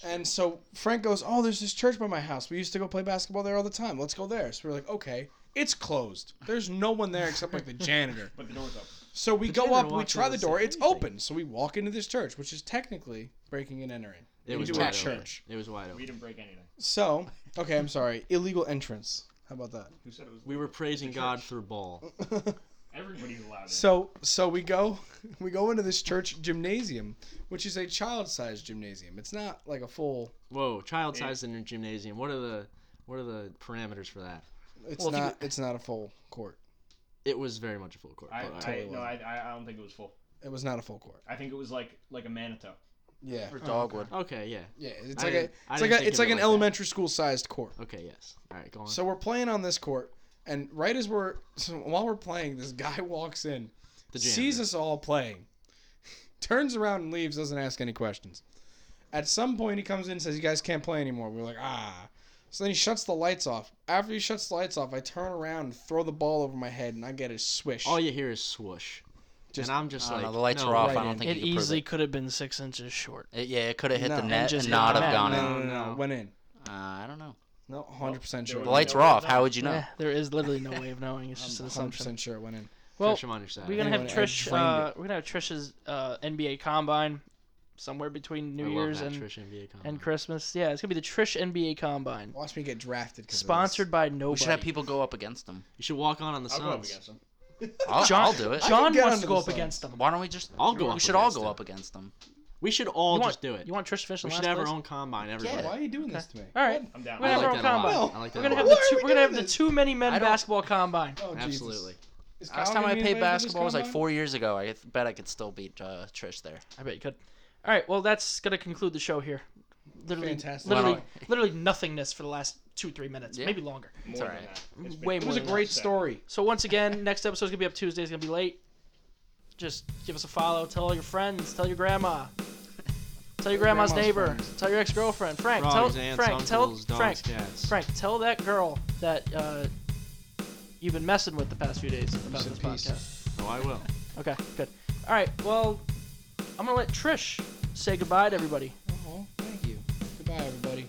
Speaker 3: And so Frank goes, "Oh, there's this church by my house. We used to go play basketball there all the time. Let's go there." So we're like, "Okay, it's closed. There's no one there except like the janitor."
Speaker 1: But the door's open.
Speaker 3: So we
Speaker 5: The
Speaker 3: go
Speaker 5: janitor
Speaker 3: up, we
Speaker 5: walks in
Speaker 3: try
Speaker 5: and
Speaker 3: the
Speaker 5: doesn't
Speaker 3: door.
Speaker 5: say
Speaker 3: It's
Speaker 5: anything.
Speaker 3: open. So we walk into this church, which is technically breaking and entering.
Speaker 5: it
Speaker 3: we
Speaker 5: was
Speaker 3: do
Speaker 5: wide
Speaker 3: it at
Speaker 5: open.
Speaker 3: church.
Speaker 5: It was wide
Speaker 1: We
Speaker 5: open.
Speaker 1: didn't break anything.
Speaker 3: So, okay, I'm sorry. Illegal entrance. How about that?
Speaker 1: Who said it was?
Speaker 5: We were praising God through ball.
Speaker 1: Everybody's allowed. in.
Speaker 3: So so we go we go into this church gymnasium, which is a child sized gymnasium. It's not like a full
Speaker 5: Whoa, child size in a gymnasium. What are the what are the parameters for that?
Speaker 3: it's
Speaker 2: Well, if you-
Speaker 3: not it's not a full court.
Speaker 5: It was very much a full court.
Speaker 1: I,
Speaker 5: but
Speaker 1: I,
Speaker 3: totally
Speaker 1: no, I,
Speaker 3: wasn't.
Speaker 1: I I don't think it was full.
Speaker 3: It was not a full court.
Speaker 1: I think it was like like a manito.
Speaker 3: Yeah.
Speaker 4: Or Dogwood.
Speaker 5: okay, yeah.
Speaker 3: Yeah. It's
Speaker 5: I
Speaker 3: like a
Speaker 5: didn't- I didn't
Speaker 3: it's like a
Speaker 5: think
Speaker 3: it's
Speaker 5: of
Speaker 3: like
Speaker 5: it
Speaker 3: an
Speaker 5: like that.
Speaker 3: elementary school sized court.
Speaker 5: Okay, yes. All right, go on.
Speaker 3: So we're playing on this court and right as we're so while we're playing, this guy walks in,
Speaker 5: the
Speaker 3: sees us all playing, turns around and leaves, doesn't ask any questions. At some point he comes in and says, You guys can't play anymore. We're like, ah. So then he shuts the lights off. After he shuts the lights off, I turn around and throw the ball over my head, and I get a swish.
Speaker 4: Oh,
Speaker 5: All you hear is swoosh.
Speaker 3: Just-
Speaker 5: and I'm just
Speaker 4: I don't
Speaker 5: like,
Speaker 4: know, the lights
Speaker 5: no,
Speaker 4: are off.
Speaker 3: right
Speaker 4: I don't
Speaker 3: in.
Speaker 4: think
Speaker 2: It
Speaker 4: you could prove
Speaker 2: easily
Speaker 4: it.
Speaker 2: could have been six inches short.
Speaker 4: It- yeah, it could have hit
Speaker 3: No,
Speaker 4: the
Speaker 3: and
Speaker 4: net
Speaker 2: just
Speaker 4: and not
Speaker 2: hit the
Speaker 4: have
Speaker 2: net.
Speaker 4: gone in.
Speaker 3: no, no, no,
Speaker 5: No.
Speaker 3: no, went in.
Speaker 4: Uh, I don't know.
Speaker 3: No, hundred percent sure.
Speaker 1: There
Speaker 4: The
Speaker 1: was-
Speaker 3: Hundred
Speaker 4: lights
Speaker 1: no
Speaker 4: were off.
Speaker 1: way.
Speaker 4: How would you know?
Speaker 2: Yeah, there is literally no way of knowing. It's just an assumption.
Speaker 3: percent sure it went in.
Speaker 2: Well,
Speaker 5: Trish, I'm on your side.
Speaker 2: we're gonna have
Speaker 3: Anyone had
Speaker 2: Trish.
Speaker 3: framed
Speaker 2: Uh,
Speaker 3: it.
Speaker 2: we're gonna have Trish's uh, NBA Combine somewhere between
Speaker 5: I
Speaker 2: New
Speaker 5: love
Speaker 2: Year's
Speaker 5: that
Speaker 2: and
Speaker 5: Trish NBA comment.
Speaker 2: and Christmas. Yeah, it's gonna be the Trish NBA Combine,
Speaker 3: Watch me get drafted. 'cause of this.
Speaker 2: sponsored by nobody.
Speaker 4: We should have people go up against them.
Speaker 5: You should walk on on the
Speaker 1: I'll go up
Speaker 5: Suns.
Speaker 1: against him.
Speaker 4: I'll,
Speaker 2: John,
Speaker 4: I'll do it.
Speaker 2: John
Speaker 3: get
Speaker 2: wants
Speaker 3: under
Speaker 2: to go
Speaker 3: the
Speaker 2: up
Speaker 3: sun.
Speaker 2: against them.
Speaker 4: Why don't we just?
Speaker 5: I'll go
Speaker 4: We
Speaker 5: up
Speaker 4: should all
Speaker 5: against
Speaker 4: go
Speaker 5: them.
Speaker 4: up against them.
Speaker 5: We should all
Speaker 2: You want,
Speaker 5: just do it.
Speaker 2: You want Trish to finish in
Speaker 5: we
Speaker 2: last
Speaker 5: should have
Speaker 2: place?
Speaker 5: our own combine. Everybody.
Speaker 3: Why are you doing this to me?
Speaker 2: All right.
Speaker 1: I'm down.
Speaker 2: We're
Speaker 5: I
Speaker 2: gonna
Speaker 5: like
Speaker 2: have our own
Speaker 5: that a lot.
Speaker 2: combine.
Speaker 5: I like that
Speaker 2: We're
Speaker 5: a
Speaker 2: gonna have the
Speaker 5: lot.
Speaker 3: Why are
Speaker 2: two.
Speaker 3: we
Speaker 2: We're gonna
Speaker 3: doing
Speaker 2: have the
Speaker 3: this?
Speaker 2: two many men
Speaker 4: I don't-
Speaker 2: basketball combine.
Speaker 3: Oh, Jesus.
Speaker 5: Absolutely.
Speaker 3: Is
Speaker 4: Last
Speaker 3: Kyle
Speaker 4: time
Speaker 3: gonna
Speaker 4: I
Speaker 3: be
Speaker 4: played
Speaker 3: invited to this
Speaker 4: basketball was like
Speaker 3: combine?
Speaker 4: four years ago. I bet I could still beat uh, Trish there.
Speaker 2: I bet you could. All right. Well, that's gonna conclude the show here. Literally,
Speaker 3: Fantastic.
Speaker 2: literally,
Speaker 4: Wow.
Speaker 2: literally nothingness for the last two, three minutes,
Speaker 4: Yeah.
Speaker 2: maybe longer.
Speaker 1: More
Speaker 4: It's
Speaker 1: than
Speaker 4: alright.
Speaker 1: that. It's been-
Speaker 2: Way
Speaker 3: It
Speaker 2: more.
Speaker 3: was a
Speaker 2: than that.
Speaker 3: great story.
Speaker 2: So once again, next episode's gonna be up Tuesday. It's gonna be late. Just give us a follow. Tell all your friends. Tell your grandma. Tell your grandma's,
Speaker 3: grandma's
Speaker 2: neighbor.
Speaker 3: friends.
Speaker 2: Tell your ex-girlfriend. Frank.
Speaker 5: Frogs,
Speaker 2: tell
Speaker 5: ants,
Speaker 2: Frank. tell
Speaker 5: uncles, dogs,
Speaker 2: Frank.
Speaker 5: cats.
Speaker 2: Frank. Tell that girl that uh, you've been messing with the past few days about
Speaker 3: Said
Speaker 2: this
Speaker 3: peace.
Speaker 2: podcast.
Speaker 5: Oh, I will.
Speaker 2: Okay, good. All right, well, I'm going to let Trish say goodbye to everybody.
Speaker 3: Oh, thank you. Goodbye, everybody.